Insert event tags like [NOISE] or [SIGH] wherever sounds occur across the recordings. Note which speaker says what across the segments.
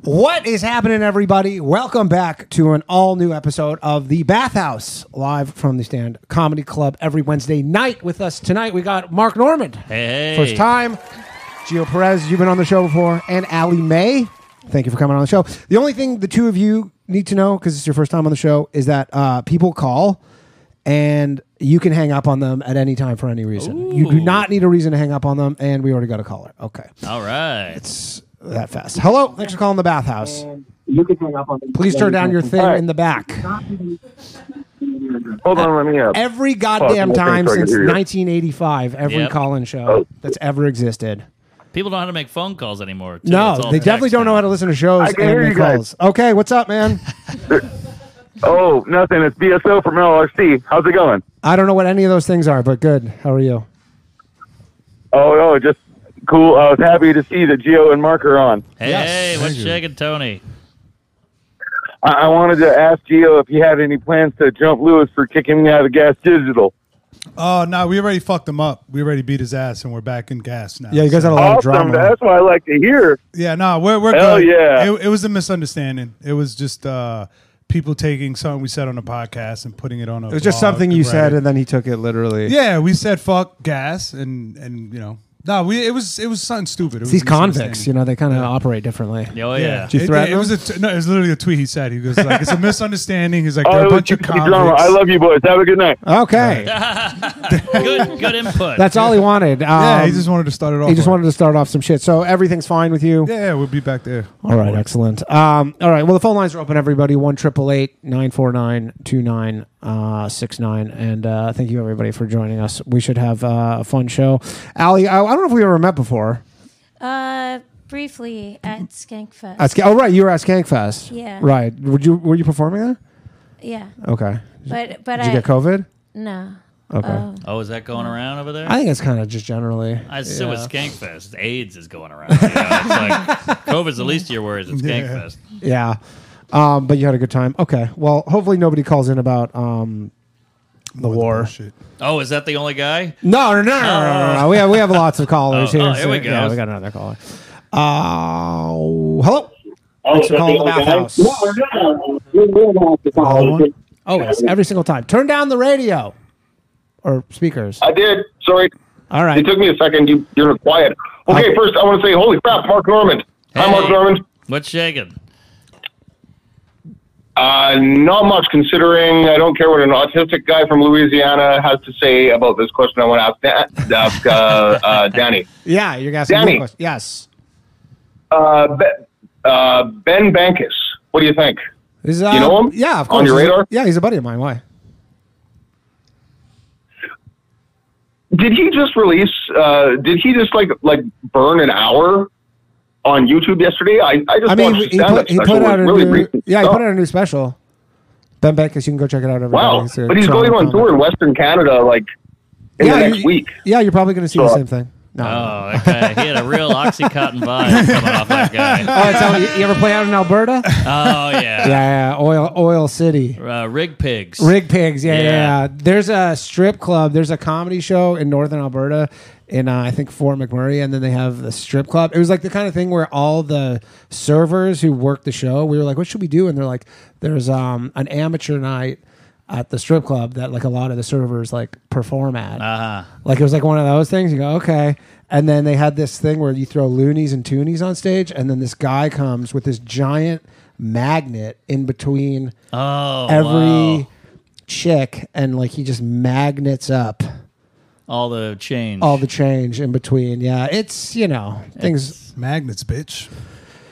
Speaker 1: What is happening, everybody? Welcome back to an all new episode of The Bathhouse, live from the Stand Comedy Club every Wednesday night. With us tonight, we got Mark Norman.
Speaker 2: Hey, hey.
Speaker 1: First time. Gio Perez, you've been on the show before, and Ali May. Thank you for coming on the show. The only thing the two of you need to know, because it's your first time on the show, is that uh, people call and you can hang up on them at any time for any reason. You do not need a reason to hang up on them, and we already got a caller. Okay.
Speaker 2: All right.
Speaker 1: It's that fast. Hello. Thanks for calling the bathhouse.
Speaker 3: You can hang up on them.
Speaker 1: Please turn down your thing
Speaker 3: All right.
Speaker 1: in the back.
Speaker 3: Hold on, let me up.
Speaker 1: Every
Speaker 3: Fuck,
Speaker 1: goddamn
Speaker 3: okay,
Speaker 1: time
Speaker 3: so I can
Speaker 1: since
Speaker 3: hear you.
Speaker 1: 1985, every
Speaker 2: Yep.
Speaker 1: call-in show that's ever existed.
Speaker 2: People don't know how to make phone calls anymore. too.
Speaker 1: No,
Speaker 2: It's all
Speaker 1: they
Speaker 2: text
Speaker 1: definitely don't
Speaker 2: now.
Speaker 1: know how to listen to shows
Speaker 3: I can
Speaker 1: and
Speaker 3: hear
Speaker 1: make
Speaker 3: you guys.
Speaker 1: calls. Okay, what's up, man?
Speaker 3: Oh, nothing. It's BSO from LRC. How's it going?
Speaker 1: I don't know what any of those things are, but good. How are you?
Speaker 3: Oh no, just cool. I was happy to see that Geo and Mark are on.
Speaker 2: Hey,
Speaker 1: Yes.
Speaker 2: hey, what's
Speaker 1: Thank you.
Speaker 2: shaking, Tony?
Speaker 3: I, I wanted to ask Geo if he had any plans to jump Lewis for kicking me out of Gas Digital.
Speaker 4: Oh no, we already fucked him up. We already beat his ass, and we're back in gas now.
Speaker 1: Yeah, you guys had a lot of
Speaker 3: Awesome.
Speaker 1: drama.
Speaker 3: That's what Oh, I like to hear.
Speaker 4: Yeah, no, we're we're
Speaker 3: Hell
Speaker 4: good.
Speaker 3: yeah.
Speaker 4: It, it was a misunderstanding. It was just uh, people taking something we said on a podcast and putting it on a.
Speaker 1: it was just something you said, and then he took it literally.
Speaker 4: yeah, we said fuck gas, and and you know, no, we it was it was something stupid. It was
Speaker 1: It's these convicts, you know, they kind of operate differently.
Speaker 2: Oh yeah.
Speaker 1: Did you
Speaker 4: It-
Speaker 1: threaten
Speaker 4: it, it was a t- no. It was literally a tweet he said. He was like,
Speaker 3: [LAUGHS]
Speaker 4: "It's a misunderstanding." He's like,
Speaker 3: Oh,
Speaker 4: "They're a
Speaker 3: it was
Speaker 4: bunch of
Speaker 3: just
Speaker 4: convicts."
Speaker 3: drama. I love you boys. Have a good night.
Speaker 1: Okay,
Speaker 2: [LAUGHS] Good, good input.
Speaker 1: that's all he wanted. Um,
Speaker 4: yeah, he just wanted to start it off.
Speaker 1: he just
Speaker 4: right.
Speaker 1: wanted to start off some shit. So everything's fine with you.
Speaker 4: Yeah, yeah, we'll be back there.
Speaker 1: All right, excellent. Um, all right, well, the phone lines are open, everybody. 1 949 2969. uh, And uh, thank you, everybody, for joining us. We should have uh, a fun show. Ali, I, I don't know if we ever met before.
Speaker 5: Uh, briefly at Skankfest.
Speaker 1: At Sk- oh, right, you were at Skankfest.
Speaker 5: Yeah.
Speaker 1: Right. Would you Were you performing there?
Speaker 5: yeah,
Speaker 1: Okay. Did
Speaker 5: but but
Speaker 1: you
Speaker 5: I
Speaker 1: get COVID?
Speaker 5: no.
Speaker 1: Okay.
Speaker 5: Oh.
Speaker 2: oh, is that going around over there?
Speaker 1: I think it's kind of just generally.
Speaker 2: I assume it's Skankfest. AIDS is going around. You know? It's like
Speaker 1: [LAUGHS]
Speaker 2: COVID's the least of your worries. It's Skankfest.
Speaker 1: Yeah. Um, but you had a good time. Okay. Well, hopefully nobody calls in about um, the war.
Speaker 4: Bullshit.
Speaker 2: Oh, is that the only guy?
Speaker 1: No, no, no, no, no, no, no. We have we have lots of callers
Speaker 2: Oh,
Speaker 1: here.
Speaker 2: oh, here we go.
Speaker 1: Yeah, we got another caller. Uh, hello.
Speaker 3: Oh,
Speaker 1: Thanks for calling the bathhouse.
Speaker 4: Another one?
Speaker 1: Always, every single time. Turn down the radio or speakers.
Speaker 3: I did. Sorry.
Speaker 1: All right.
Speaker 3: It took me a second. You, you're quiet. Okay,
Speaker 1: Okay.
Speaker 3: first I want to say, holy crap, Mark Norman. Hi, Mark
Speaker 2: Hey.
Speaker 3: Norman.
Speaker 2: What's shaking?
Speaker 3: Uh, not much, considering I don't care what an autistic guy from Louisiana has to say about this question. I want to ask, Dan- [LAUGHS] ask uh, uh, Danny.
Speaker 1: Yeah, you're asking
Speaker 3: Danny.
Speaker 1: me a question. Yes.
Speaker 3: Uh, Be- uh, ben Bankus, what do you think?
Speaker 1: Is, uh,
Speaker 3: You know him?
Speaker 1: Yeah, of course.
Speaker 3: On your
Speaker 1: He's a-
Speaker 3: radar?
Speaker 1: yeah, he's a buddy of mine. Why?
Speaker 3: Did he just release? Uh, did he just like like burn an hour on YouTube yesterday? I, I just
Speaker 1: I mean,
Speaker 3: watched
Speaker 1: he
Speaker 3: his stand-up
Speaker 1: put, he
Speaker 3: special.
Speaker 1: put
Speaker 3: It
Speaker 1: out a
Speaker 3: was really
Speaker 1: new,
Speaker 3: recent
Speaker 1: yeah, he
Speaker 3: stuff.
Speaker 1: put out a new special. Ben Beckus, you can go check it out. Everybody.
Speaker 3: Wow,
Speaker 1: a
Speaker 3: but he's
Speaker 1: Toronto
Speaker 3: going on
Speaker 1: comic.
Speaker 3: tour in Western Canada like in the next
Speaker 1: you,
Speaker 3: week.
Speaker 1: Yeah, you're probably going to see
Speaker 3: So- uh,
Speaker 1: the same thing. No.
Speaker 2: Oh, that guy. He had a
Speaker 1: [LAUGHS]
Speaker 2: real Oxycontin vibe coming off that guy.
Speaker 1: Oh, it's how- you, you ever play out in Alberta?
Speaker 2: Oh yeah.
Speaker 1: yeah, yeah, oil, oil city.
Speaker 2: Uh, rig pigs.
Speaker 1: Rig Pigs, yeah, yeah.
Speaker 2: Yeah.
Speaker 1: yeah. There's a strip club. There's a comedy show in Northern Alberta, in uh, I think Fort McMurray, and then they have the strip club. It was like the kind of thing where all the servers who worked the show, we were like, "What should we do?" And they're like, "There's um, an amateur night at the strip club that like a lot of the servers like perform at."
Speaker 2: Uh-huh.
Speaker 1: Like it was like one of those things. You go, okay. And then they had this thing where you throw loonies and toonies on stage, and then this guy comes with this giant magnet in between
Speaker 2: Oh,
Speaker 1: every
Speaker 2: wow.
Speaker 1: chick, and like he just magnets up
Speaker 2: all the change.
Speaker 1: all the change in between. Yeah, it's you know things.
Speaker 4: Magnets, bitch.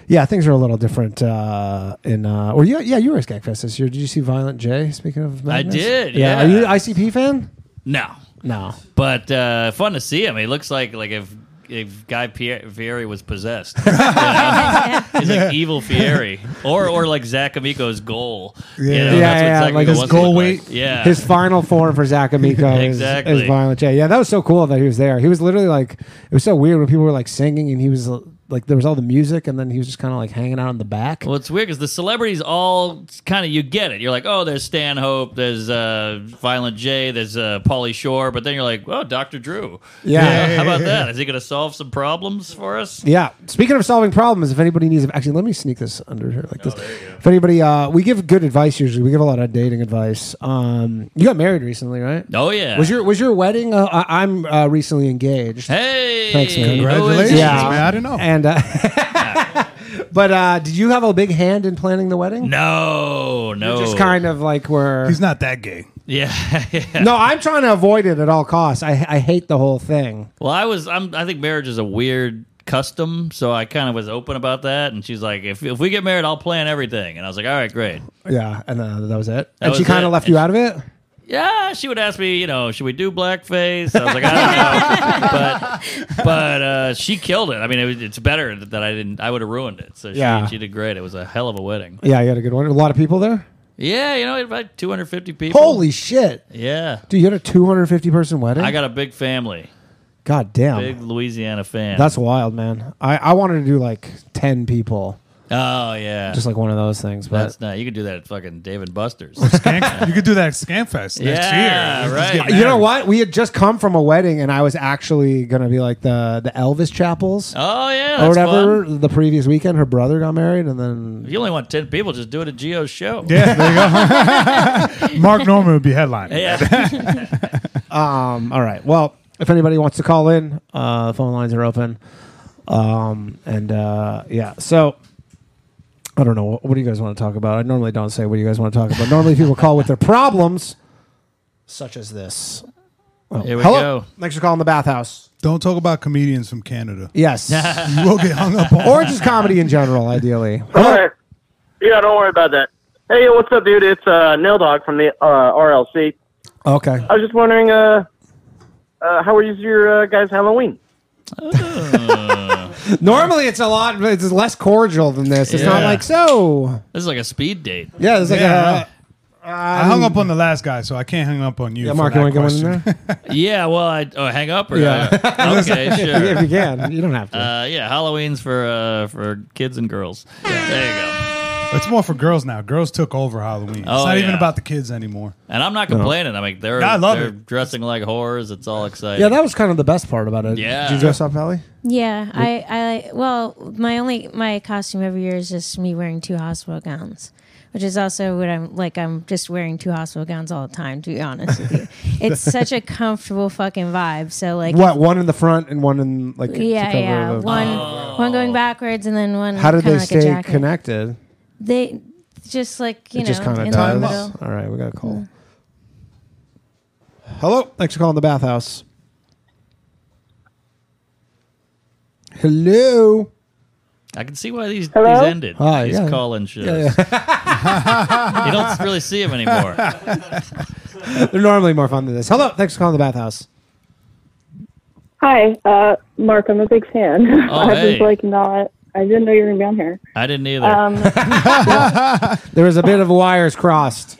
Speaker 1: yeah, things are a little different uh, in. Uh, or yeah, yeah, you were at Skagfest this year. Did you see Violent J? Speaking of, magnets?
Speaker 2: did,
Speaker 1: Are you an
Speaker 2: yeah.
Speaker 1: ICP fan?
Speaker 2: no.
Speaker 1: No.
Speaker 2: but uh, fun to see him. He looks like like if if Guy Pier- Fieri was possessed. You know? He's like evil Fieri, or or like Zach Amico's goal. You
Speaker 4: Yeah.
Speaker 2: know,
Speaker 1: yeah,
Speaker 2: that's what
Speaker 1: yeah,
Speaker 2: Zac
Speaker 1: like
Speaker 2: Amico
Speaker 1: his
Speaker 2: wants to
Speaker 1: goal
Speaker 2: look
Speaker 1: weight.
Speaker 2: Like. Yeah,
Speaker 1: His final
Speaker 2: [LAUGHS]
Speaker 1: form for Zach Amico is-
Speaker 2: Exactly.
Speaker 1: is, Violent J. Yeah, that was so cool that he was there. He was literally like, it was so weird when people were like singing and he was uh, like there was all the music, and then he was just kind of like hanging out in the back.
Speaker 2: Well, it's weird because the celebrities all kind of you get it. You're like, oh, there's Stanhope, there's uh, Violent J, there's uh, Pauly Shore, but then you're like, oh, Dr. Drew.
Speaker 1: Yeah.
Speaker 2: how about that? Is he going to solve some problems for us?
Speaker 1: Yeah. Speaking of solving problems, if anybody needs, actually, let me sneak this under here
Speaker 4: Oh,
Speaker 1: like this. If anybody, uh, we give good advice usually. We give a lot of dating advice. Um, you got married recently, right?
Speaker 2: Oh yeah.
Speaker 1: Was your was your wedding? Uh, I- I'm uh, recently engaged.
Speaker 2: hey?
Speaker 1: Thanks, man.
Speaker 4: Congratulations,
Speaker 1: Yeah.
Speaker 4: man. I don't know.
Speaker 1: And uh, but uh, [LAUGHS] did you have a big hand in planning the wedding?
Speaker 2: No, no.
Speaker 1: Just kind of like were.
Speaker 4: He's not that gay.
Speaker 2: Yeah, [LAUGHS] yeah.
Speaker 1: no, I'm trying to avoid it at all costs. I I hate the whole thing.
Speaker 2: Well, I was. I'm, I think marriage is a weird custom, so I kind of was open about that. And she's like, if if we get married, I'll plan everything. And I was like, all right, great.
Speaker 1: Yeah, and uh, that was it. and she
Speaker 2: was
Speaker 1: kind
Speaker 2: it.
Speaker 1: of left you out of it.
Speaker 2: yeah, she would ask me, you know, should we do blackface? I was like, I don't know, but but uh, she killed it. I mean, it, was- it's better that I didn't. I would have ruined it. So she,
Speaker 1: Yeah.
Speaker 2: she did great. It was a hell of a wedding.
Speaker 1: Yeah, you had a good one. A lot of people there.
Speaker 2: Yeah, you know, about 250 people.
Speaker 1: Holy shit,
Speaker 2: Yeah,
Speaker 1: dude! You had a 250 person wedding.
Speaker 2: I got a big family,
Speaker 1: God damn.
Speaker 2: big Louisiana fan.
Speaker 1: That's wild, man. I, I wanted to do like ten people,
Speaker 2: oh yeah,
Speaker 1: just like one of those things. But
Speaker 2: that's not. You can do that at fucking Dave and Buster's.
Speaker 4: Skank- you could do that at Scanfest next
Speaker 2: Yeah,
Speaker 4: year. Let's
Speaker 2: right. Uh,
Speaker 4: just get
Speaker 1: you know
Speaker 4: married.
Speaker 1: what? We had just come from a wedding, and I was actually gonna be like the the Elvis chapels
Speaker 2: oh yeah, that's
Speaker 1: or whatever.
Speaker 2: fun.
Speaker 1: The previous weekend, her brother got married, and then
Speaker 2: If you only want 10 people, just do it at Geo's show.
Speaker 4: Yeah, there
Speaker 2: [LAUGHS]
Speaker 4: you
Speaker 1: [LAUGHS]
Speaker 4: go. [LAUGHS] Mark Norman would be headlining. [LAUGHS]
Speaker 2: Yeah. [LAUGHS]
Speaker 1: um, all right. Well, if anybody wants to call in, uh, phone lines are open. Um, and uh, yeah, so. I don't know. What, what do you guys want to talk about? I normally don't say what you guys want to talk about. Normally, people call with their problems, such as this. Oh,
Speaker 2: Here we
Speaker 1: hello.
Speaker 2: go.
Speaker 1: Thanks for calling the bathhouse.
Speaker 4: Don't talk about comedians from Canada.
Speaker 1: [LAUGHS]
Speaker 4: [LAUGHS]
Speaker 1: Yes.
Speaker 4: You will get hung up on.
Speaker 1: or just comedy in general, ideally.
Speaker 6: All right. Yeah, don't worry about that. Hey, yo, what's up, dude? It's uh, Nail Dog from the uh, RLC.
Speaker 1: Okay.
Speaker 6: I was just wondering, uh, uh, how was your uh, guys' Halloween?
Speaker 1: Normally, it's a lot. It's less cordial than this. It's not
Speaker 2: Yeah.
Speaker 1: like so.
Speaker 2: This is like a speed date.
Speaker 1: Yeah. It's like uh,
Speaker 4: Yeah.
Speaker 1: a.
Speaker 4: I hung up on the last guy, so I can't hang up on you.
Speaker 1: Yeah,
Speaker 4: for
Speaker 1: Mark,
Speaker 4: that
Speaker 1: you want to go in
Speaker 4: question.
Speaker 1: there
Speaker 2: [LAUGHS] Yeah, well, I oh, hang up or
Speaker 1: Yeah.
Speaker 2: okay, sure.
Speaker 1: if you can? You don't have to.
Speaker 2: Uh, yeah, Halloween's for uh, for kids and girls. There you go.
Speaker 4: [LAUGHS] It's more for girls now. Girls took over Halloween.
Speaker 2: Oh,
Speaker 4: it's not even
Speaker 2: yeah.
Speaker 4: about the kids anymore.
Speaker 2: And I'm not complaining. I mean, they're
Speaker 4: I love
Speaker 2: they're
Speaker 4: it.
Speaker 2: dressing like whores. It's all exciting.
Speaker 1: yeah, that was kind of the best part about it.
Speaker 2: Yeah.
Speaker 1: Did you dress up, Ellie?
Speaker 5: Yeah, I, I well, my only my costume every year is just me wearing two hospital gowns, which is also what I'm like. I'm just wearing two hospital gowns all the time. To be honest
Speaker 1: [LAUGHS]
Speaker 5: with you, it's such a comfortable fucking vibe. So like,
Speaker 1: What? One in the front and one in like. to
Speaker 5: yeah,
Speaker 1: cover
Speaker 5: yeah,
Speaker 1: the-
Speaker 5: one one going backwards and then one.
Speaker 1: How did
Speaker 5: kinda
Speaker 1: they
Speaker 5: like a
Speaker 1: stay
Speaker 5: jacket.
Speaker 1: connected?
Speaker 5: They just like you
Speaker 1: it
Speaker 5: know
Speaker 1: just kind of
Speaker 5: in the
Speaker 1: does.
Speaker 5: middle.
Speaker 1: All right, we got a call. Hello. Thanks for calling the bathhouse. Hello.
Speaker 2: I can see why these
Speaker 6: Hello?
Speaker 2: these ended.
Speaker 1: Hi,
Speaker 2: these
Speaker 1: yeah.
Speaker 2: call-in shows. [LAUGHS]
Speaker 1: [LAUGHS]
Speaker 2: you don't really see them anymore.
Speaker 1: They're normally more fun than this. Hello. Thanks for calling the bathhouse.
Speaker 7: Hi, uh, Mark. I'm a big fan. [LAUGHS] I
Speaker 2: Oh, hey.
Speaker 7: was like not. I didn't know you were gonna be on here.
Speaker 2: I didn't either. [LAUGHS]
Speaker 7: Um,
Speaker 1: There was a bit of wires crossed.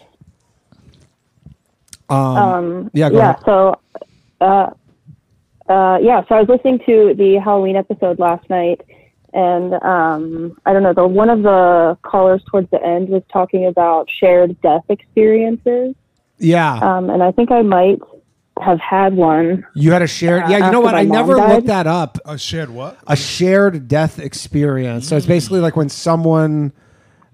Speaker 7: um,
Speaker 1: yeah, go
Speaker 7: yeah.
Speaker 1: ahead.
Speaker 7: So, uh, uh, yeah. So I was listening to the Halloween episode last night, and um, I don't know. The one of the callers towards the end was talking about shared death experiences,
Speaker 1: Yeah.
Speaker 7: um, and I think I might have had one.
Speaker 1: You had a shared. Yeah, you
Speaker 7: uh, after
Speaker 1: know what?
Speaker 7: my
Speaker 1: I
Speaker 7: mom
Speaker 1: never
Speaker 7: died.
Speaker 1: looked that up.
Speaker 4: Oh, shit, what?
Speaker 1: A shared death experience. So it's
Speaker 7: Mm.
Speaker 1: basically like when someone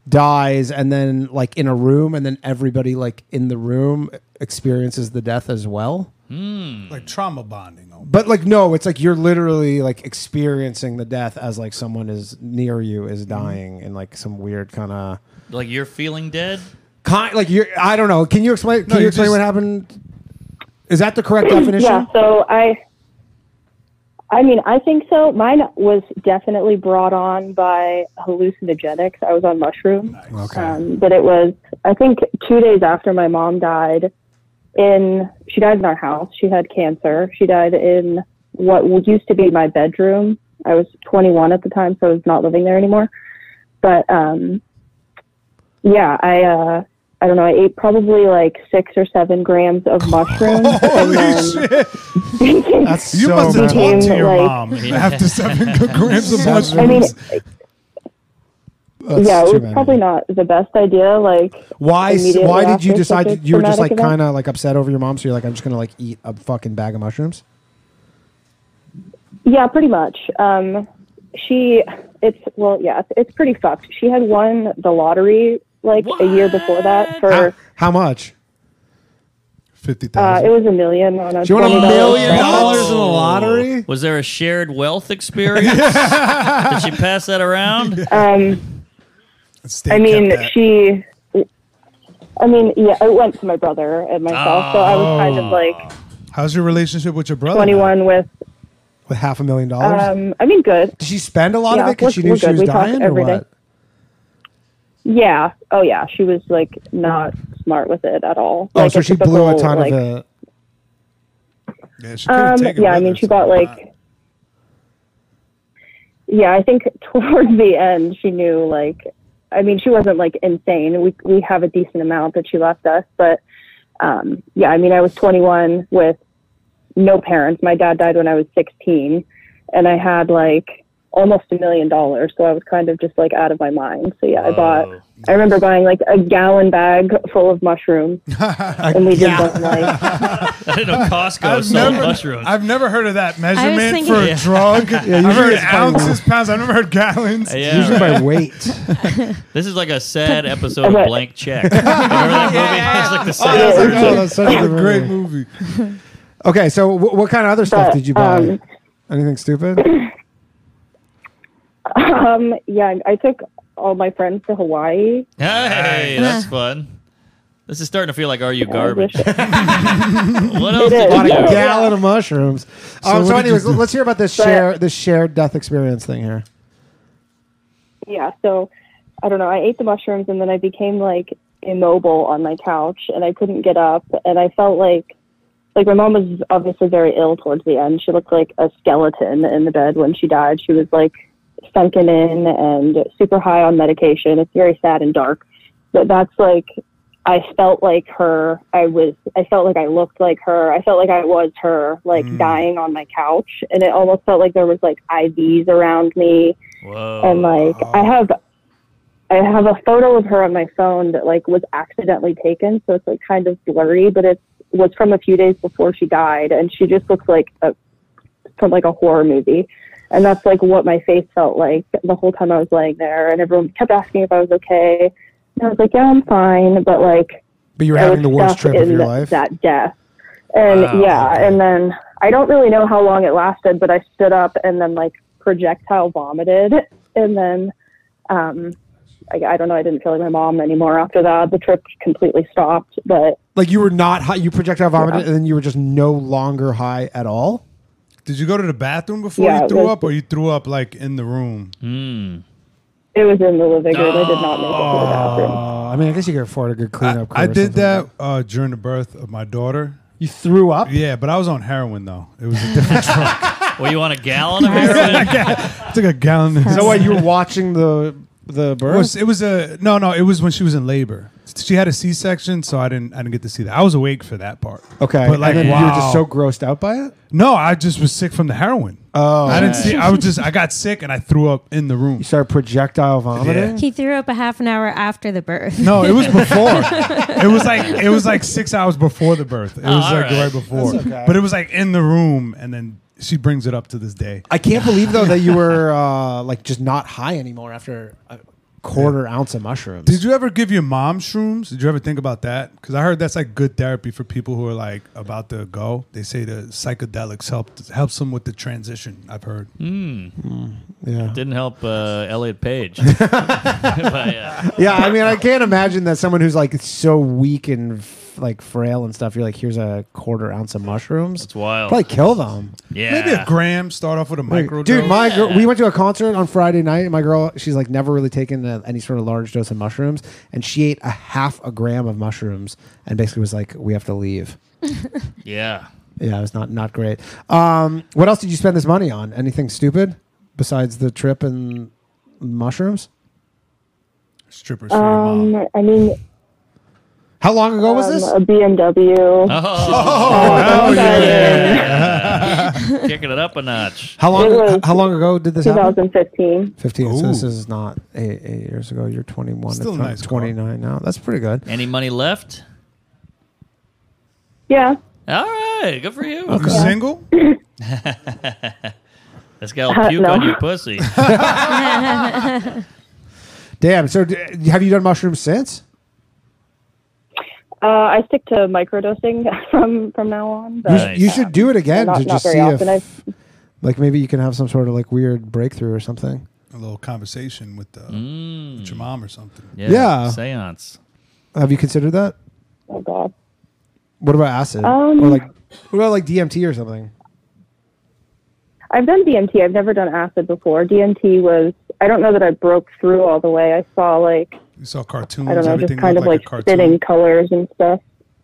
Speaker 1: dies and then like in a room and then everybody like in the room experiences the death as well.
Speaker 2: Hmm.
Speaker 4: Like trauma bonding. almost.
Speaker 1: But like no, it's like you're literally like experiencing the death as like someone is near you
Speaker 7: Mm.
Speaker 1: is dying in like some weird kind of
Speaker 2: like you're feeling dead.
Speaker 1: kind like you I don't know. Can you explain can you
Speaker 4: you
Speaker 1: explain
Speaker 4: just-
Speaker 1: what happened? Is that the correct definition?
Speaker 7: Yeah, so I I mean, I think so. Mine was definitely brought on by hallucinogenics. I was on mushroom.
Speaker 1: Okay.
Speaker 7: Um, but it was I think 2 days after my mom died in she died in our house. She had cancer. She died in what used to be my bedroom. I was 21 at the time, so I was not living there anymore. But um yeah, I uh I don't know, I ate probably like six or seven grams
Speaker 1: [LAUGHS]
Speaker 7: of mushrooms. and
Speaker 4: [LAUGHS]
Speaker 7: then [LAUGHS]
Speaker 1: That's
Speaker 4: You
Speaker 1: so
Speaker 4: must
Speaker 1: bad.
Speaker 4: have
Speaker 7: became,
Speaker 4: talked to your
Speaker 2: [LAUGHS]
Speaker 7: like-
Speaker 4: mom after seven grams
Speaker 1: [LAUGHS]
Speaker 4: of mushrooms.
Speaker 7: I mean,
Speaker 1: That's
Speaker 7: yeah,
Speaker 1: too
Speaker 7: it was
Speaker 1: bad.
Speaker 7: probably not the best idea. Like,
Speaker 1: Why? s-
Speaker 7: immediately
Speaker 1: Why did you
Speaker 7: after such
Speaker 1: decide
Speaker 7: a
Speaker 1: that you were just
Speaker 7: traumatic
Speaker 1: like
Speaker 7: event.
Speaker 1: kind of like upset over your mom? So you're like, I'm just gonna like eat a fucking bag of mushrooms.
Speaker 7: Yeah, pretty much. Um, she, it's well, yeah, it's, it's pretty fucked. She had won the lottery like a year before that for
Speaker 1: How, how much?
Speaker 4: Fifty
Speaker 7: uh,
Speaker 4: thousand.
Speaker 7: it was a million on a
Speaker 1: Do you want a
Speaker 7: $20
Speaker 1: million
Speaker 7: bet.
Speaker 1: dollars in the lottery?
Speaker 2: Was there a shared wealth
Speaker 1: [LAUGHS]
Speaker 2: experience? Did she pass that around?
Speaker 7: Uh, Um, I mean, she. I mean, yeah, it went to my brother and myself, so I was kind of like
Speaker 1: Oh.
Speaker 4: How's your relationship with your brother? now?
Speaker 7: twenty-one with.
Speaker 1: With half a million dollars?
Speaker 7: Um, I mean, good.
Speaker 1: Did she spend a lot of
Speaker 7: yeah,
Speaker 1: it because she
Speaker 7: we're-
Speaker 1: knew
Speaker 7: we're
Speaker 1: she
Speaker 7: good.
Speaker 1: was
Speaker 7: We talk
Speaker 1: dying or
Speaker 7: every
Speaker 1: what?
Speaker 7: day. Yeah. Oh, yeah. She was like not smart with it at all.
Speaker 1: Oh,
Speaker 7: like,
Speaker 1: so she blew a
Speaker 7: typical,
Speaker 1: ton
Speaker 7: like,
Speaker 1: of it.
Speaker 4: Yeah, she could've
Speaker 7: Um,
Speaker 4: taken
Speaker 7: yeah, I
Speaker 4: with
Speaker 7: mean,
Speaker 4: her
Speaker 7: she got
Speaker 4: somewhere.
Speaker 7: like. Yeah, I think [LAUGHS] towards the end, she knew like, I mean, she wasn't like insane. We we have a decent amount that she left us, but um, yeah, I mean, I was 21 with no parents. My dad died when I was 16, and I had like almost a million dollars, so I was kind of just like out of my mind. So yeah, I bought.
Speaker 2: Whoa.
Speaker 7: I remember buying like a gallon bag full of
Speaker 4: [LAUGHS]
Speaker 7: mushrooms, and we did them like.
Speaker 2: I didn't know Costco
Speaker 4: I've
Speaker 2: sold
Speaker 4: never,
Speaker 2: mushrooms.
Speaker 4: I've never heard of that measurement
Speaker 5: thinking-
Speaker 4: for a
Speaker 5: Yeah.
Speaker 2: [LAUGHS]
Speaker 4: drug. I've
Speaker 1: usually
Speaker 4: heard
Speaker 1: it's by
Speaker 4: ounces, pounds. I've never heard gallons.
Speaker 2: yeah,
Speaker 1: Usually
Speaker 2: right. [LAUGHS]
Speaker 1: by weight.
Speaker 2: this is like a sad episode of
Speaker 7: Okay.
Speaker 2: Blank Check. Remember
Speaker 1: [LAUGHS]
Speaker 2: that movie? It's like the sad
Speaker 7: yeah.
Speaker 2: version.
Speaker 1: Oh, that's such a good
Speaker 4: Great
Speaker 1: movie.
Speaker 4: movie.
Speaker 1: Okay, so wh- what kind of other stuff
Speaker 7: But,
Speaker 1: did you buy?
Speaker 7: um, [LAUGHS]
Speaker 1: Anything stupid?
Speaker 7: Um, yeah, I I took all my friends to Hawaii.
Speaker 2: Hey, that's fun. This is starting to feel like Are You Garbage?
Speaker 7: [LAUGHS] I
Speaker 2: [LAUGHS]
Speaker 7: wish-
Speaker 2: What else
Speaker 7: is.
Speaker 2: did
Speaker 1: Bought
Speaker 2: you
Speaker 1: a
Speaker 2: do?
Speaker 1: gallon of mushrooms. Um,
Speaker 4: what
Speaker 1: so,
Speaker 4: did you
Speaker 1: anyways,
Speaker 4: do?
Speaker 1: let's hear about this share this shared death experience thing here.
Speaker 7: yeah, so I don't know. I ate the mushrooms and then I became like immobile on my couch and I couldn't get up and I felt like like my mom was obviously very ill towards the end. She looked like a skeleton in the bed when she died. She was like sunken in and super high on medication. It's very sad and dark. But that's like I felt like her. I was I felt like I looked like her. I felt like I was her, like dying on my couch. And it almost felt like there was like IVs around me and
Speaker 2: Whoa.
Speaker 7: like I have I have a photo of her on my phone that like was accidentally taken, so it's like kind of blurry, but it was from a few days before she died, and she just looks like a from like a horror movie. And that's like what my face felt like the whole time I was laying there, and everyone kept asking if I was okay. And I was like, "Yeah, I'm fine," but like
Speaker 1: But you were
Speaker 7: I
Speaker 1: having
Speaker 7: was
Speaker 1: the
Speaker 7: stuck
Speaker 1: worst trip of
Speaker 7: in
Speaker 1: your life. Oh,
Speaker 7: That death. And
Speaker 2: Wow.
Speaker 7: yeah, and then I don't really know how long it lasted, but I stood up and then like projectile vomited, and then um, I, I don't know. I didn't feel like my mom anymore after that. The trip completely stopped, but
Speaker 1: Like you were not high. You projectile vomited, and then you were just no longer high at all.
Speaker 4: Did you go to the bathroom before
Speaker 7: Yeah,
Speaker 4: you
Speaker 7: it
Speaker 4: threw
Speaker 7: was-
Speaker 4: up, or you threw up like in the room?
Speaker 2: Hmm.
Speaker 7: it was in the living room. I did not make it to the bathroom.
Speaker 1: Uh, I mean, I guess you could afford a good cleanup. crew
Speaker 4: I
Speaker 1: or something.
Speaker 4: did that uh, during the birth of my daughter.
Speaker 1: You threw up.
Speaker 4: Yeah, but I was on heroin though. It was a different. [LAUGHS]
Speaker 2: Were you on a gallon
Speaker 1: [LAUGHS]
Speaker 2: of heroin?
Speaker 4: I [LAUGHS] took a gallon.
Speaker 1: So what?
Speaker 4: [LAUGHS]
Speaker 1: You were watching the the
Speaker 4: It
Speaker 1: birth.
Speaker 4: was, it was a no, no. It was when she was in labor. She had a C section, so I didn't. I didn't get to see that. I was awake for that part.
Speaker 1: okay,
Speaker 4: but like
Speaker 1: and then
Speaker 4: wow.
Speaker 1: you were just so grossed out by it.
Speaker 4: no, I just was sick from the heroin.
Speaker 1: Oh.
Speaker 4: I didn't see. I was just. I got sick and I threw up in the room.
Speaker 1: You started projectile vomiting.
Speaker 5: He threw up a half an hour after the birth.
Speaker 4: No, it
Speaker 5: [LAUGHS]
Speaker 4: was before. it was like it was like six hours before the birth. It was
Speaker 2: all
Speaker 4: like
Speaker 2: right.
Speaker 4: right, before.
Speaker 1: okay.
Speaker 4: But it was like in the room, and then she brings it up to this day.
Speaker 1: I can't believe though that you
Speaker 4: [LAUGHS]
Speaker 1: were uh, like just not high anymore after a quarter ounce of mushrooms.
Speaker 4: Did you ever give your mom shrooms? Did you ever think about that? Because I heard that's like good therapy for people who are like about to go. They say the psychedelics help helps them with the transition. I've heard.
Speaker 2: Hmm.
Speaker 1: Hmm. yeah.
Speaker 2: Didn't help uh, Elliot
Speaker 1: [LAUGHS]
Speaker 2: Page. but, uh,
Speaker 1: yeah, I mean, I can't imagine that someone who's like so weak and f- like frail and stuff. You're like, here's a quarter ounce of mushrooms. That's
Speaker 2: wild.
Speaker 1: Probably kill them.
Speaker 2: yeah.
Speaker 4: Maybe a gram. Start off with a micro.
Speaker 1: Dude,
Speaker 4: dose.
Speaker 1: my girl, we went to a concert on Friday night, and my girl, she's like never really taken uh any sort of large dose of mushrooms, and she ate a half a gram of mushrooms, and basically was like, "We have to
Speaker 4: [LAUGHS]
Speaker 1: leave."
Speaker 2: yeah.
Speaker 1: Yeah, it was not not great. Um, what else did you spend this money on? Anything stupid besides the trip and mushrooms?
Speaker 4: strippers for your mom.
Speaker 7: Um, I mean,
Speaker 1: How long ago was
Speaker 7: um,
Speaker 1: this?
Speaker 7: a
Speaker 1: Oh,
Speaker 7: BMW.
Speaker 2: Oh,
Speaker 1: hell
Speaker 2: yeah. [LAUGHS] Kicking it up a notch.
Speaker 1: How long?
Speaker 7: It was
Speaker 1: how long ago did this happen?
Speaker 7: 2015.
Speaker 1: 15. So this
Speaker 4: Ooh.
Speaker 1: is not eight, eight years ago. You're 21.
Speaker 4: Still
Speaker 1: It's
Speaker 4: a
Speaker 1: not
Speaker 4: nice car.
Speaker 1: 29 now. That's pretty good.
Speaker 2: Any money left?
Speaker 7: [LAUGHS] Yeah.
Speaker 2: All right, good for you.
Speaker 4: You
Speaker 2: [LAUGHS]
Speaker 4: single?
Speaker 2: Let's get a little
Speaker 7: Uh,
Speaker 2: puke
Speaker 7: no.
Speaker 2: on your
Speaker 1: [LAUGHS]
Speaker 2: pussy. [LAUGHS]
Speaker 7: [LAUGHS]
Speaker 1: Damn. So d- have you done mushrooms since?
Speaker 7: Uh, I stick to microdosing [LAUGHS] from from now on. But
Speaker 2: Nice.
Speaker 1: You should do it again
Speaker 7: Not-
Speaker 1: to
Speaker 7: not
Speaker 1: just
Speaker 7: very
Speaker 1: see
Speaker 7: often.
Speaker 1: if, like, maybe you can have some sort of like weird breakthrough or something.
Speaker 4: A little conversation with, uh, with your mom or something.
Speaker 2: Mm. Yeah.
Speaker 1: Yeah.
Speaker 2: Seance.
Speaker 1: Have you considered that?
Speaker 7: Oh God.
Speaker 1: What about acid
Speaker 7: Um,
Speaker 1: or like what about like DMT or something?
Speaker 7: I've done DMT. I've never done acid before. DMT was. I don't know that I broke through all the way. I saw like
Speaker 4: You saw cartoons.
Speaker 7: I don't know,
Speaker 4: everything
Speaker 7: just kind of
Speaker 4: looked
Speaker 7: like,
Speaker 4: a cartoon.
Speaker 7: spitting colors and stuff.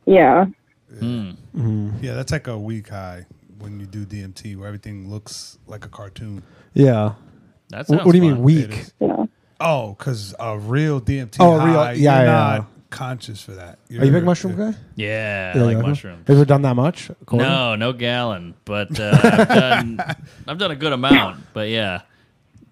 Speaker 7: Yeah.
Speaker 2: Mm.
Speaker 1: Mm-hmm.
Speaker 4: Yeah, that's like a weak high when you do DMT, where everything looks like a cartoon.
Speaker 1: Yeah.
Speaker 2: That
Speaker 1: Wh-
Speaker 2: sounds
Speaker 1: what do you mean
Speaker 2: fun.
Speaker 4: It
Speaker 1: weak?
Speaker 4: is.
Speaker 7: Yeah.
Speaker 4: Oh, because a real DMT
Speaker 1: Oh,
Speaker 4: high,
Speaker 1: real- yeah,
Speaker 4: you're
Speaker 1: yeah,
Speaker 4: not
Speaker 1: yeah.
Speaker 4: conscious for that.
Speaker 1: Are you a
Speaker 4: You're-
Speaker 1: big mushroom guy?
Speaker 2: Yeah,
Speaker 1: Yeah,
Speaker 2: I like
Speaker 1: yeah.
Speaker 2: mushrooms.
Speaker 1: Have you ever done that much? Corey?
Speaker 2: No, no gallon, but uh, I've, done, I've done a good amount. But yeah,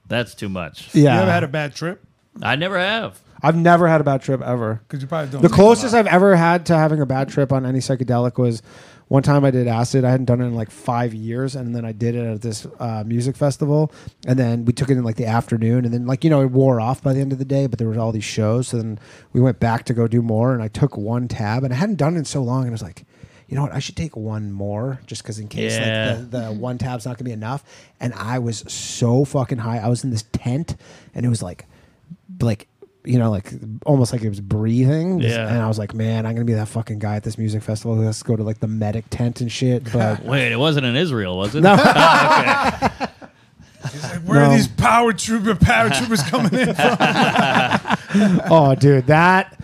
Speaker 2: that's too much.
Speaker 1: Yeah.
Speaker 4: You ever had a bad trip?
Speaker 2: I never have.
Speaker 1: I've never had a bad trip ever.
Speaker 4: Because you probably don't.
Speaker 1: The
Speaker 4: take a
Speaker 1: closest
Speaker 4: lot.
Speaker 1: I've ever had to having a bad trip on any psychedelic was one time I did acid. I hadn't done it in like five years, and then I did it at this uh, music festival. And then we took it in like the afternoon, and then like you know it wore off by the end of the day. But there was all these shows, so then we went back to go do more. And I took one tab, and I hadn't done it in so long, and I was like. You know what? I should take one more just because in case
Speaker 2: Yeah.
Speaker 1: like the, the one tab's not gonna be enough. And I was so fucking high. I was in this tent, and it was like like you know like almost like it was breathing
Speaker 2: Yeah.
Speaker 1: and i was like man i'm gonna be that fucking guy at this music festival who has to go to like the medic tent and
Speaker 4: [LAUGHS]
Speaker 1: shit but
Speaker 2: Wait, it wasn't in Israel, was it?
Speaker 1: no
Speaker 2: [LAUGHS]
Speaker 1: [LAUGHS]
Speaker 4: Like, where
Speaker 1: No.
Speaker 4: are these power trooper paratroopers coming in?
Speaker 2: [LAUGHS]
Speaker 4: From?
Speaker 1: [LAUGHS] oh dude that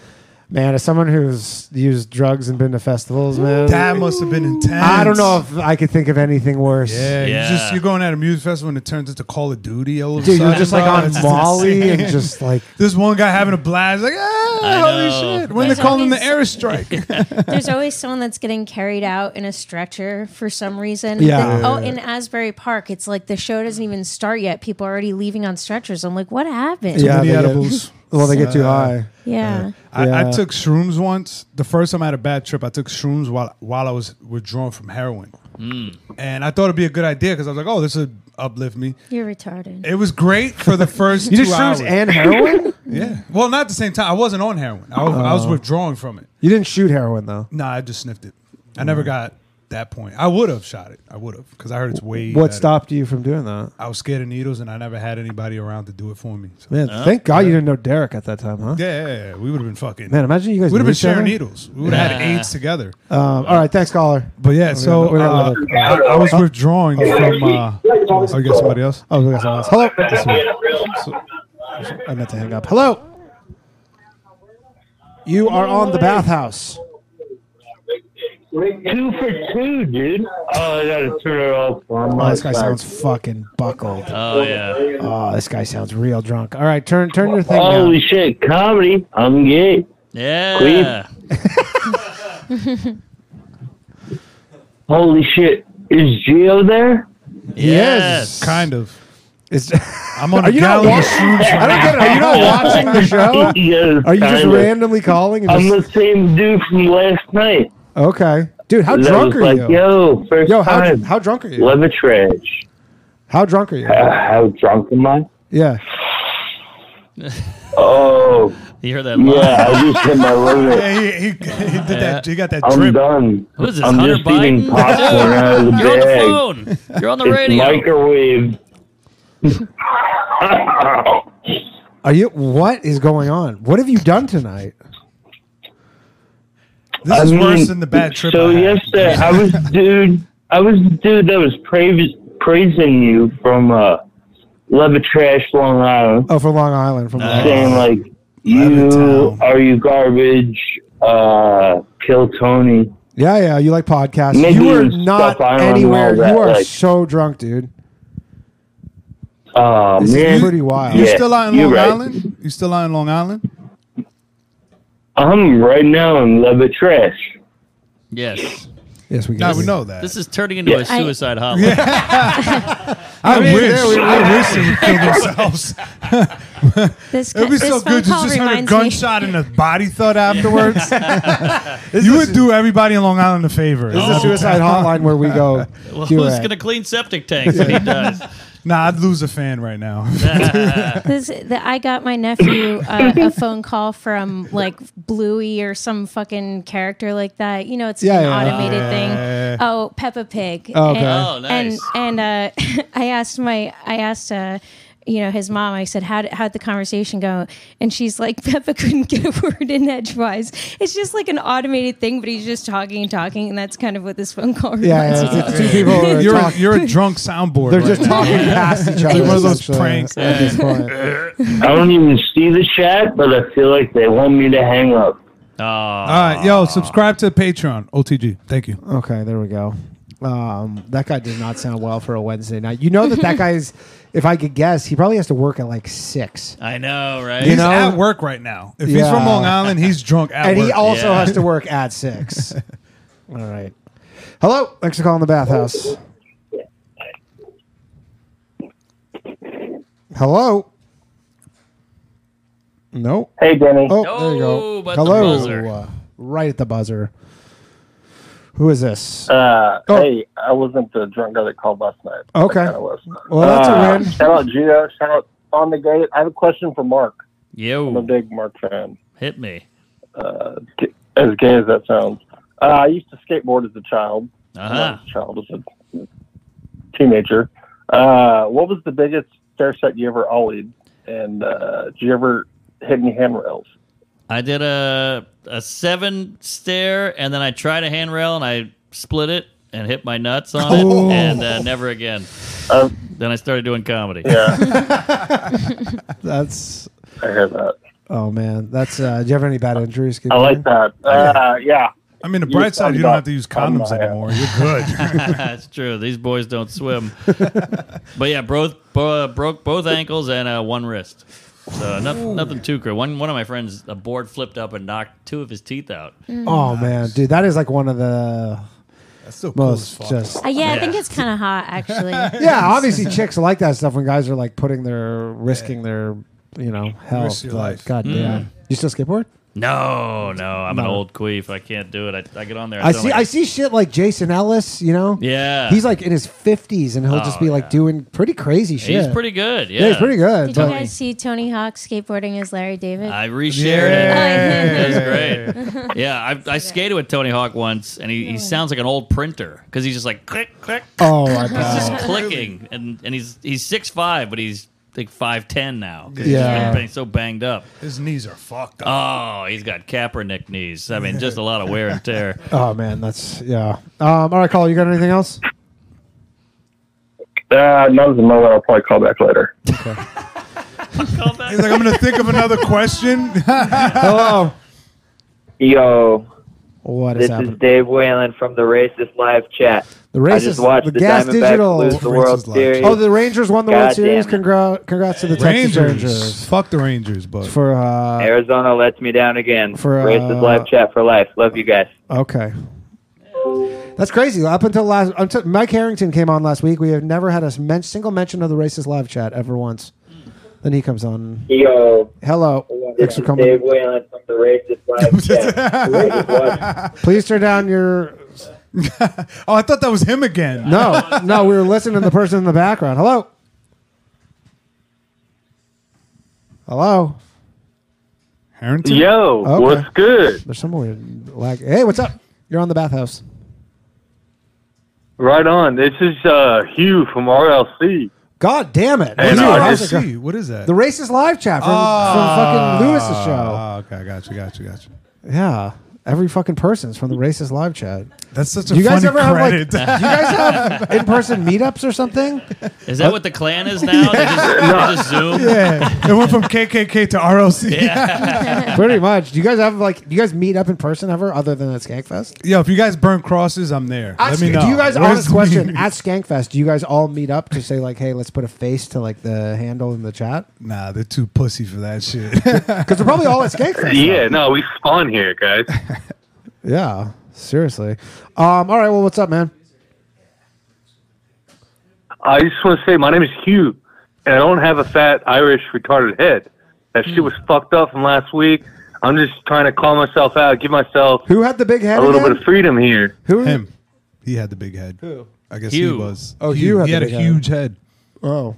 Speaker 1: man as someone who's used drugs and been to festivals man
Speaker 4: that must have been intense.
Speaker 1: i don't know if i could think of anything worse
Speaker 4: Yeah,
Speaker 2: Yeah.
Speaker 4: You just you're going at a music festival and it turns into Call of Duty. All of a
Speaker 1: dude
Speaker 4: sudden,
Speaker 1: you're just like
Speaker 4: bro.
Speaker 1: on
Speaker 4: It's
Speaker 1: molly
Speaker 4: insane.
Speaker 1: and just like
Speaker 4: This one guy having a blast, like,
Speaker 2: I
Speaker 4: ah, holy
Speaker 2: know.
Speaker 4: shit! When they
Speaker 5: There's
Speaker 4: call him the
Speaker 2: [LAUGHS]
Speaker 5: always-
Speaker 4: airstrike,
Speaker 5: There's always someone that's getting carried out in a stretcher for some reason.
Speaker 1: Yeah.
Speaker 5: Like, oh, in Asbury Park, it's like the show doesn't even start yet. People are already leaving on stretchers. I'm like, what happened?
Speaker 1: yeah
Speaker 4: many
Speaker 1: they get-
Speaker 4: edibles.
Speaker 1: [LAUGHS] well they get too
Speaker 4: Uh,
Speaker 1: high
Speaker 5: Yeah.
Speaker 4: I,
Speaker 1: Yeah.
Speaker 4: I took shrooms once. The first time I had a bad trip, I took shrooms while while I was withdrawing from heroin, and I thought it'd be a good idea because I was like, oh, this would uplift me.
Speaker 5: You're retarded.
Speaker 4: It was great for the first
Speaker 1: you
Speaker 4: two
Speaker 1: did
Speaker 4: hours.
Speaker 1: shrooms and heroin
Speaker 4: [LAUGHS]
Speaker 1: Oh.
Speaker 4: yeah, well, not at the same time. I wasn't on heroin. I was, I was withdrawing from it.
Speaker 1: you didn't shoot heroin though
Speaker 4: Nah, I just sniffed it. I never
Speaker 1: Mm.
Speaker 4: got that point. I would have shot it. I would have because I heard it's way.
Speaker 1: what
Speaker 4: better.
Speaker 1: stopped you from doing that
Speaker 4: I was scared of needles, and I never had anybody around to do it for me. So-
Speaker 1: man thank god you didn't know derek at that time huh
Speaker 4: Yeah, yeah, yeah, we would have been fucking.
Speaker 1: man imagine you guys
Speaker 4: we would have
Speaker 1: knew
Speaker 4: been
Speaker 1: each other.
Speaker 4: sharing needles. We would have had AIDS together.
Speaker 1: Um, all right, thanks, caller.
Speaker 4: But yeah, so
Speaker 1: we're
Speaker 4: uh,
Speaker 1: not with it.
Speaker 4: I, I was withdrawing from. Uh, oh, you got somebody else?
Speaker 1: Oh, we got someone else. Hello. So- I meant to hang up. Hello. You are on the bathhouse.
Speaker 8: Two for two, dude. Oh, I gotta turn it off. on
Speaker 1: Oh,
Speaker 8: my
Speaker 1: this guy
Speaker 8: side.
Speaker 1: sounds fucking buckled.
Speaker 2: Oh yeah.
Speaker 1: Oh, this guy sounds real drunk. All right, turn turn your thing
Speaker 8: Holy
Speaker 1: down.
Speaker 8: shit, comedy. I'm gay.
Speaker 2: Yeah.
Speaker 8: Holy shit. Is Gio there?
Speaker 2: Yes.
Speaker 4: Kind of.
Speaker 1: It's,
Speaker 4: [LAUGHS] I'm on
Speaker 1: Are
Speaker 4: a
Speaker 1: you not
Speaker 4: gallon of
Speaker 1: watching-
Speaker 4: shrooms
Speaker 1: I
Speaker 4: right
Speaker 1: don't get it. Are you not
Speaker 4: [LAUGHS]
Speaker 1: watching the show?
Speaker 8: [LAUGHS] yes,
Speaker 1: Are you just
Speaker 8: kinda.
Speaker 1: randomly calling? And
Speaker 8: I'm
Speaker 1: just,
Speaker 8: the same dude from last night.
Speaker 1: okay, dude, how
Speaker 8: That
Speaker 1: drunk
Speaker 8: was
Speaker 1: are
Speaker 8: like,
Speaker 1: you?
Speaker 8: yo, first
Speaker 1: Yo, how
Speaker 8: time.
Speaker 1: how drunk are you?
Speaker 8: Love a trash.
Speaker 1: How drunk are you?
Speaker 8: Uh, how drunk am I?
Speaker 1: Yeah.
Speaker 8: [LAUGHS] Oh,
Speaker 2: You hear that? laugh?
Speaker 8: yeah, I just
Speaker 4: [LAUGHS]
Speaker 8: hit my limit.
Speaker 4: Yeah, he, [LAUGHS] he, he did that. He got that
Speaker 8: I'm
Speaker 4: drip.
Speaker 8: done.
Speaker 2: Who is this?
Speaker 8: I'm
Speaker 2: Hunter
Speaker 8: just eating
Speaker 2: Biden. [LAUGHS]
Speaker 8: popcorn out of the
Speaker 2: You're on
Speaker 8: bag.
Speaker 2: the phone. You're on the
Speaker 8: It's
Speaker 2: radio.
Speaker 8: microwave.
Speaker 1: Are you? What is going on? What have you done tonight?
Speaker 4: This is worse than the bad trip.
Speaker 8: So
Speaker 4: I had.
Speaker 8: yesterday, I was dude. I was the dude that was praise, praising you from uh, Levitrash, Long Island,
Speaker 1: [LAUGHS] Oh, from Long Island. From Long
Speaker 4: Uh,
Speaker 8: saying
Speaker 1: Island.
Speaker 8: like, "You
Speaker 4: Levittown.
Speaker 8: are you garbage? Uh, kill Tony."
Speaker 1: Yeah, yeah. You like podcasts.
Speaker 8: Maybe
Speaker 1: you are
Speaker 8: in
Speaker 1: not
Speaker 8: Stuff Island and
Speaker 1: anywhere.
Speaker 8: all that,
Speaker 1: you are
Speaker 8: like-
Speaker 1: so drunk, dude.
Speaker 8: Oh
Speaker 1: This is
Speaker 8: man,
Speaker 1: pretty wild.
Speaker 4: You
Speaker 8: Yeah,
Speaker 4: still out in
Speaker 8: you're
Speaker 4: Long
Speaker 8: right.
Speaker 4: Island? You still out in Long Island?
Speaker 8: I'm right now in Lubbock Trash.
Speaker 2: Yes.
Speaker 1: Yes, we
Speaker 4: Now
Speaker 1: got
Speaker 4: we
Speaker 1: it.
Speaker 4: know that.
Speaker 2: This is turning into a
Speaker 5: I-
Speaker 2: suicide hotline. [LAUGHS]
Speaker 4: [LAUGHS] I,
Speaker 1: mean,
Speaker 4: wish.
Speaker 1: there we-
Speaker 4: I wish they would kill themselves. [LAUGHS]
Speaker 5: This,
Speaker 4: It'd be
Speaker 5: this
Speaker 4: so
Speaker 5: phone
Speaker 4: good. You
Speaker 5: call
Speaker 4: just heard a
Speaker 5: reminds me-
Speaker 4: gunshot and a body
Speaker 1: [LAUGHS]
Speaker 4: thud afterwards. you would do everybody in Long Island a favor.
Speaker 1: This is the
Speaker 2: Oh.
Speaker 1: suicide hotline where we
Speaker 4: [LAUGHS]
Speaker 1: go.
Speaker 2: Well,
Speaker 1: Oh, do
Speaker 2: who's
Speaker 1: it.
Speaker 2: going to clean septic tanks when he does?
Speaker 4: Nah, I'd lose a fan right
Speaker 2: [LAUGHS]
Speaker 4: now.
Speaker 1: [LAUGHS]
Speaker 5: This, the, I got my nephew uh, a phone call from like Bluey or some fucking character like that. You know, it's
Speaker 1: Yeah,
Speaker 5: an
Speaker 1: yeah, yeah.
Speaker 5: automated
Speaker 4: Yeah,
Speaker 5: thing.
Speaker 4: yeah, yeah.
Speaker 5: Oh, Peppa Pig.
Speaker 1: Okay.
Speaker 2: Oh, nice.
Speaker 5: And and uh, [LAUGHS] I asked my I asked uh, you know his mom. I said how did, how'd the conversation go? And she's like [LAUGHS] Peppa couldn't get a word in edgewise. It's just like an automated thing, but he's just talking and talking, and that's kind of what this phone call reminds
Speaker 1: Yeah,
Speaker 5: me.
Speaker 1: yeah, it's, it's two people who are
Speaker 4: You're a,
Speaker 1: talking.
Speaker 4: you're a drunk soundboard.
Speaker 1: They're
Speaker 4: right
Speaker 1: just
Speaker 4: now. [LAUGHS]
Speaker 1: talking past each other.
Speaker 4: Like one of those
Speaker 1: essentially,
Speaker 4: pranks.
Speaker 1: At this point.
Speaker 8: I don't even see the chat, but I feel like they want me to hang up.
Speaker 2: Oh,
Speaker 4: All right, yo, subscribe to Patreon. OTG. Thank you.
Speaker 1: Okay, there we go. Um, that guy did not sound well for a Wednesday night. You know that
Speaker 5: [LAUGHS]
Speaker 1: that guy's. If I could guess, he probably has to work at like six,
Speaker 2: I know, right?
Speaker 1: You
Speaker 4: He's
Speaker 1: know-
Speaker 4: at work right now. If he's
Speaker 1: Yeah.
Speaker 4: from Long Island, he's drunk at
Speaker 1: and
Speaker 4: work.
Speaker 1: he also
Speaker 2: yeah.
Speaker 1: has to
Speaker 4: [LAUGHS]
Speaker 1: work at six. All right. Hello, thanks for calling the bathhouse. Hello. No.
Speaker 8: Hey, Denny.
Speaker 1: Oh,
Speaker 2: No,
Speaker 1: there you go.
Speaker 2: but the
Speaker 1: Hello.
Speaker 2: buzzer.
Speaker 1: Uh, right at the buzzer. Who is this?
Speaker 6: Uh,
Speaker 1: Oh.
Speaker 6: Hey, I wasn't the drunk guy that called last night.
Speaker 1: Okay.
Speaker 6: I was.
Speaker 1: Well, that's
Speaker 6: Uh,
Speaker 1: a win.
Speaker 6: Shout out Gio. Shout out on the gate. I have a question for Mark. I'm a
Speaker 2: Yo,
Speaker 6: big Mark fan.
Speaker 2: hit me.
Speaker 6: G- As gay as that sounds, uh, I used to skateboard as a child.
Speaker 2: Uh-huh.
Speaker 4: uh,
Speaker 6: Not as a child, as a teenager. Uh, what was the biggest stair set you ever ollied? And uh, did you ever hit any handrails?
Speaker 2: I did a a seven stair, and then I tried a handrail, and I split it and hit my nuts on it,
Speaker 1: Oh.
Speaker 2: and uh, never again.
Speaker 6: Uh,
Speaker 2: Then I started doing comedy.
Speaker 4: [LAUGHS]
Speaker 6: yeah,
Speaker 1: That's
Speaker 6: I hear that.
Speaker 1: oh man. That's uh do you have any bad injuries?
Speaker 6: I like that. Uh, yeah.
Speaker 4: I mean, the
Speaker 6: You
Speaker 4: bright side,
Speaker 6: sound
Speaker 4: you don't
Speaker 6: about-
Speaker 4: have to use
Speaker 6: sound
Speaker 4: condoms
Speaker 6: about-
Speaker 4: anymore. You're good.
Speaker 2: [LAUGHS]
Speaker 4: [LAUGHS]
Speaker 2: That's true. These boys don't swim. but yeah, both bo- broke both ankles and uh, one wrist. So nothing, nothing too crazy. One one of my friends, a board flipped up and knocked two of his teeth out.
Speaker 1: Oh man, dude, that is like one of the
Speaker 4: That's so cool as
Speaker 1: most
Speaker 4: fuck.
Speaker 1: just
Speaker 5: Uh, yeah, I
Speaker 2: Yeah.
Speaker 5: think it's kind of hot actually.
Speaker 1: [LAUGHS] Yeah,
Speaker 4: [LAUGHS]
Speaker 1: obviously chicks like that stuff when guys are like putting their risking their you know health.
Speaker 4: your
Speaker 1: but
Speaker 4: life.
Speaker 1: God
Speaker 2: Mm.
Speaker 1: damn. You still skateboard?
Speaker 2: No, no, I'm an
Speaker 1: No.
Speaker 2: old queef. I can't do it. I, I get on there.
Speaker 1: I
Speaker 2: sound
Speaker 1: see.
Speaker 2: like-
Speaker 1: I see shit like Jason Ellis. You know.
Speaker 2: Yeah,
Speaker 1: He's like in his fifties, and he'll just
Speaker 2: Oh,
Speaker 1: be like
Speaker 2: yeah.
Speaker 1: doing pretty crazy shit.
Speaker 2: He's pretty good. Yeah,
Speaker 1: Yeah, he's pretty good.
Speaker 5: Did you
Speaker 1: but-
Speaker 5: guys see Tony Hawk skateboarding as Larry David?
Speaker 2: I
Speaker 4: Yeah.
Speaker 2: reshared
Speaker 4: [LAUGHS]
Speaker 2: it.
Speaker 5: [LAUGHS]
Speaker 2: That was
Speaker 1: [LAUGHS]
Speaker 2: great. Yeah, I, I skated with Tony Hawk once, and he, he sounds like an old printer because he's just like click click,
Speaker 1: oh,
Speaker 2: [LAUGHS]
Speaker 1: I
Speaker 2: just
Speaker 1: bet.
Speaker 2: clicking, and and he's he's six five, but he's like five ten now. 'cause he's
Speaker 1: Yeah.
Speaker 2: been bang- so banged up.
Speaker 4: His knees are fucked up.
Speaker 2: Oh, he's got Kaepernick knees. I mean, just a lot of wear and
Speaker 1: [LAUGHS]
Speaker 2: tear.
Speaker 1: oh man, that's yeah. Um, all right, Cole, you got anything else?
Speaker 6: Uh, none of the moment. I'll probably call back later.
Speaker 4: [LAUGHS] He's like, I'm going to think of another question.
Speaker 1: [LAUGHS] Hello.
Speaker 9: Yo,
Speaker 1: What is
Speaker 9: this
Speaker 1: happening?
Speaker 9: is Dave Whalen from the Racist Live Chat.
Speaker 1: The
Speaker 9: I
Speaker 1: racist,
Speaker 9: just watched
Speaker 1: the
Speaker 9: the,
Speaker 1: gas
Speaker 9: Diamondbacks
Speaker 1: digital.
Speaker 9: lose the
Speaker 4: Racist
Speaker 9: World
Speaker 4: Live Chat.
Speaker 9: Series.
Speaker 1: Oh, the Rangers won the World
Speaker 9: God
Speaker 1: Series.
Speaker 9: damn it.
Speaker 1: Congra- congrats to the Texas
Speaker 4: Rangers.
Speaker 1: Rangers
Speaker 4: Fuck the Rangers, but
Speaker 1: for uh,
Speaker 9: Arizona lets me down again.
Speaker 1: For, uh,
Speaker 9: Racist Live Chat for life. Love you guys.
Speaker 1: Okay. That's crazy. Up until last, until Mike Harrington came on last week, we have never had a men- single mention of the racist live chat ever once.
Speaker 2: Hmm.
Speaker 1: Then he comes on.
Speaker 9: Yo,
Speaker 1: Hello,
Speaker 9: this
Speaker 1: thanks
Speaker 9: is
Speaker 1: for coming.
Speaker 9: Dave Whalen from the Racist
Speaker 1: [LAUGHS]
Speaker 9: Live Chat. We just watched-
Speaker 1: Please turn down
Speaker 6: [LAUGHS]
Speaker 1: your.
Speaker 4: oh, I thought that was him again. [LAUGHS]
Speaker 1: No, no, we were listening to the person in the background. Hello. Hello.
Speaker 4: Harrington.
Speaker 6: Yo,
Speaker 1: Okay.
Speaker 6: what's good?
Speaker 1: There's some weird lag. Hey, what's up? You're on the bathhouse.
Speaker 6: Right on. This is uh, Hugh from RLC.
Speaker 1: God damn it!
Speaker 6: Hey,
Speaker 1: What's
Speaker 6: no,
Speaker 1: your-
Speaker 6: I
Speaker 1: how's
Speaker 6: just-
Speaker 1: it go-
Speaker 4: RLC. What is that?
Speaker 1: the
Speaker 6: Ah.
Speaker 1: racist live chat from, from fucking Lewis's show.
Speaker 4: Ah, Oh, okay, gotcha, gotcha, gotcha.
Speaker 1: Yeah. Every fucking person's from the racist live chat.
Speaker 4: That's such a
Speaker 1: Do you guys
Speaker 4: funny
Speaker 1: ever
Speaker 4: credit.
Speaker 1: have like? do you
Speaker 4: [LAUGHS]
Speaker 1: guys have in-person meetups or something?
Speaker 2: Is that what the clan is now? They just, they just Zoom?
Speaker 4: yeah, it went from KKK to ROC. [LAUGHS]
Speaker 1: Pretty much. Do you guys have like? Do you guys meet up in person ever, other than at Skankfest?
Speaker 4: Yo, if you guys burn crosses, I'm there.
Speaker 1: Ask-
Speaker 4: Let me know.
Speaker 1: Do you guys?
Speaker 4: Where's
Speaker 1: Honest
Speaker 4: the
Speaker 1: question.
Speaker 4: meeting?
Speaker 1: At Skankfest, do you guys all meet up to say like, "Hey, let's put a face to like the handle in the chat"?
Speaker 4: Nah, they're too pussy for that shit.
Speaker 1: Because we're probably all at Skankfest.
Speaker 9: Yeah, no, we spawn here, guys.
Speaker 1: [LAUGHS] Yeah, seriously. Um, all right, well, what's up, man?
Speaker 9: I just want to say my name is Hugh, and I don't have a fat Irish retarded head. That shit was fucked up from last week. I'm just trying to call myself out, give myself
Speaker 1: [LAUGHS] Who had the big head?
Speaker 9: a little
Speaker 1: again?
Speaker 9: bit of freedom here.
Speaker 1: Who?
Speaker 4: Him. He had the big head. Who? I guess he
Speaker 2: Hugh.
Speaker 4: was.
Speaker 1: Oh, Hugh
Speaker 4: Hugh.
Speaker 1: had the
Speaker 4: He had a
Speaker 1: big head.
Speaker 4: huge head.
Speaker 1: Oh,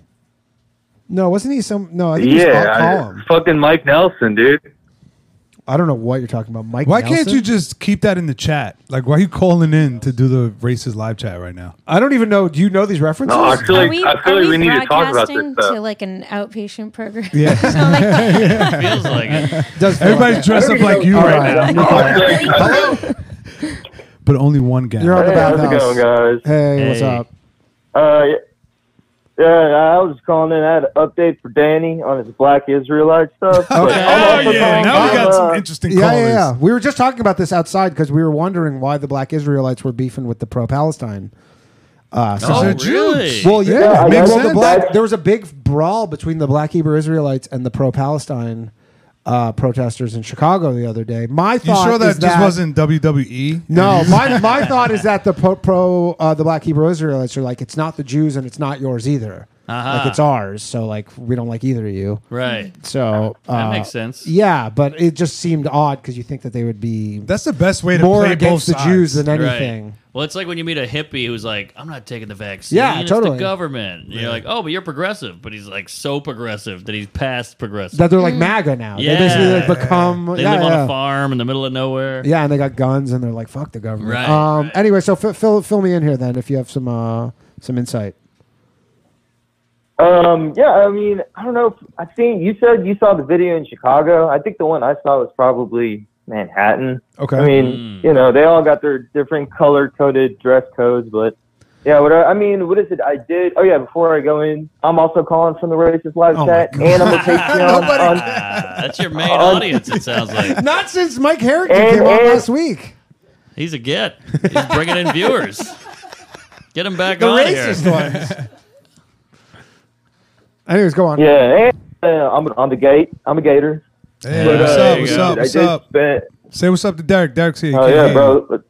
Speaker 1: no, wasn't he some? No, I think he's
Speaker 9: Yeah,
Speaker 1: Paul
Speaker 4: [LAUGHS]
Speaker 9: I-
Speaker 1: Collum.
Speaker 9: fucking Mike Nelson, dude.
Speaker 1: I don't know what you're talking about, Mike.
Speaker 4: Why can't
Speaker 1: Nelson?
Speaker 4: you just keep that in the chat? Like, why are you calling in to do the racist live chat right now?
Speaker 1: I don't even know. Do you know these references?
Speaker 9: No, I feel
Speaker 5: Are
Speaker 9: like
Speaker 5: we,
Speaker 9: I feel
Speaker 5: are
Speaker 9: like
Speaker 5: we,
Speaker 9: we need to talk about
Speaker 5: broadcasting
Speaker 9: this stuff.
Speaker 5: to like an outpatient program? Oh
Speaker 4: Yeah.
Speaker 5: [LAUGHS] So,
Speaker 1: [LAUGHS]
Speaker 5: like,
Speaker 2: Feels like it.
Speaker 1: Does
Speaker 4: Everybody's dressed up like you
Speaker 1: All
Speaker 4: right,
Speaker 1: right.
Speaker 4: now,
Speaker 1: [LAUGHS]
Speaker 9: I feel like- I feel like-
Speaker 4: [LAUGHS] but only one
Speaker 1: [LAUGHS]
Speaker 4: guy.
Speaker 1: You're on the
Speaker 9: Hey, how's it
Speaker 1: bathhouse.
Speaker 9: going, guys?
Speaker 1: Hey, what's
Speaker 2: Hey.
Speaker 1: up?
Speaker 9: Uh, yeah, yeah, I was calling in. I had an update for Danny on his black Israelite stuff. but
Speaker 1: Okay.
Speaker 9: I'm
Speaker 4: Oh
Speaker 9: also
Speaker 4: yeah,
Speaker 9: calling
Speaker 4: now we
Speaker 9: from,
Speaker 4: got some
Speaker 9: uh,
Speaker 4: interesting
Speaker 1: Yeah,
Speaker 4: callers.
Speaker 1: yeah, yeah. We were just talking about this outside because we were wondering why the black Israelites were beefing with the pro Palestine. Uh, so-
Speaker 2: Oh,
Speaker 4: they're Jews.
Speaker 2: really?
Speaker 1: Well, yeah,
Speaker 9: I
Speaker 1: well,
Speaker 9: guess
Speaker 1: the black,
Speaker 9: that-
Speaker 1: there was a big brawl between the black Hebrew Israelites and the pro Palestine uh, protesters in Chicago the other day. My
Speaker 4: You
Speaker 1: thought
Speaker 4: sure that
Speaker 1: is
Speaker 4: just wasn't E? WWE?
Speaker 1: No, my, my thought is that the pro, pro uh, the black Hebrew Israelites are like, it's not the Jews and it's not yours either.
Speaker 2: Uh-huh.
Speaker 1: Like it's ours, so like we don't like either of you.
Speaker 2: right.
Speaker 1: So uh,
Speaker 2: That makes sense.
Speaker 1: Yeah, but it just seemed odd because you think that they would be
Speaker 4: That's the best way to
Speaker 1: more
Speaker 4: play both
Speaker 1: against the
Speaker 4: sides.
Speaker 1: Jews than
Speaker 2: Right.
Speaker 1: anything.
Speaker 2: Well, it's like when you meet a hippie who's like, "I'm not taking the vaccine.
Speaker 1: Yeah,
Speaker 2: it's
Speaker 1: totally.
Speaker 2: the government." And You're like, "Oh, but you're progressive." But he's like so progressive that he's past progressive.
Speaker 1: That they're like MAGA now.
Speaker 2: Yeah.
Speaker 1: They basically like become
Speaker 2: they
Speaker 1: yeah,
Speaker 2: live on
Speaker 1: yeah.
Speaker 2: a farm in the middle of nowhere.
Speaker 1: Yeah, and they got guns and they're like, fuck the government.
Speaker 2: Right,
Speaker 1: um,
Speaker 2: right.
Speaker 1: Anyway, so f- fill fill me in here then if you have some uh, some insight.
Speaker 9: Um, yeah, I mean, I don't know. If, I think you said you saw the video in Chicago. I think the one I saw was probably Manhattan.
Speaker 1: Okay.
Speaker 9: I mean, you know, they all got their different color coded dress codes, but yeah, what I, I mean, what is it? I did. Oh yeah, before I go in, I'm also calling from the racist live
Speaker 1: Oh, my
Speaker 9: chat,
Speaker 2: Hmm.
Speaker 1: God.
Speaker 9: and I'm [LAUGHS] a
Speaker 4: [LAUGHS]
Speaker 9: Patreon. on,
Speaker 2: [LAUGHS] Ah, that's your
Speaker 1: [LAUGHS] Um,
Speaker 2: main audience. It sounds like
Speaker 1: Not since Mike Harrington
Speaker 9: And-
Speaker 1: came on
Speaker 9: and-
Speaker 1: last week.
Speaker 2: he's a get. He's bringing in viewers. Get him back
Speaker 1: The
Speaker 2: on
Speaker 1: racist
Speaker 2: here.
Speaker 1: ones. Anyways, go on.
Speaker 9: yeah, and uh, I'm on the gate. I'm a Gator. uh,
Speaker 4: Hey,
Speaker 2: Yeah,
Speaker 4: what's
Speaker 2: there
Speaker 4: up?
Speaker 2: you
Speaker 4: What's
Speaker 2: go.
Speaker 4: up?
Speaker 9: I
Speaker 4: What's
Speaker 9: did
Speaker 4: up?
Speaker 9: spend-
Speaker 4: Say what's up to Derek. Derek's here.
Speaker 9: Oh
Speaker 4: He can't
Speaker 9: yeah,
Speaker 4: hear you.
Speaker 9: bro.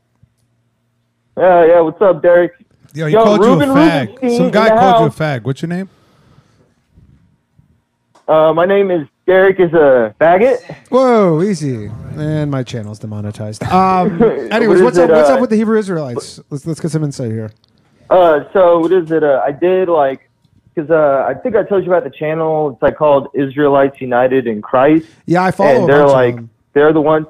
Speaker 9: Yeah, uh, yeah. What's up, Derek?
Speaker 4: Yo, he
Speaker 9: Yo,
Speaker 4: called
Speaker 9: Ruben
Speaker 4: you a fag.
Speaker 9: Rubenstein
Speaker 4: Some
Speaker 9: in
Speaker 4: guy
Speaker 9: the
Speaker 4: called you a
Speaker 9: house.
Speaker 4: fag. What's your name?
Speaker 9: Uh, my name is Derek. Is a faggot.
Speaker 1: Whoa, easy. And my channel's
Speaker 4: [LAUGHS]
Speaker 1: demonetized.
Speaker 9: [LAUGHS]
Speaker 1: Um, anyways,
Speaker 9: is
Speaker 1: what's up?
Speaker 9: it,
Speaker 1: What's
Speaker 9: uh,
Speaker 1: up with the Hebrew Israelites? Let's let's get some insight here.
Speaker 9: Uh, so what is it? Uh, I did like because uh, I think I told you about the channel. It's like called Israelites United in Christ,
Speaker 1: Yeah, I follow. a
Speaker 9: and they're
Speaker 1: bunch of
Speaker 9: like
Speaker 1: them.
Speaker 9: they're the ones.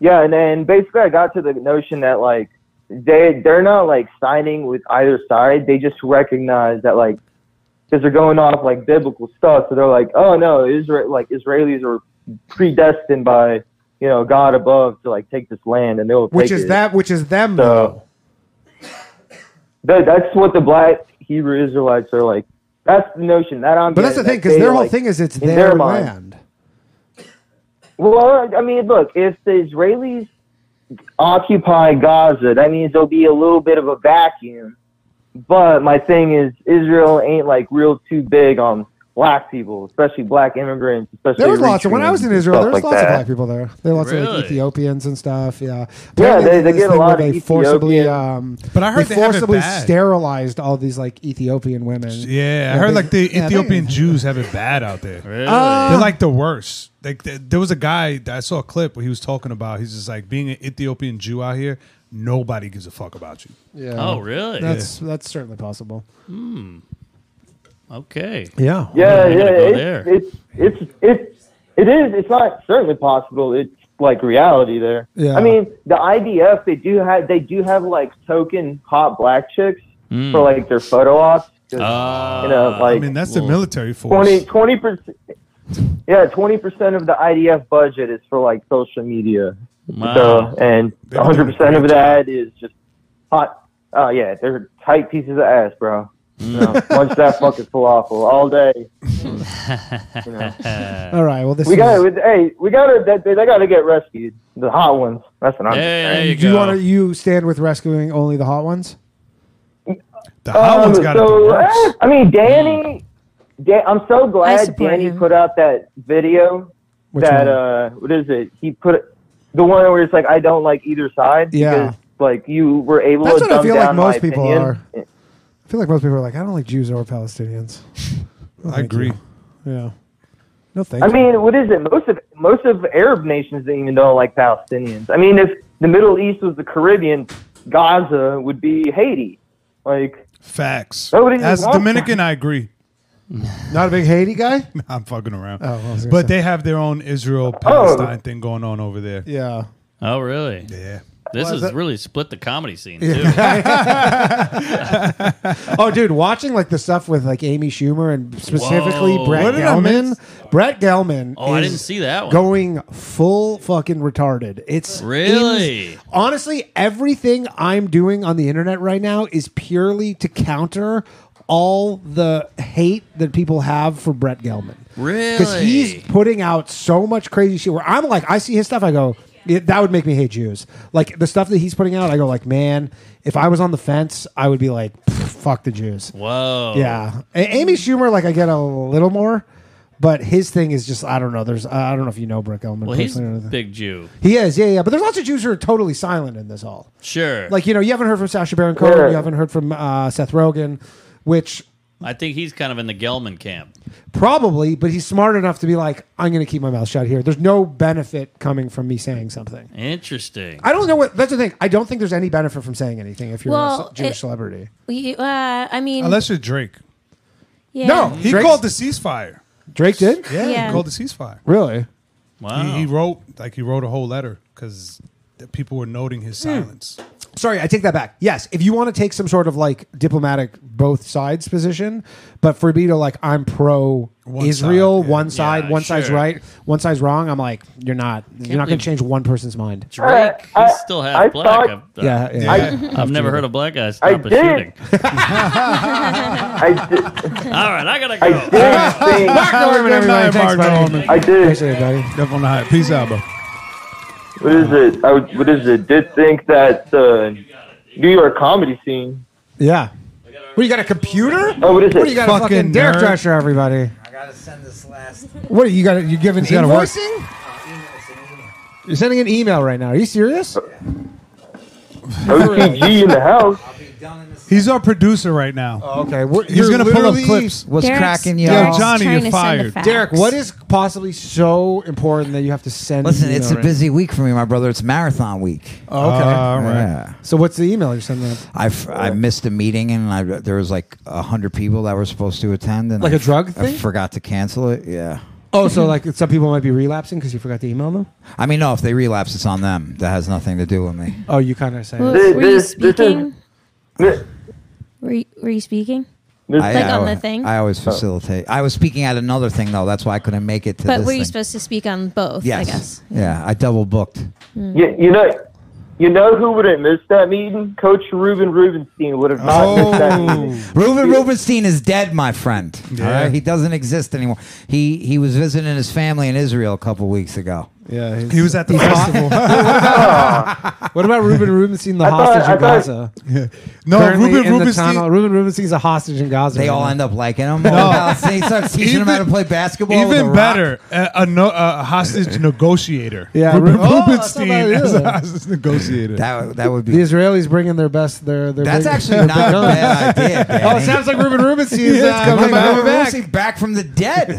Speaker 9: Yeah, and then basically I got to the notion that like they they're not like siding with either side. They just recognize that like because they're going off like biblical stuff. So they're like, oh no, Israel like Israelis are predestined by you know God above to like take this land, and they will
Speaker 1: which
Speaker 9: take
Speaker 1: is
Speaker 9: it.
Speaker 1: that? Which is them?
Speaker 9: So that, that's what the black Hebrew Israelites are like. That's the notion that I'm.
Speaker 1: but that's the thing,
Speaker 9: getting, that
Speaker 1: because
Speaker 9: they,
Speaker 1: their whole
Speaker 9: like-
Speaker 1: thing is it's
Speaker 9: in
Speaker 1: their,
Speaker 9: their mind.
Speaker 1: land.
Speaker 9: Well, I mean, look, if the Israelis occupy Gaza, that means there'll be a little bit of a vacuum. But my thing is, Israel ain't like real too big on black people, especially black immigrants, especially.
Speaker 1: There was lots of when I was in
Speaker 9: Eritreans and
Speaker 1: Israel. There was
Speaker 9: stuff
Speaker 1: lots
Speaker 9: like
Speaker 1: of
Speaker 9: that.
Speaker 1: black people there. There were lots of like
Speaker 2: Really?
Speaker 1: Ethiopians and stuff. Yeah,
Speaker 9: Yeah, they-
Speaker 1: Apparently
Speaker 9: they
Speaker 1: this
Speaker 9: get a
Speaker 1: thing
Speaker 9: lot
Speaker 1: where
Speaker 9: of
Speaker 1: they forcibly.
Speaker 9: Ethiopian-
Speaker 1: Um,
Speaker 4: But I heard they have it
Speaker 1: forcibly
Speaker 4: bad.
Speaker 1: sterilized all these like Ethiopian women.
Speaker 4: Yeah, I
Speaker 1: Yeah,
Speaker 4: heard
Speaker 1: they-
Speaker 4: like the
Speaker 1: yeah, they- Uh,
Speaker 4: Ethiopian Jews have it bad out there.
Speaker 2: Really?
Speaker 4: They're like the worst. Like th- there was a guy that I saw a clip where he was talking about. He's just like being an Ethiopian Jew out here. Nobody gives a fuck about you.
Speaker 1: Yeah.
Speaker 2: oh, really?
Speaker 1: That's that's certainly possible.
Speaker 2: okay.
Speaker 1: Yeah.
Speaker 9: Yeah,
Speaker 2: We're
Speaker 9: yeah,
Speaker 2: gonna go there.
Speaker 9: it's, it's it's it's it is. It's not certainly possible. It's like reality there.
Speaker 1: Yeah.
Speaker 9: I mean, the IDF they do have they do have like token hot black chicks for like their photo ops. 'cause,
Speaker 2: Ah.
Speaker 9: you know, like
Speaker 4: I mean, that's the
Speaker 2: Well,
Speaker 4: military force.
Speaker 9: 20 20 percent. Yeah, twenty percent of the IDF budget is for like social media.
Speaker 2: Wow.
Speaker 9: So, and 100 percent of that is just hot. Oh yeah, they're tight pieces of ass, bro. You know,
Speaker 2: Mm.
Speaker 9: munch that fucking falafel all day. You
Speaker 2: [LAUGHS]
Speaker 9: know.
Speaker 1: All right. Well, this
Speaker 9: we
Speaker 1: is,
Speaker 9: got to hey, we got to they, they got to get rescued. The hot ones. That's what I'm.
Speaker 2: Hey,
Speaker 9: saying.
Speaker 2: there
Speaker 1: do you
Speaker 2: go.
Speaker 1: want to you stand with rescuing only the hot ones?
Speaker 4: The hot
Speaker 9: Um,
Speaker 4: one's got it the
Speaker 9: so, eh,
Speaker 4: worst.
Speaker 9: I mean, Danny. Dan, Mm. I'm so
Speaker 5: I
Speaker 9: glad
Speaker 5: support
Speaker 9: Danny
Speaker 5: him.
Speaker 9: put out that video.
Speaker 1: Which
Speaker 9: that
Speaker 1: one?
Speaker 9: uh, what is it? He put the one where it's like I don't like either side.
Speaker 1: Yeah.
Speaker 9: Because, like you were able.
Speaker 1: That's
Speaker 9: to
Speaker 1: what I
Speaker 9: dumb
Speaker 1: feel like
Speaker 9: down my
Speaker 1: most people
Speaker 9: opinion.
Speaker 1: are. I feel like most people are like, I don't like Jews or Palestinians. [LAUGHS] No,
Speaker 4: I
Speaker 1: thank
Speaker 4: agree.
Speaker 1: you. Yeah. No thanks.
Speaker 9: I mean, what is it? Most of most of Arab nations didn't even don't like Palestinians. I mean, if the Middle East was the Caribbean, Gaza would be Haiti. Like,
Speaker 4: Facts.
Speaker 9: Nobody
Speaker 4: As
Speaker 9: wants
Speaker 4: Dominican, I agree.
Speaker 1: [LAUGHS] not a big Haiti
Speaker 4: [LAUGHS]
Speaker 1: guy.
Speaker 4: I'm fucking around.
Speaker 1: Oh, I was gonna
Speaker 4: but
Speaker 1: say.
Speaker 4: they have their own Israel
Speaker 9: Oh.
Speaker 4: Palestine thing going on over there.
Speaker 1: Yeah.
Speaker 2: [LAUGHS] Oh, really?
Speaker 4: Yeah.
Speaker 2: This
Speaker 1: Well,
Speaker 2: has
Speaker 1: that-
Speaker 2: really split the comedy scene, too.
Speaker 1: [LAUGHS] Oh, dude, watching like the stuff with like Amy Schumer and specifically
Speaker 2: Whoa.
Speaker 1: Brett
Speaker 4: What did I
Speaker 1: Gelman.
Speaker 4: miss?
Speaker 1: Brett Gelman.
Speaker 2: Oh, I
Speaker 1: is
Speaker 2: didn't see that one.
Speaker 1: Going full fucking retarded. It's
Speaker 2: Really?
Speaker 1: ins- honestly, everything I'm doing on the internet right now is purely to counter all the hate that people have for Brett Gelman. Because
Speaker 2: Really?
Speaker 1: he's putting out so much crazy shit where I'm like, I see his stuff, I go, "Yeah, that would make me hate Jews. Like the stuff that he's putting out, I go like, man, if I was on the fence, I would be like, "Pff, fuck the Jews.
Speaker 2: [LAUGHS] Whoa.
Speaker 1: Yeah, A- Amy Schumer, like I get a little more, but his thing is just I don't know. There's I don't know if you know Brett Elman
Speaker 2: Well, he's
Speaker 1: personally.
Speaker 2: a
Speaker 1: or anything.
Speaker 2: big Jew.
Speaker 1: He is, yeah, yeah. But there's lots of Jews who are totally silent in this all.
Speaker 2: Sure.
Speaker 1: Like you know, you haven't heard from Sasha Baron Cohen,
Speaker 9: Yeah.
Speaker 1: you haven't heard from uh, Seth Rogen, which
Speaker 2: I think he's kind of in the Gelman camp.
Speaker 1: probably, but he's smart enough to be like, I'm going to keep my mouth shut here. There's no benefit coming from me saying something.
Speaker 9: Uh,
Speaker 2: Interesting.
Speaker 1: I don't know what. That's the thing. I don't think there's any benefit from saying anything if you're a
Speaker 5: Well,
Speaker 1: ce- Jewish
Speaker 5: it-
Speaker 1: celebrity.
Speaker 5: We, uh, I mean,
Speaker 4: Unless you're Drake.
Speaker 5: yeah.
Speaker 1: No,
Speaker 4: He
Speaker 1: Drake's-
Speaker 4: called the ceasefire.
Speaker 1: Drake did
Speaker 4: Yeah,
Speaker 5: Yeah.
Speaker 4: he called the ceasefire.
Speaker 1: really.
Speaker 2: Wow.
Speaker 4: He, he wrote like he wrote a whole letter because people were noting his silence.
Speaker 1: sorry, I take that back. Yes, if you want to take some sort of like diplomatic both sides position, but for me to like I'm pro
Speaker 4: One
Speaker 1: Israel,
Speaker 4: side, yeah.
Speaker 1: one side,
Speaker 2: Yeah,
Speaker 1: one side's
Speaker 2: sure.
Speaker 1: right, one side's wrong. I'm like, you're not, you're not
Speaker 2: believe-
Speaker 1: going to change one person's mind.
Speaker 2: Drake, he's
Speaker 9: I-
Speaker 2: still half
Speaker 9: I
Speaker 2: black.
Speaker 9: thought-
Speaker 2: I've,
Speaker 1: Yeah, yeah.
Speaker 2: I've never heard a black guy
Speaker 9: I
Speaker 2: stop a
Speaker 9: did. [LAUGHS]
Speaker 2: shooting.
Speaker 9: I did,
Speaker 2: All right, I gotta
Speaker 4: [LAUGHS]
Speaker 9: I
Speaker 2: go.
Speaker 9: did
Speaker 1: Good
Speaker 9: think.
Speaker 1: night,
Speaker 4: everybody.
Speaker 1: Mark
Speaker 4: Thanks, buddy.
Speaker 1: Norman.
Speaker 9: I did.
Speaker 1: Appreciate it, buddy.
Speaker 4: Up on the high. Peace out, bro.
Speaker 9: What is it? I would, what is it? Did think that the New York comedy scene.
Speaker 1: Yeah. What you got a computer?
Speaker 9: Oh, what is it?
Speaker 1: What do you got? a
Speaker 4: Fucking
Speaker 1: fucking Derek
Speaker 4: nerd.
Speaker 1: Drescher, everybody.
Speaker 10: I gotta send this last.
Speaker 1: What are you got? You giving
Speaker 4: gotta work.
Speaker 1: invoicing? You're sending an email right now. Are you serious?
Speaker 9: Oh, OCG in the house.
Speaker 10: I'll be done in this.
Speaker 4: He's our producer right now.
Speaker 1: Oh, Okay, we're,
Speaker 4: He's gonna pull up
Speaker 1: literally-
Speaker 4: clips.
Speaker 10: What's
Speaker 5: Derek's-
Speaker 10: cracking,
Speaker 4: Yo,
Speaker 10: y'all?
Speaker 5: Derek's
Speaker 4: Johnny,
Speaker 5: trying
Speaker 4: you're
Speaker 5: to send the
Speaker 4: fired.
Speaker 5: facts.
Speaker 1: Derek, what is possibly so important that you have to send?
Speaker 10: Listen,
Speaker 1: an
Speaker 10: it's
Speaker 1: email
Speaker 10: a
Speaker 1: right
Speaker 10: busy week for me, my brother. It's marathon week.
Speaker 1: now? Oh, okay.
Speaker 4: All right.
Speaker 10: Yeah.
Speaker 1: So what's the email you're sending? Out?
Speaker 10: I've, I missed a meeting and I, there was like a hundred people that were supposed to attend and
Speaker 1: Like
Speaker 10: a
Speaker 1: a drug
Speaker 10: I
Speaker 1: thing?
Speaker 10: forgot to cancel it. Yeah,
Speaker 1: Oh, so like some people might be relapsing because you forgot to email them.
Speaker 10: [LAUGHS] I mean, no, if they relapse, it's on them. That has nothing to do with me.
Speaker 1: Oh, you kind of say.
Speaker 5: Well,
Speaker 9: This-
Speaker 5: were you
Speaker 9: this- this is-
Speaker 5: speaking?
Speaker 9: This-
Speaker 5: Were you, were you speaking?
Speaker 10: I,
Speaker 5: Like
Speaker 10: I,
Speaker 1: uh,
Speaker 5: on the thing? Oh.
Speaker 10: I
Speaker 9: Oh.
Speaker 10: always facilitate. I was speaking at another thing though. That's why I couldn't make it to.
Speaker 5: But
Speaker 10: this
Speaker 5: were you
Speaker 10: thing.
Speaker 5: supposed to speak on both?
Speaker 10: Yes.
Speaker 5: I guess.
Speaker 10: Yeah, I double booked.
Speaker 9: You, you know, you know who would have missed that meeting? Coach Ruben Rubenstein would have not missed that
Speaker 4: Oh.
Speaker 9: meeting.
Speaker 10: Reuben Mm. Rubenstein is dead, my friend. All
Speaker 4: Yeah.
Speaker 10: right? He doesn't exist anymore. He he was visiting his family in Israel a couple weeks ago.
Speaker 1: yeah.
Speaker 4: He was [LAUGHS]
Speaker 9: [LAUGHS]
Speaker 4: at the
Speaker 1: [LAUGHS]
Speaker 4: festival.
Speaker 1: what about Ruben Rubenstein, the
Speaker 9: I thought-
Speaker 1: hostage
Speaker 9: I
Speaker 1: in
Speaker 9: thought-
Speaker 1: Gaza?
Speaker 10: [LAUGHS]
Speaker 4: no,
Speaker 1: Currently
Speaker 4: Ruben
Speaker 1: in the tunnel.
Speaker 4: Rubenstein.
Speaker 1: Ruben Rubenstein's a hostage in Gaza.
Speaker 10: They
Speaker 1: right
Speaker 10: all
Speaker 1: now. Oh,
Speaker 10: end up
Speaker 4: [LAUGHS]
Speaker 10: liking him. No. he starts teaching them how to
Speaker 4: Even-
Speaker 10: play basketball. with a
Speaker 4: Even
Speaker 10: rock.
Speaker 4: better, a, a, no, a hostage negotiator.
Speaker 1: Yeah,
Speaker 4: Ruben
Speaker 1: Ru- Oh, that's not
Speaker 4: Rubenstein [LAUGHS]
Speaker 1: bad
Speaker 4: as a
Speaker 1: either.
Speaker 4: hostage
Speaker 1: [LAUGHS]
Speaker 4: negotiator.
Speaker 10: That that would
Speaker 1: The
Speaker 10: be.
Speaker 1: Israelis bringing their best. Their, their
Speaker 10: That's
Speaker 1: big-
Speaker 10: actually not a
Speaker 4: [LAUGHS]
Speaker 10: bad idea.
Speaker 1: Oh, it
Speaker 10: Danny.
Speaker 1: sounds like Ruben Rubenstein's
Speaker 4: Yeah, it's
Speaker 1: uh, coming
Speaker 4: coming back.
Speaker 1: coming back.
Speaker 10: Lucy back from
Speaker 1: [LAUGHS]
Speaker 10: the dead.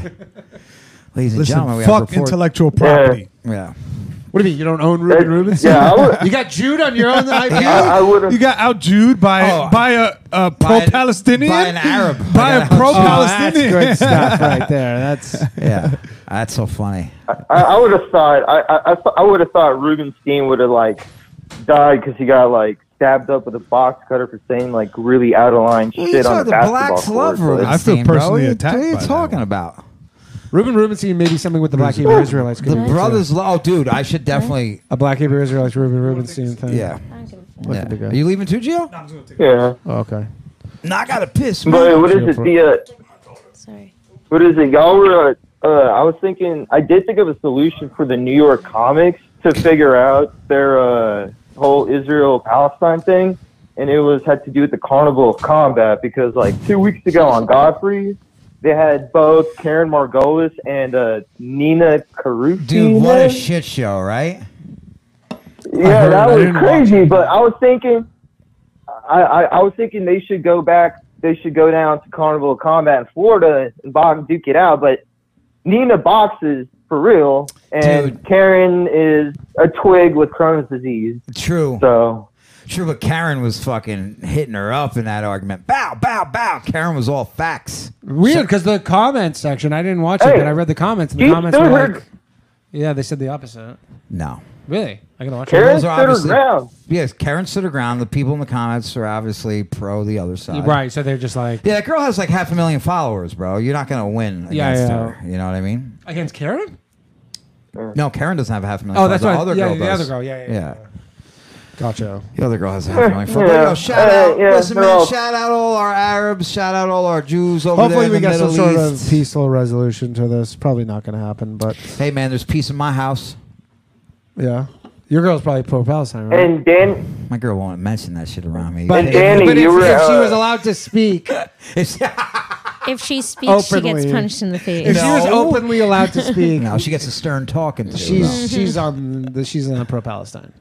Speaker 10: Ladies and gentlemen,
Speaker 4: Listen,
Speaker 10: we
Speaker 4: fuck
Speaker 10: have report-
Speaker 4: intellectual property.
Speaker 10: Yeah.
Speaker 1: What do you mean you don't own Ruben Rubenstein?
Speaker 9: Yeah, I would.
Speaker 1: You got Jude on your own
Speaker 9: [LAUGHS]
Speaker 1: IP.
Speaker 9: I, I would have.
Speaker 4: You got out Jewed by
Speaker 10: Oh,
Speaker 4: by a, a pro Palestinian,
Speaker 10: by an Arab,
Speaker 4: by a pro Palestinian.
Speaker 1: Oh, that's good stuff right there. That's
Speaker 10: [LAUGHS] Yeah, that's so funny.
Speaker 9: I, I would have thought. I I, I, thought- I would have thought Rubenstein would have like died because he got like stabbed up with a box cutter for saying like really out of line
Speaker 10: These
Speaker 9: shit on
Speaker 10: are
Speaker 9: the
Speaker 10: the
Speaker 9: basketball
Speaker 10: blacks
Speaker 9: court.
Speaker 10: love Rubenstein,
Speaker 1: Oh,
Speaker 4: I feel personally
Speaker 10: bro. What are you-
Speaker 4: attacked
Speaker 10: What are
Speaker 4: by
Speaker 10: you
Speaker 4: that.
Speaker 10: talking about?
Speaker 1: Ruben Rubenstein may be something with the Black Hebrew Israelites.
Speaker 10: The brothers. Lo- oh, dude, I should definitely.
Speaker 1: A Black Hebrew Israelites Ruben Rubenstein thing.
Speaker 10: Yeah.
Speaker 1: Look
Speaker 10: Yeah.
Speaker 1: at the guy.
Speaker 10: Are you leaving too, Gio?
Speaker 9: Yeah.
Speaker 1: Oh, okay.
Speaker 10: No, I gotta piss.
Speaker 9: But
Speaker 10: man.
Speaker 9: what is it? The uh, What is it? Y'all were. Uh, uh, I was thinking. I did think of a solution for the New York comics to figure out their uh, whole Israel Palestine thing, and it was had to do with the Carnival of Combat because like two weeks ago on Godfrey, they had both Karen Margolis and uh, Nina Caruso.
Speaker 10: Dude, what a shit show, right?
Speaker 9: Yeah,
Speaker 10: heard- I
Speaker 9: that
Speaker 10: didn't
Speaker 9: was
Speaker 10: watch
Speaker 9: crazy. But I was thinking, I, I, I was thinking they should go back. They should go down to Carnival of Combat in Florida and box duke it out. But Nina boxes for real, and Karen is a twig with Crohn's disease.
Speaker 10: True.
Speaker 9: So.
Speaker 10: True, but Karen was fucking hitting her up in that argument. Bow, bow, bow. Karen was all facts.
Speaker 1: Weird, because the comment section, I didn't watch it,
Speaker 10: Hey,
Speaker 1: but I read the comments, and
Speaker 10: you
Speaker 1: the comments
Speaker 10: still
Speaker 1: were
Speaker 10: heard-
Speaker 1: like, yeah, they said the opposite.
Speaker 10: No.
Speaker 1: Really? I gotta watch
Speaker 10: Those
Speaker 1: it.
Speaker 10: are obviously- Yes, Karen stood her ground. The people in the comments are obviously pro the other side.
Speaker 1: Right, so they're just like,
Speaker 10: Yeah, that girl has like half a million followers, bro. You're not gonna win against
Speaker 1: Yeah, yeah.
Speaker 10: her. You know what I mean?
Speaker 1: against Karen?
Speaker 10: No, Karen doesn't have half a million.
Speaker 1: Oh, that's
Speaker 10: followers.
Speaker 1: what I-
Speaker 10: the
Speaker 1: yeah,
Speaker 10: other
Speaker 1: the
Speaker 10: girl. does.
Speaker 1: other girl. Yeah, yeah, yeah. Gotcha.
Speaker 10: The other girl has a half a million followers.
Speaker 1: Yeah.
Speaker 10: But, yo, shout
Speaker 1: Uh,
Speaker 10: out,
Speaker 1: yeah,
Speaker 10: listen,
Speaker 1: they're
Speaker 10: man.
Speaker 1: all-
Speaker 10: Shout out all our Arabs. Shout out all our Jews over
Speaker 1: Hopefully,
Speaker 10: there in
Speaker 1: we
Speaker 10: the
Speaker 1: get some
Speaker 10: Middle
Speaker 1: sort
Speaker 10: East.
Speaker 1: of peaceful resolution to this. Probably not going to happen, but
Speaker 10: Hey, man, there's peace in my house.
Speaker 1: yeah. Your girl's probably pro Palestine, right?
Speaker 9: And Dan,
Speaker 10: My girl won't mention that shit around me.
Speaker 1: But-
Speaker 10: Hey,
Speaker 1: Danny,
Speaker 10: but
Speaker 1: you
Speaker 10: if-
Speaker 1: were,
Speaker 10: if she
Speaker 1: uh,
Speaker 10: was [LAUGHS]
Speaker 1: allowed to speak.
Speaker 5: If she speaks, she
Speaker 1: Openly.
Speaker 5: gets punched in the face.
Speaker 1: If she was openly allowed to speak,
Speaker 10: [LAUGHS] no, she gets a stern talking to.
Speaker 1: she's
Speaker 10: though.
Speaker 1: she's on the, she's not pro Palestine.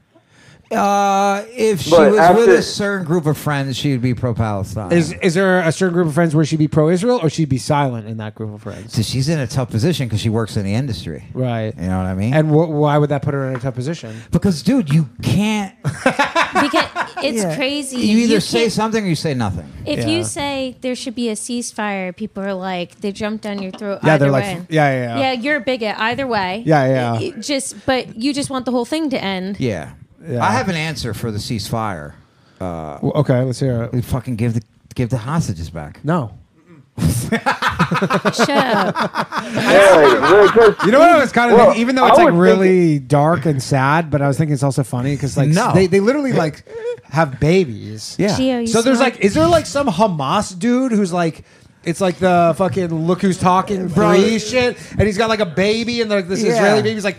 Speaker 10: Uh, if she
Speaker 1: But
Speaker 10: was with
Speaker 1: after-
Speaker 10: a certain group of friends, she would be pro Palestine.
Speaker 1: Is is there a certain group of friends where she'd be pro Israel or she'd be silent in that group of friends?
Speaker 10: So she's in a tough position because she works in the industry.
Speaker 1: Right.
Speaker 10: You know what I mean?
Speaker 1: And wh- why would that put her in a tough position?
Speaker 10: Because, dude, you can't.
Speaker 5: because it's crazy.
Speaker 10: You either
Speaker 5: You
Speaker 10: say
Speaker 5: can't-
Speaker 10: something or you say nothing.
Speaker 5: If you say there should be a ceasefire, people are like they jump down your throat.
Speaker 1: Yeah,
Speaker 5: either
Speaker 1: they're like,
Speaker 5: way.
Speaker 1: yeah, yeah, yeah.
Speaker 5: Yeah, you're a bigot either way.
Speaker 1: Yeah, yeah.
Speaker 5: It just but you just want the whole thing
Speaker 1: [LAUGHS]
Speaker 5: to end.
Speaker 10: Yeah. I have an answer for the ceasefire. Uh,
Speaker 1: Well, okay, let's hear it.
Speaker 10: We fucking give the give the hostages back.
Speaker 1: No.
Speaker 5: Shut
Speaker 10: [LAUGHS]
Speaker 5: up.
Speaker 1: You know what I was kind of
Speaker 5: Well,
Speaker 1: thinking? Even though it's
Speaker 5: I
Speaker 1: like
Speaker 5: was
Speaker 1: really dark and sad, but I was thinking it's also funny because like
Speaker 10: No.
Speaker 1: they, they literally like have babies.
Speaker 10: Yeah.
Speaker 5: Gio, you
Speaker 1: so there's
Speaker 5: smart.
Speaker 1: like, is there like some Hamas dude who's like, it's like the fucking look who's talking three shit, and he's got like a baby, and like this
Speaker 10: Yeah.
Speaker 1: Israeli baby's like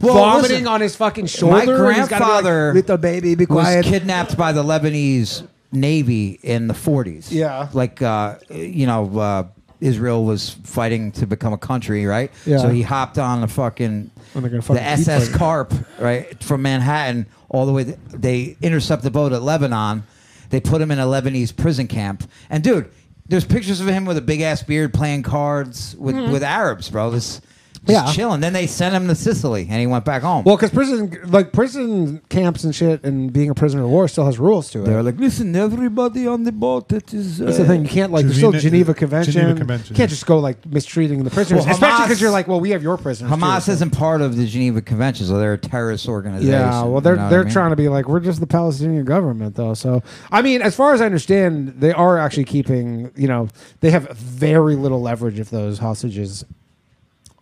Speaker 10: Well,
Speaker 1: vomiting
Speaker 10: listen,
Speaker 1: on his fucking shoulder.
Speaker 10: My
Speaker 1: and he's gotta be like,
Speaker 10: grandfather
Speaker 1: little baby, be quiet.
Speaker 10: was kidnapped by the Lebanese Navy in the 40s.
Speaker 1: Yeah.
Speaker 10: Like, uh, you know, uh, Israel was fighting to become a country, right?
Speaker 1: Yeah.
Speaker 10: So he hopped on the fucking,
Speaker 1: Oh, they're gonna
Speaker 10: the
Speaker 1: fucking keep
Speaker 10: SS
Speaker 1: fighting.
Speaker 10: Carp, right, from Manhattan all the way. th- they intercept the boat at Lebanon. They put him in a Lebanese prison camp. And, dude, there's pictures of him with a big ass beard playing cards with,
Speaker 1: Mhm.
Speaker 10: with Arabs, bro. This. Just
Speaker 1: Yeah.
Speaker 10: chilling. Then they sent him to Sicily, and he went back home.
Speaker 1: Well, because prison, like prison camps and shit, and being a prisoner of war still has rules to it.
Speaker 10: They're like, listen, everybody on the boat that is.
Speaker 1: That's the thing. You can't like. There's still Geneva Convention. You can't just go like mistreating the prisoners,
Speaker 10: Well,
Speaker 1: especially
Speaker 10: Hamas-
Speaker 1: because you're like, well, we have your prisoners. too,
Speaker 10: Hamas
Speaker 1: so-
Speaker 10: isn't part of the Geneva Convention, so they're a terrorist organization.
Speaker 1: Yeah, well,
Speaker 10: you
Speaker 1: they're
Speaker 10: know what I
Speaker 1: they're
Speaker 10: mean?
Speaker 1: trying to be like we're just the Palestinian government, though. So I mean, as far as I understand, they are actually keeping. You know, they have very little leverage if those hostages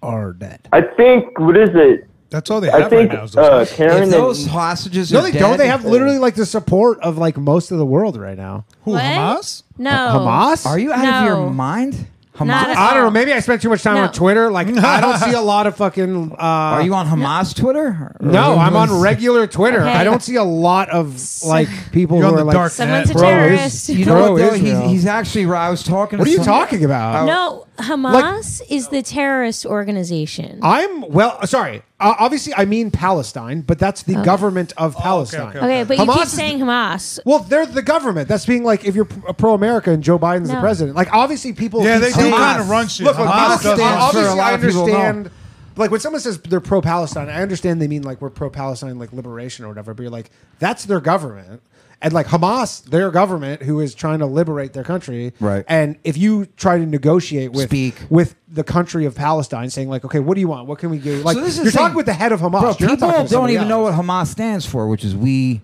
Speaker 1: are dead.
Speaker 9: I think what is it?
Speaker 4: That's all they
Speaker 9: I think uh, Karen.
Speaker 10: If
Speaker 9: and-
Speaker 10: those hostages
Speaker 1: No,
Speaker 10: are
Speaker 1: they
Speaker 10: dead,
Speaker 1: don't. They have literally like the support of like most of the world right now.
Speaker 10: Who,
Speaker 5: What?
Speaker 10: Hamas?
Speaker 5: No.
Speaker 1: Uh, Hamas?
Speaker 10: Are you out of
Speaker 5: No.
Speaker 10: your mind? Hamas?
Speaker 5: Not at
Speaker 1: I don't know.
Speaker 5: all.
Speaker 1: Maybe I spent too much time
Speaker 5: No.
Speaker 1: on Twitter. Like
Speaker 10: [LAUGHS]
Speaker 1: I don't see a lot of fucking. Uh,
Speaker 10: Are you on Hamas Twitter? Or-
Speaker 1: No,
Speaker 10: or-
Speaker 1: I'm on regular Twitter.
Speaker 10: Okay.
Speaker 1: I don't see a lot of
Speaker 5: [LAUGHS]
Speaker 1: like people
Speaker 10: You're
Speaker 1: who
Speaker 10: on
Speaker 1: are
Speaker 10: the
Speaker 1: like
Speaker 10: dark Someone's net. a
Speaker 1: pro-
Speaker 5: terrorist.
Speaker 10: You know what? Though?
Speaker 1: pro-Israel.
Speaker 10: He's, he's actually. I was talking.
Speaker 1: What
Speaker 10: to
Speaker 1: are you
Speaker 10: some-
Speaker 1: talking about?
Speaker 5: No, Hamas is the terrorist organization.
Speaker 1: I'm well. Sorry, uh, obviously I mean Palestine, but that's the
Speaker 10: Oh.
Speaker 5: Oh, Okay.
Speaker 1: government of Palestine.
Speaker 5: Okay, but you
Speaker 1: Hamas
Speaker 5: keep
Speaker 1: is-
Speaker 5: saying
Speaker 1: [LAUGHS]
Speaker 5: Hamas.
Speaker 1: well, they're the government. That's being like if you're pro America and Joe Biden's the
Speaker 5: No.
Speaker 1: president. Like obviously people.
Speaker 4: Yeah,
Speaker 1: keep
Speaker 4: they do
Speaker 1: saying-
Speaker 4: kinda run shit.
Speaker 1: Look, look
Speaker 4: Hamas
Speaker 1: people-
Speaker 4: does run
Speaker 1: obviously
Speaker 4: shit. A lot
Speaker 1: I
Speaker 4: of people don't.
Speaker 1: understand. Like when someone says they're pro Palestine, I understand they mean like we're pro Palestine, like liberation or whatever. But you're like that's their government. And like Hamas, their government who is trying to liberate their country,
Speaker 10: Right.
Speaker 1: And if you try to negotiate with
Speaker 10: Speak.
Speaker 1: with the country of Palestine, saying like, okay, what do you want? What can we do? Like
Speaker 10: So this is
Speaker 1: you're
Speaker 10: the
Speaker 1: talking
Speaker 10: thing.
Speaker 1: with the head of Hamas.
Speaker 10: Bro,
Speaker 1: You're not
Speaker 10: people
Speaker 1: talking
Speaker 10: don't
Speaker 1: to somebody
Speaker 10: even
Speaker 1: else.
Speaker 4: [LAUGHS]
Speaker 10: know what Hamas stands for, which is we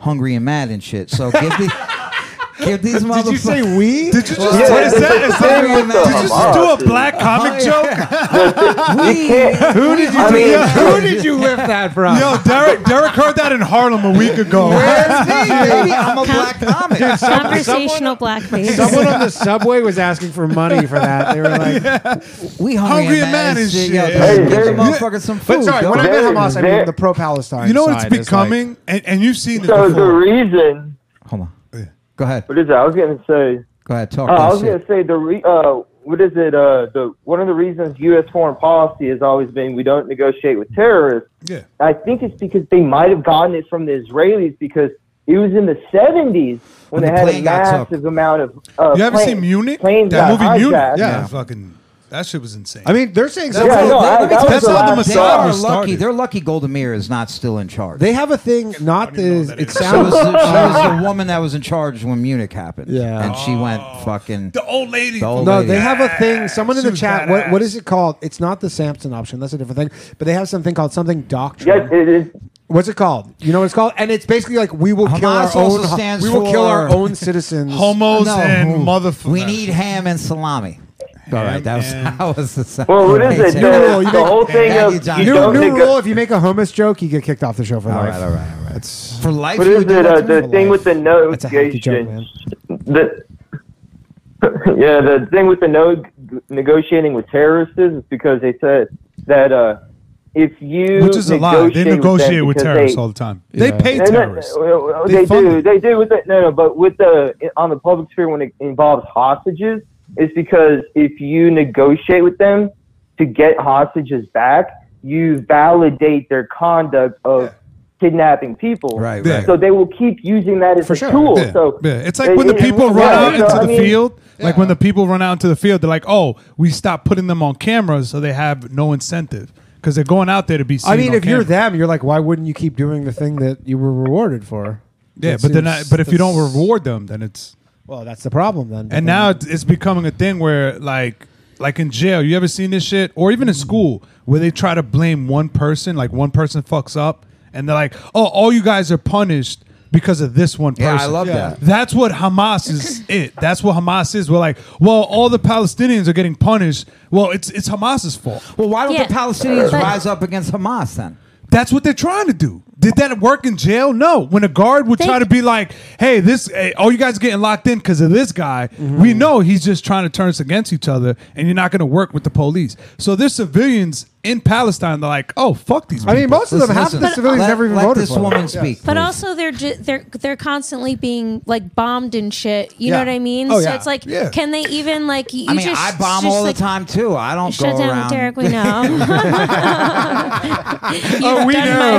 Speaker 10: hungry and mad and shit. So give the Give [LAUGHS] these motherfuckers.
Speaker 1: Did you say we?
Speaker 10: Did you
Speaker 4: just- what is that? Is that- did you just do a
Speaker 10: Oh,
Speaker 4: black comic [LAUGHS]
Speaker 10: joke?
Speaker 4: Who did you?
Speaker 10: I mean-
Speaker 4: yeah,
Speaker 10: Who did you lift that from?
Speaker 4: Yo, Derek. Derek heard that in Harlem a week ago. [LAUGHS]
Speaker 10: Maybe I'm a black comic.
Speaker 5: Conversational blackface.
Speaker 1: Someone
Speaker 5: [LAUGHS]
Speaker 1: on the subway was asking for money for that. They [LAUGHS] were like,
Speaker 4: Hungry
Speaker 10: We hungry,
Speaker 4: and mad and shit.
Speaker 10: Yo,
Speaker 4: Hey,
Speaker 10: give
Speaker 4: there-
Speaker 10: the motherfuckers some food.
Speaker 1: but sorry,
Speaker 10: yo.
Speaker 1: when I meant
Speaker 9: There-
Speaker 1: Hamas, I
Speaker 9: there-
Speaker 1: mean the pro Palestine.
Speaker 4: You know what it's becoming, and, and you've seen it
Speaker 9: So the
Speaker 4: before.
Speaker 9: reason,
Speaker 10: Hold on. Go ahead.
Speaker 9: what is it? I was gonna say.
Speaker 10: Go ahead. Talk.
Speaker 9: Uh, I
Speaker 10: that
Speaker 9: was
Speaker 10: shit.
Speaker 9: gonna say the re, uh, what is it? Uh, the one of the reasons U.S. foreign policy has always been we don't negotiate with terrorists.
Speaker 4: [LAUGHS] Yeah.
Speaker 9: I think it's because they might have gotten it from the Israelis because it was in the '70s
Speaker 10: When
Speaker 9: when,
Speaker 10: the
Speaker 9: they had a
Speaker 10: plane got took.
Speaker 9: massive amount of. Uh,
Speaker 4: You ever
Speaker 9: plane-
Speaker 4: seen Munich?
Speaker 9: Planes
Speaker 4: That
Speaker 9: got
Speaker 4: movie Munich.
Speaker 9: hijacked.
Speaker 4: Yeah,
Speaker 10: Yeah.
Speaker 4: fucking that shit was insane.
Speaker 1: I mean, they're saying
Speaker 10: That's
Speaker 1: something.
Speaker 9: Yeah,
Speaker 10: how-
Speaker 9: no,
Speaker 10: they-
Speaker 9: I-
Speaker 10: let me
Speaker 9: that
Speaker 10: tell
Speaker 9: was
Speaker 10: you
Speaker 9: the
Speaker 10: something.
Speaker 9: last
Speaker 10: They are
Speaker 4: time.
Speaker 10: lucky. They're lucky. Golda Meir is not still in charge.
Speaker 1: They have a thing. Not
Speaker 4: even know
Speaker 1: this.
Speaker 4: that
Speaker 1: It
Speaker 4: is.
Speaker 10: so
Speaker 1: sounds.
Speaker 10: was, the, so
Speaker 1: [LAUGHS]
Speaker 10: was the woman that was in charge when Munich happened.
Speaker 1: Yeah.
Speaker 10: and she went fucking.
Speaker 4: Oh. the old lady.
Speaker 10: The old
Speaker 4: fucking-
Speaker 1: No,
Speaker 10: lady.
Speaker 1: they have a thing. Someone in
Speaker 4: She
Speaker 1: the
Speaker 4: was
Speaker 1: chat. What, what
Speaker 4: badass.
Speaker 1: is it called? It's not the Samson option. That's a different thing. But they have something called something doctrine.
Speaker 9: Yes, it is.
Speaker 1: What's it called? You know what it's called? And it's basically like we will kill our
Speaker 10: Hamas also
Speaker 1: own.
Speaker 10: stands
Speaker 1: We will kill our
Speaker 10: for- [LAUGHS]
Speaker 1: own citizens.
Speaker 4: homos
Speaker 10: No.
Speaker 4: and motherfuckers.
Speaker 10: We need ham and salami. All right, that was
Speaker 4: and-
Speaker 10: that was the sound.
Speaker 9: Well, what is it?
Speaker 10: All
Speaker 1: rule,
Speaker 9: The,
Speaker 1: you
Speaker 9: the
Speaker 1: make-
Speaker 9: whole thing
Speaker 10: Thank
Speaker 9: of
Speaker 10: you,
Speaker 9: you
Speaker 10: John.
Speaker 1: New,
Speaker 9: don't
Speaker 1: new
Speaker 9: neg-
Speaker 1: rule: if you make a homeless joke, you get kicked off the show for life.
Speaker 10: right, all right, all right.
Speaker 1: That's
Speaker 10: For life,
Speaker 9: What
Speaker 10: you
Speaker 9: is
Speaker 10: would
Speaker 9: it?
Speaker 10: do
Speaker 9: Uh,
Speaker 10: that to
Speaker 9: the
Speaker 10: me?
Speaker 9: thing with the
Speaker 1: that's a hacky joke, man.
Speaker 9: negotiation. The, [LAUGHS] yeah, the thing with the no negotiating with terrorists is because they said that uh, if you
Speaker 4: Which is a lie. They
Speaker 9: with them
Speaker 4: negotiate with,
Speaker 9: because
Speaker 4: terrorists
Speaker 9: they,
Speaker 4: all the time.
Speaker 1: Yeah.
Speaker 4: They pay
Speaker 9: No, no,
Speaker 4: terrorists.
Speaker 9: well, well,
Speaker 4: They
Speaker 9: They,
Speaker 4: fund
Speaker 9: do.
Speaker 4: it.
Speaker 9: They do with it. No, no. But with the on the public sphere when it involves hostages, it's because if you negotiate with them to get hostages back, you validate their conduct of kidnapping people.
Speaker 10: Right,
Speaker 4: Yeah.
Speaker 10: right.
Speaker 9: So they will keep using that as
Speaker 1: For
Speaker 9: a
Speaker 1: sure.
Speaker 9: tool.
Speaker 4: Yeah.
Speaker 9: So
Speaker 4: yeah. it's like
Speaker 9: it-
Speaker 4: when the
Speaker 9: it-
Speaker 4: people
Speaker 9: yeah,
Speaker 4: run out
Speaker 9: so,
Speaker 4: into
Speaker 9: I
Speaker 4: the
Speaker 9: mean,
Speaker 4: field. Like
Speaker 10: Yeah.
Speaker 4: when the people run out into the field, they're like, "Oh, we stop putting them on camera, so they have no incentive because they're going out there to be." Seen
Speaker 1: I mean,
Speaker 4: on
Speaker 1: if you're
Speaker 4: camera."
Speaker 1: them, you're like, why wouldn't you keep doing the thing that you were rewarded for?
Speaker 4: yeah,
Speaker 1: That
Speaker 4: but they're
Speaker 1: seems-
Speaker 4: not. But if you don't
Speaker 1: that's-
Speaker 4: reward them, then it's
Speaker 1: well, that's the problem then.
Speaker 4: And now it's, it's becoming a thing where, like, like in jail, you ever seen this shit, or
Speaker 10: Mm-hmm.
Speaker 4: even in school, where they try to blame one person, like one person fucks up, and they're like, "Oh, all you guys are punished because of this one person."
Speaker 10: Yeah, I love Yeah. that.
Speaker 4: That's what Hamas
Speaker 10: [LAUGHS]
Speaker 4: is. It. That's what Hamas is. We're like, well, all the Palestinians are getting punished. Well, it's it's Hamas's fault.
Speaker 10: Well, why don't
Speaker 5: Yeah.
Speaker 10: the Palestinians
Speaker 5: But-
Speaker 10: rise up against Hamas then?
Speaker 4: That's what they're trying to do. Did that work in jail? No. When a guard would
Speaker 5: They-
Speaker 4: try to be like, "Hey, this, hey, oh, you guys getting locked in because of this guy,"
Speaker 10: Mm-hmm.
Speaker 4: we know he's just trying to turn us against each other, and you're not going to work with the police. So there's civilians in Palestine. They're like, "Oh, fuck these."
Speaker 1: I mean,
Speaker 4: people."
Speaker 1: most of them, half the civilians
Speaker 10: let,
Speaker 1: never even
Speaker 10: let
Speaker 1: voted
Speaker 10: this
Speaker 1: for them.
Speaker 10: woman
Speaker 1: Yeah.
Speaker 10: speak.
Speaker 5: But
Speaker 10: please.
Speaker 5: also, they're ju- they're they're constantly being like bombed and shit. You know
Speaker 1: Yeah.
Speaker 5: what I mean?
Speaker 1: Oh,
Speaker 5: so
Speaker 1: yeah.
Speaker 5: it's like,
Speaker 4: Yeah.
Speaker 5: can they even like? You
Speaker 10: I mean,
Speaker 5: just,
Speaker 10: I bomb
Speaker 5: just,
Speaker 10: all
Speaker 5: like, [LAUGHS]
Speaker 10: the time too. I don't
Speaker 5: Shut
Speaker 10: go
Speaker 5: down,
Speaker 10: around.
Speaker 5: Derek. We
Speaker 10: [LAUGHS]
Speaker 5: know.
Speaker 4: [LAUGHS]
Speaker 5: [LAUGHS] You've
Speaker 4: Oh,
Speaker 1: we
Speaker 5: done my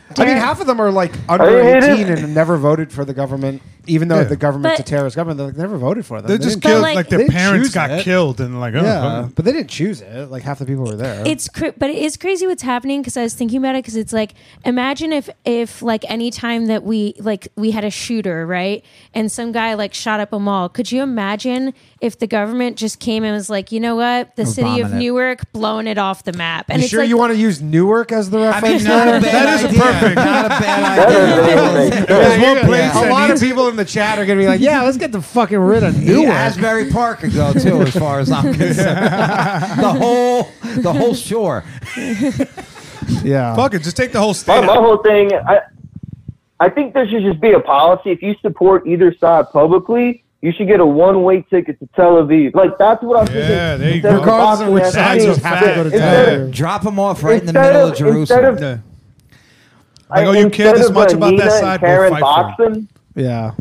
Speaker 1: I mean, half of them are like under
Speaker 9: I mean, it
Speaker 1: 18
Speaker 9: is-
Speaker 1: and never voted for the government, even though
Speaker 4: Yeah.
Speaker 1: the government's
Speaker 5: But-
Speaker 1: a terrorist government. They like, never voted for them.
Speaker 4: they're
Speaker 1: They
Speaker 4: just
Speaker 1: didn't-
Speaker 4: killed.
Speaker 5: like-
Speaker 4: Like,
Speaker 1: They
Speaker 4: their
Speaker 1: didn't
Speaker 4: parents
Speaker 1: choose
Speaker 4: got
Speaker 1: it.
Speaker 4: killed, and like, oh,
Speaker 1: Yeah,
Speaker 4: fuck.
Speaker 1: but they didn't choose it. Like half the people were there.
Speaker 5: [LAUGHS] it's cr- but it is crazy what's happening because I was thinking about it because it's like imagine if if like any time that we like we had a shooter right and some guy like shot up a mall could you imagine if the government just came and was like you know what the city of
Speaker 10: bombing it.
Speaker 5: Newark blowing it off the map and
Speaker 1: you
Speaker 5: it's
Speaker 1: sure
Speaker 5: like
Speaker 1: you want to use Newark as the
Speaker 10: I
Speaker 1: reference?
Speaker 10: mean, not a bad
Speaker 4: That is a
Speaker 1: [LAUGHS]
Speaker 10: idea.
Speaker 4: perfect-
Speaker 10: Not a [LAUGHS]
Speaker 9: That is
Speaker 10: bad
Speaker 9: a
Speaker 10: idea.
Speaker 9: perfect-
Speaker 4: There's one
Speaker 1: you're-
Speaker 4: place
Speaker 1: A
Speaker 4: that
Speaker 1: lot of
Speaker 4: needs-
Speaker 1: people in the chat are going to be like, "Yeah, let's get the fucking rid of
Speaker 10: New
Speaker 1: Newark."
Speaker 10: Asbury Park could go too, as far as I'm concerned. the whole, the whole shore.
Speaker 1: yeah,
Speaker 4: Fuck it, just take the whole state.
Speaker 9: My, my
Speaker 4: out.
Speaker 9: whole thing, I, I think there should just be a policy. If you support either side publicly, you should get a one-way ticket to Tel Aviv. Like that's what I'm thinking.
Speaker 4: Yeah, there you
Speaker 9: Instead
Speaker 4: go.
Speaker 1: Regardless of
Speaker 9: boxing
Speaker 1: which
Speaker 9: match, I
Speaker 1: side
Speaker 4: That's
Speaker 1: you
Speaker 9: mean,
Speaker 4: a
Speaker 1: have to go to
Speaker 4: fact.
Speaker 9: instead
Speaker 1: Tel
Speaker 9: of-
Speaker 1: Aviv.
Speaker 10: Drop them off right in the
Speaker 9: Instead
Speaker 10: middle
Speaker 9: of-
Speaker 10: of Jerusalem.
Speaker 9: instead
Speaker 4: Yeah.
Speaker 9: I-
Speaker 4: Like, oh, you
Speaker 9: instead
Speaker 4: care this
Speaker 9: of,
Speaker 4: much
Speaker 9: uh,
Speaker 4: about
Speaker 9: Nina
Speaker 4: that
Speaker 9: and
Speaker 4: side, we'll
Speaker 9: Karen
Speaker 4: fight for it.
Speaker 9: boxing.
Speaker 1: Yeah,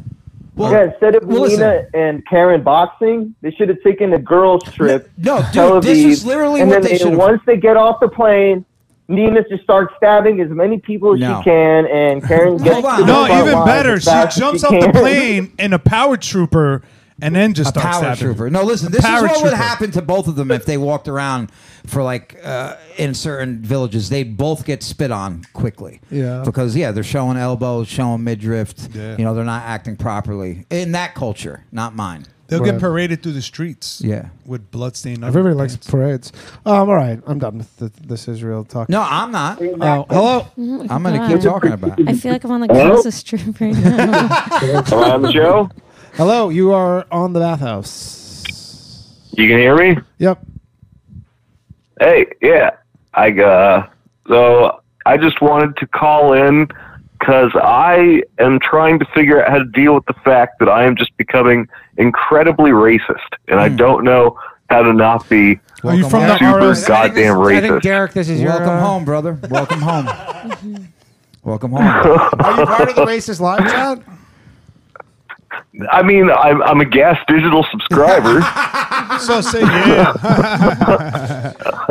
Speaker 10: Well,
Speaker 9: Yeah, instead of
Speaker 10: well, listen.
Speaker 9: Nina and Karen boxing, they should have taken a girls trip.
Speaker 10: No,
Speaker 9: to
Speaker 10: dude,
Speaker 9: Tel
Speaker 10: this is
Speaker 9: Aviv,
Speaker 10: literally
Speaker 9: and
Speaker 10: what
Speaker 9: then
Speaker 10: they should've-
Speaker 9: Once they get off the plane, Nina just starts stabbing as many people as
Speaker 10: No.
Speaker 9: she can, and Karen gets
Speaker 10: Hold
Speaker 9: to
Speaker 10: on.
Speaker 9: the
Speaker 4: No,
Speaker 10: Don't
Speaker 9: front
Speaker 4: even
Speaker 9: lines
Speaker 4: better.
Speaker 9: as
Speaker 4: She
Speaker 9: fast as
Speaker 4: jumps
Speaker 9: she
Speaker 4: off the
Speaker 9: can.
Speaker 4: plane and a power trooper, and then just starts
Speaker 10: power
Speaker 4: stabbing.
Speaker 10: trooper. No, listen, this is
Speaker 4: power
Speaker 10: what would
Speaker 4: trooper.
Speaker 10: happen to both of them if they walked around for like uh, in certain villages. They'd both get spit on quickly.
Speaker 1: Yeah.
Speaker 10: Because yeah, they're showing elbows, showing midriff.
Speaker 4: Yeah.
Speaker 10: You know, they're not acting properly in that culture, not mine.
Speaker 4: They'll
Speaker 1: Right.
Speaker 4: get paraded through the streets.
Speaker 10: Yeah.
Speaker 4: With bloodstained.
Speaker 1: Everybody likes parades. Um, all right, I'm done with the, this Israel talk.
Speaker 10: No, I'm not.
Speaker 1: Oh, hello.
Speaker 10: I'm gonna keep talking about it.
Speaker 5: Mm-hmm. I feel like I'm on the
Speaker 1: Hello?
Speaker 9: [LAUGHS]
Speaker 5: Gaza Strip right
Speaker 10: [LAUGHS]
Speaker 5: now.
Speaker 3: Hello, Joe.
Speaker 1: Hello, you are on the bathhouse.
Speaker 3: You can hear me?
Speaker 1: Yep.
Speaker 3: Hey, yeah. I uh, so I just wanted to call in because I am trying to figure out how to deal with the fact that I am just becoming incredibly racist, and I don't know how to not be
Speaker 10: Hmm. Are you
Speaker 1: from the
Speaker 3: super
Speaker 1: RS?
Speaker 3: goddamn
Speaker 1: I think
Speaker 3: racist.
Speaker 1: Derek, this is your.
Speaker 10: Welcome
Speaker 1: uh,
Speaker 10: home, brother. [LAUGHS] Welcome home.
Speaker 5: Mm-hmm.
Speaker 10: Welcome
Speaker 3: [LAUGHS]
Speaker 10: home.
Speaker 1: Are you part of the racist live chat?
Speaker 3: I mean, I'm, I'm a Gas Digital
Speaker 10: [LAUGHS]
Speaker 3: subscriber.
Speaker 4: So say yeah.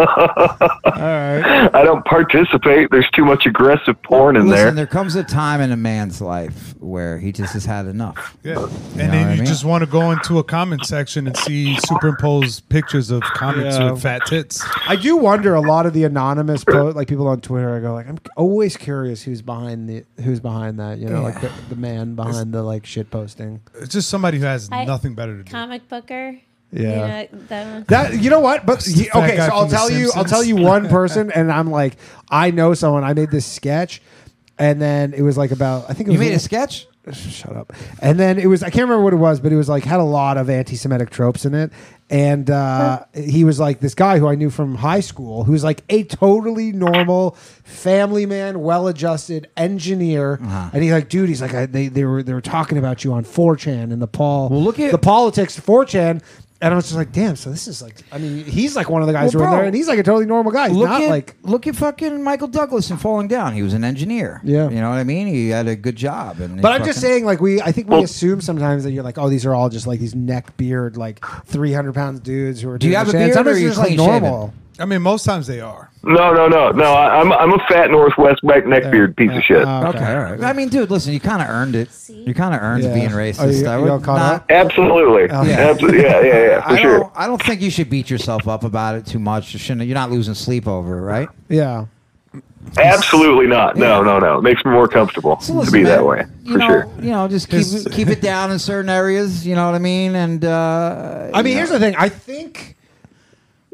Speaker 3: [LAUGHS] I don't participate. There's too much aggressive porn in
Speaker 10: Listen,
Speaker 3: there.
Speaker 10: comes a time in a man's life where he just has had enough.
Speaker 4: Yeah.
Speaker 10: You know
Speaker 4: And
Speaker 10: what
Speaker 4: then
Speaker 10: I
Speaker 4: you
Speaker 10: mean?
Speaker 4: just want to go into a comment section and see superimposed pictures of comics
Speaker 1: Yeah.
Speaker 4: with fat tits.
Speaker 1: I do wonder a lot of the anonymous po- like people on Twitter. I go like, I'm always curious who's behind the who's behind that. You know, like the, the man behind the like shit posting.
Speaker 4: It's just somebody who has
Speaker 5: I-
Speaker 4: nothing better to do.
Speaker 5: Comic booker.
Speaker 1: Yeah.
Speaker 5: You know, that one.
Speaker 1: That you know what? But
Speaker 4: the fat
Speaker 1: okay, so
Speaker 4: guy
Speaker 1: I'll
Speaker 4: from The
Speaker 1: tell you, I'll
Speaker 4: Simpsons.
Speaker 1: tell you one
Speaker 4: [LAUGHS]
Speaker 1: person, and I'm like, I know someone. I made this sketch, and then it was like about I think it
Speaker 10: You
Speaker 1: was
Speaker 10: made a sketch?
Speaker 1: shut up. And then it was I can't remember what it was, but it was like had a lot of anti-Semitic tropes in it. And uh, he was like this guy who I knew from high school, who's like a totally normal family man, well-adjusted engineer.
Speaker 10: Uh-huh.
Speaker 1: And he's like, dude, he's like, I, they they were they were talking about you on 4chan and the Paul,
Speaker 10: Well, look at-
Speaker 1: the politics of 4chan. And I was just like, damn. So this is like, I mean, he's like one of the guys who
Speaker 10: Well,
Speaker 1: are in
Speaker 10: bro,
Speaker 1: there, and he's like a totally normal guy. He's
Speaker 10: Look
Speaker 1: not
Speaker 10: at
Speaker 1: like
Speaker 10: look at fucking Michael Douglas and falling down. He was an engineer.
Speaker 1: Yeah.
Speaker 10: you know what I mean. He had a good job. And he
Speaker 1: But I'm just
Speaker 10: fucking-
Speaker 1: saying, like we, I think we assume sometimes that you're like, oh, these are all just like these neck beard, like 300 pound dudes who are.
Speaker 10: Do you
Speaker 1: doing
Speaker 10: have a
Speaker 1: this shit.
Speaker 10: beard
Speaker 1: Sometimes
Speaker 10: or are
Speaker 1: it's
Speaker 10: you
Speaker 1: just like
Speaker 10: clean-shaven?
Speaker 1: normal.
Speaker 4: I mean, most times they are.
Speaker 3: No, no, no, no. I, I'm I'm a fat Northwest neck beard piece of shit.
Speaker 1: Uh,
Speaker 10: Oh, Okay, all right. I mean, dude, listen, you kind of earned it. You kind of earned
Speaker 1: Yeah.
Speaker 10: being
Speaker 1: Are
Speaker 10: racist.
Speaker 1: you-
Speaker 10: I
Speaker 1: you
Speaker 10: would
Speaker 1: all caught
Speaker 10: not-
Speaker 1: up?
Speaker 3: Absolutely.
Speaker 10: Yeah.
Speaker 3: Absolutely. Yeah, yeah,
Speaker 10: [LAUGHS]
Speaker 3: yeah, for
Speaker 10: I
Speaker 3: sure.
Speaker 10: don't. I don't think you should beat yourself up about it too much. You shouldn't. You're not losing sleep over it, right?
Speaker 1: Yeah.
Speaker 3: Absolutely not. No, no, no. It makes me more comfortable
Speaker 10: So
Speaker 3: to
Speaker 10: listen,
Speaker 3: be that
Speaker 10: man,
Speaker 3: way.
Speaker 10: You
Speaker 3: For
Speaker 10: know,
Speaker 3: sure.
Speaker 10: you know, just keep
Speaker 4: His-
Speaker 10: it, keep it down in certain areas. You know what I mean? And uh,
Speaker 1: I mean,
Speaker 10: you
Speaker 1: here's
Speaker 10: know.
Speaker 1: the thing. I think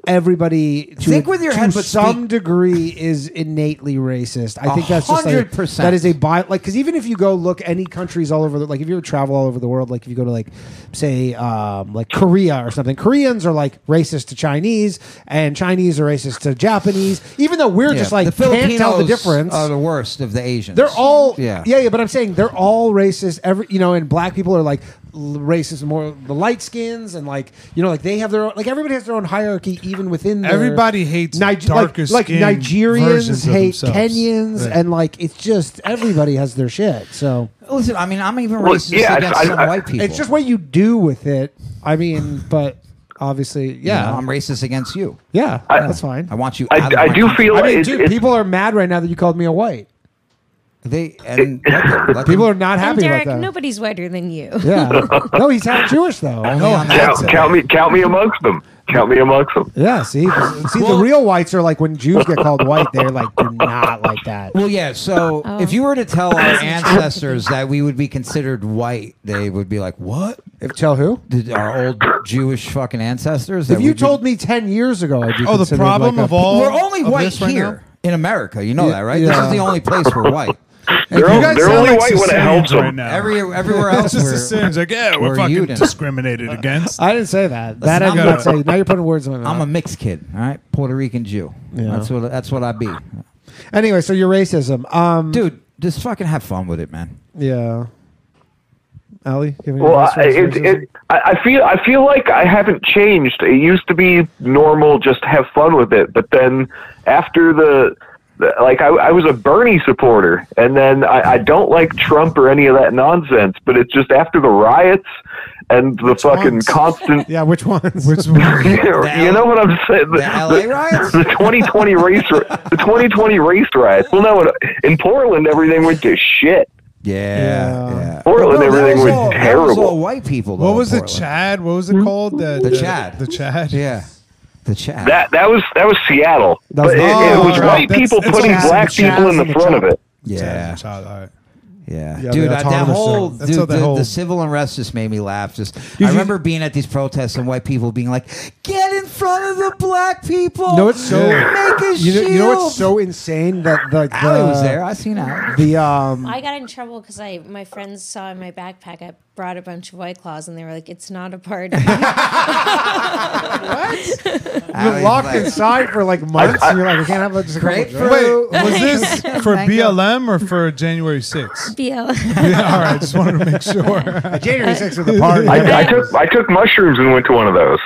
Speaker 1: everybody to,
Speaker 10: Think with your
Speaker 1: to
Speaker 10: head, but
Speaker 1: some
Speaker 10: speak-
Speaker 1: degree is innately racist. I think that's just like,
Speaker 10: 100%.
Speaker 1: that is a bi like because even if you go look any countries all over the like if you ever travel all over the world like if you go to like say um, like Korea or something Koreans are like racist to Chinese and Chinese are racist to Japanese even though we're
Speaker 10: Yeah,
Speaker 1: just like
Speaker 10: the Filipinos
Speaker 1: can't tell the difference.
Speaker 10: Are the worst of the Asians.
Speaker 1: They're all
Speaker 10: Yeah.
Speaker 1: yeah. yeah, But I'm saying they're all racist. Every you know, and black people are like l- racist more the light skins and like you know, like they have their own like everybody has their own hierarchy even within. Their,
Speaker 4: Everybody hates
Speaker 1: like,
Speaker 4: darker
Speaker 1: like
Speaker 4: skinned
Speaker 1: Nigerians
Speaker 4: versions of
Speaker 1: hate
Speaker 4: themselves.
Speaker 1: Kenyans
Speaker 4: Right.
Speaker 1: and like it's just everybody has their shit. So
Speaker 10: Listen, I mean, I'm even
Speaker 3: Well,
Speaker 10: racist
Speaker 3: yeah,
Speaker 10: against
Speaker 3: I-
Speaker 10: some
Speaker 3: I-
Speaker 10: white people.
Speaker 1: it's just what you do with it. I mean, but obviously,
Speaker 10: You know,
Speaker 1: yeah,
Speaker 10: I'm racist against you.
Speaker 1: yeah,
Speaker 3: I-
Speaker 1: that's fine.
Speaker 10: I want you. out of
Speaker 3: I, I
Speaker 10: my
Speaker 3: do
Speaker 10: country.
Speaker 3: feel
Speaker 1: I mean,
Speaker 3: it's,
Speaker 1: dude,
Speaker 3: it's-
Speaker 1: people are mad right now that you called me a white.
Speaker 10: They and let them- let
Speaker 1: People
Speaker 10: them-
Speaker 1: are not
Speaker 5: And
Speaker 1: happy
Speaker 5: Derek,
Speaker 1: about that.
Speaker 5: nobody's whiter than you. [LAUGHS]
Speaker 1: Yeah, [LAUGHS] no, he's half Jewish though.
Speaker 10: only on the
Speaker 3: count,
Speaker 10: outside.
Speaker 3: count me count me amongst them. Count me amongst them.
Speaker 1: Yeah, see, see, the real whites are like when Jews get called white, they're like, do not like that.
Speaker 10: Well, yeah. So
Speaker 5: Oh.
Speaker 10: if you were to tell
Speaker 3: [LAUGHS]
Speaker 10: our ancestors that we would be considered white, they would be like, "What?
Speaker 1: If tell who?
Speaker 10: Did our old Jewish fucking ancestors?" that
Speaker 1: If you
Speaker 10: we'd be-
Speaker 1: told
Speaker 10: [LAUGHS]
Speaker 1: me ten years ago, I'd be
Speaker 4: Oh, the
Speaker 1: considered,
Speaker 4: problem
Speaker 1: like, a-
Speaker 4: of all
Speaker 10: we're only
Speaker 4: of
Speaker 10: white
Speaker 4: this right
Speaker 10: here in America, you know
Speaker 1: Yeah,
Speaker 10: that, right? This
Speaker 1: yeah.
Speaker 10: is the only place we're white.
Speaker 3: They're,
Speaker 4: now. You
Speaker 3: o-
Speaker 4: guys
Speaker 3: they're
Speaker 4: sound
Speaker 3: only
Speaker 4: like
Speaker 3: white when it
Speaker 4: Sicilians
Speaker 3: helps
Speaker 4: right
Speaker 3: them.
Speaker 4: now.
Speaker 10: Every
Speaker 4: [LAUGHS]
Speaker 10: everywhere
Speaker 4: it's
Speaker 10: else,
Speaker 4: just
Speaker 10: we're-
Speaker 4: the Sims. Like, yeah,
Speaker 10: we're
Speaker 4: we're fucking
Speaker 10: Uden. [LAUGHS]
Speaker 4: discriminated against.
Speaker 1: I didn't say that. That I
Speaker 10: Listen,
Speaker 1: did
Speaker 10: I'm
Speaker 1: not
Speaker 4: not-
Speaker 1: say. Now you're putting words in my
Speaker 10: I'm a
Speaker 1: mouth.
Speaker 10: mixed kid, all right, Puerto Rican Jew.
Speaker 1: Yeah.
Speaker 10: That's what that's what I be,
Speaker 1: anyway, so your racism, um,
Speaker 10: dude. Just fucking have fun with it, man.
Speaker 1: Yeah, Ali, give me your
Speaker 3: Well,
Speaker 1: best
Speaker 3: I, it,
Speaker 1: racism.
Speaker 3: it, I I feel I feel like I haven't changed. It used to be normal, just have fun with it. But then after the, the like, I, I was a Bernie supporter, and then I, I don't like Trump or any of that nonsense. But it's just after the riots and the fucking
Speaker 4: ones?
Speaker 10: [LAUGHS]
Speaker 3: constant. [LAUGHS]
Speaker 1: yeah, which ones?
Speaker 4: Which one?
Speaker 3: you know what I'm saying?
Speaker 10: The LA riots?
Speaker 3: the 2020 race,
Speaker 10: [LAUGHS]
Speaker 3: ri- the 2020 race riots. Well, no, in- in Portland, everything went to shit.
Speaker 10: Yeah,
Speaker 1: Yeah.
Speaker 10: yeah.
Speaker 3: Portland,
Speaker 10: Well, that
Speaker 3: everything
Speaker 10: was
Speaker 3: was
Speaker 10: all- that was all
Speaker 3: terrible.
Speaker 10: white people. though,
Speaker 4: What was
Speaker 10: in
Speaker 4: the
Speaker 10: Portland.
Speaker 4: Chad? What was it called? The,
Speaker 10: The Chad.
Speaker 4: The Chad.
Speaker 10: Yeah, the Chad.
Speaker 3: That that was that was Seattle.
Speaker 1: That was-
Speaker 3: but it, it
Speaker 1: Oh,
Speaker 3: was
Speaker 4: right.
Speaker 3: white
Speaker 4: That's-
Speaker 3: people
Speaker 4: it's
Speaker 3: putting
Speaker 4: all
Speaker 3: black
Speaker 1: Chaz and
Speaker 3: people in
Speaker 1: the
Speaker 3: the front of
Speaker 1: Chaz.
Speaker 3: it.
Speaker 4: Chad,
Speaker 10: yeah,
Speaker 4: Chad, all right.
Speaker 10: Yeah,
Speaker 4: Yeah,
Speaker 10: dude,
Speaker 4: the
Speaker 10: I, that
Speaker 4: autonomous
Speaker 10: whole
Speaker 4: thing. That's
Speaker 10: dude,
Speaker 4: how that
Speaker 10: the,
Speaker 4: whole-
Speaker 10: the civil unrest just made me laugh. Just
Speaker 4: you-
Speaker 10: I remember being at these protests and white people being like, "Get in front of the black people."
Speaker 1: No, it's so.
Speaker 10: make a
Speaker 1: you, know, you know what's
Speaker 10: shield."
Speaker 1: so insane that like the,
Speaker 10: Allie was there. I seen Allie.
Speaker 1: the um
Speaker 5: I got in trouble because I my friends saw in my backpack I brought a bunch of white claws and they were like, "It's not a
Speaker 1: [LAUGHS]
Speaker 4: [LAUGHS]
Speaker 5: party."
Speaker 1: you're
Speaker 10: Allie's
Speaker 1: locked
Speaker 10: like-
Speaker 1: inside for like months.
Speaker 3: I-
Speaker 1: and you're like, I can't have like, just a couple
Speaker 10: Great
Speaker 1: of
Speaker 10: for-
Speaker 1: drinks. [LAUGHS]
Speaker 4: Wait, was this for
Speaker 10: Thank you.
Speaker 4: BLM or for January 6th? [LAUGHS]
Speaker 5: BL.
Speaker 4: yeah, all right. Just wanted to make sure.
Speaker 10: [LAUGHS]
Speaker 1: January 6th was the party.
Speaker 3: I, I took I took mushrooms and went to one of those.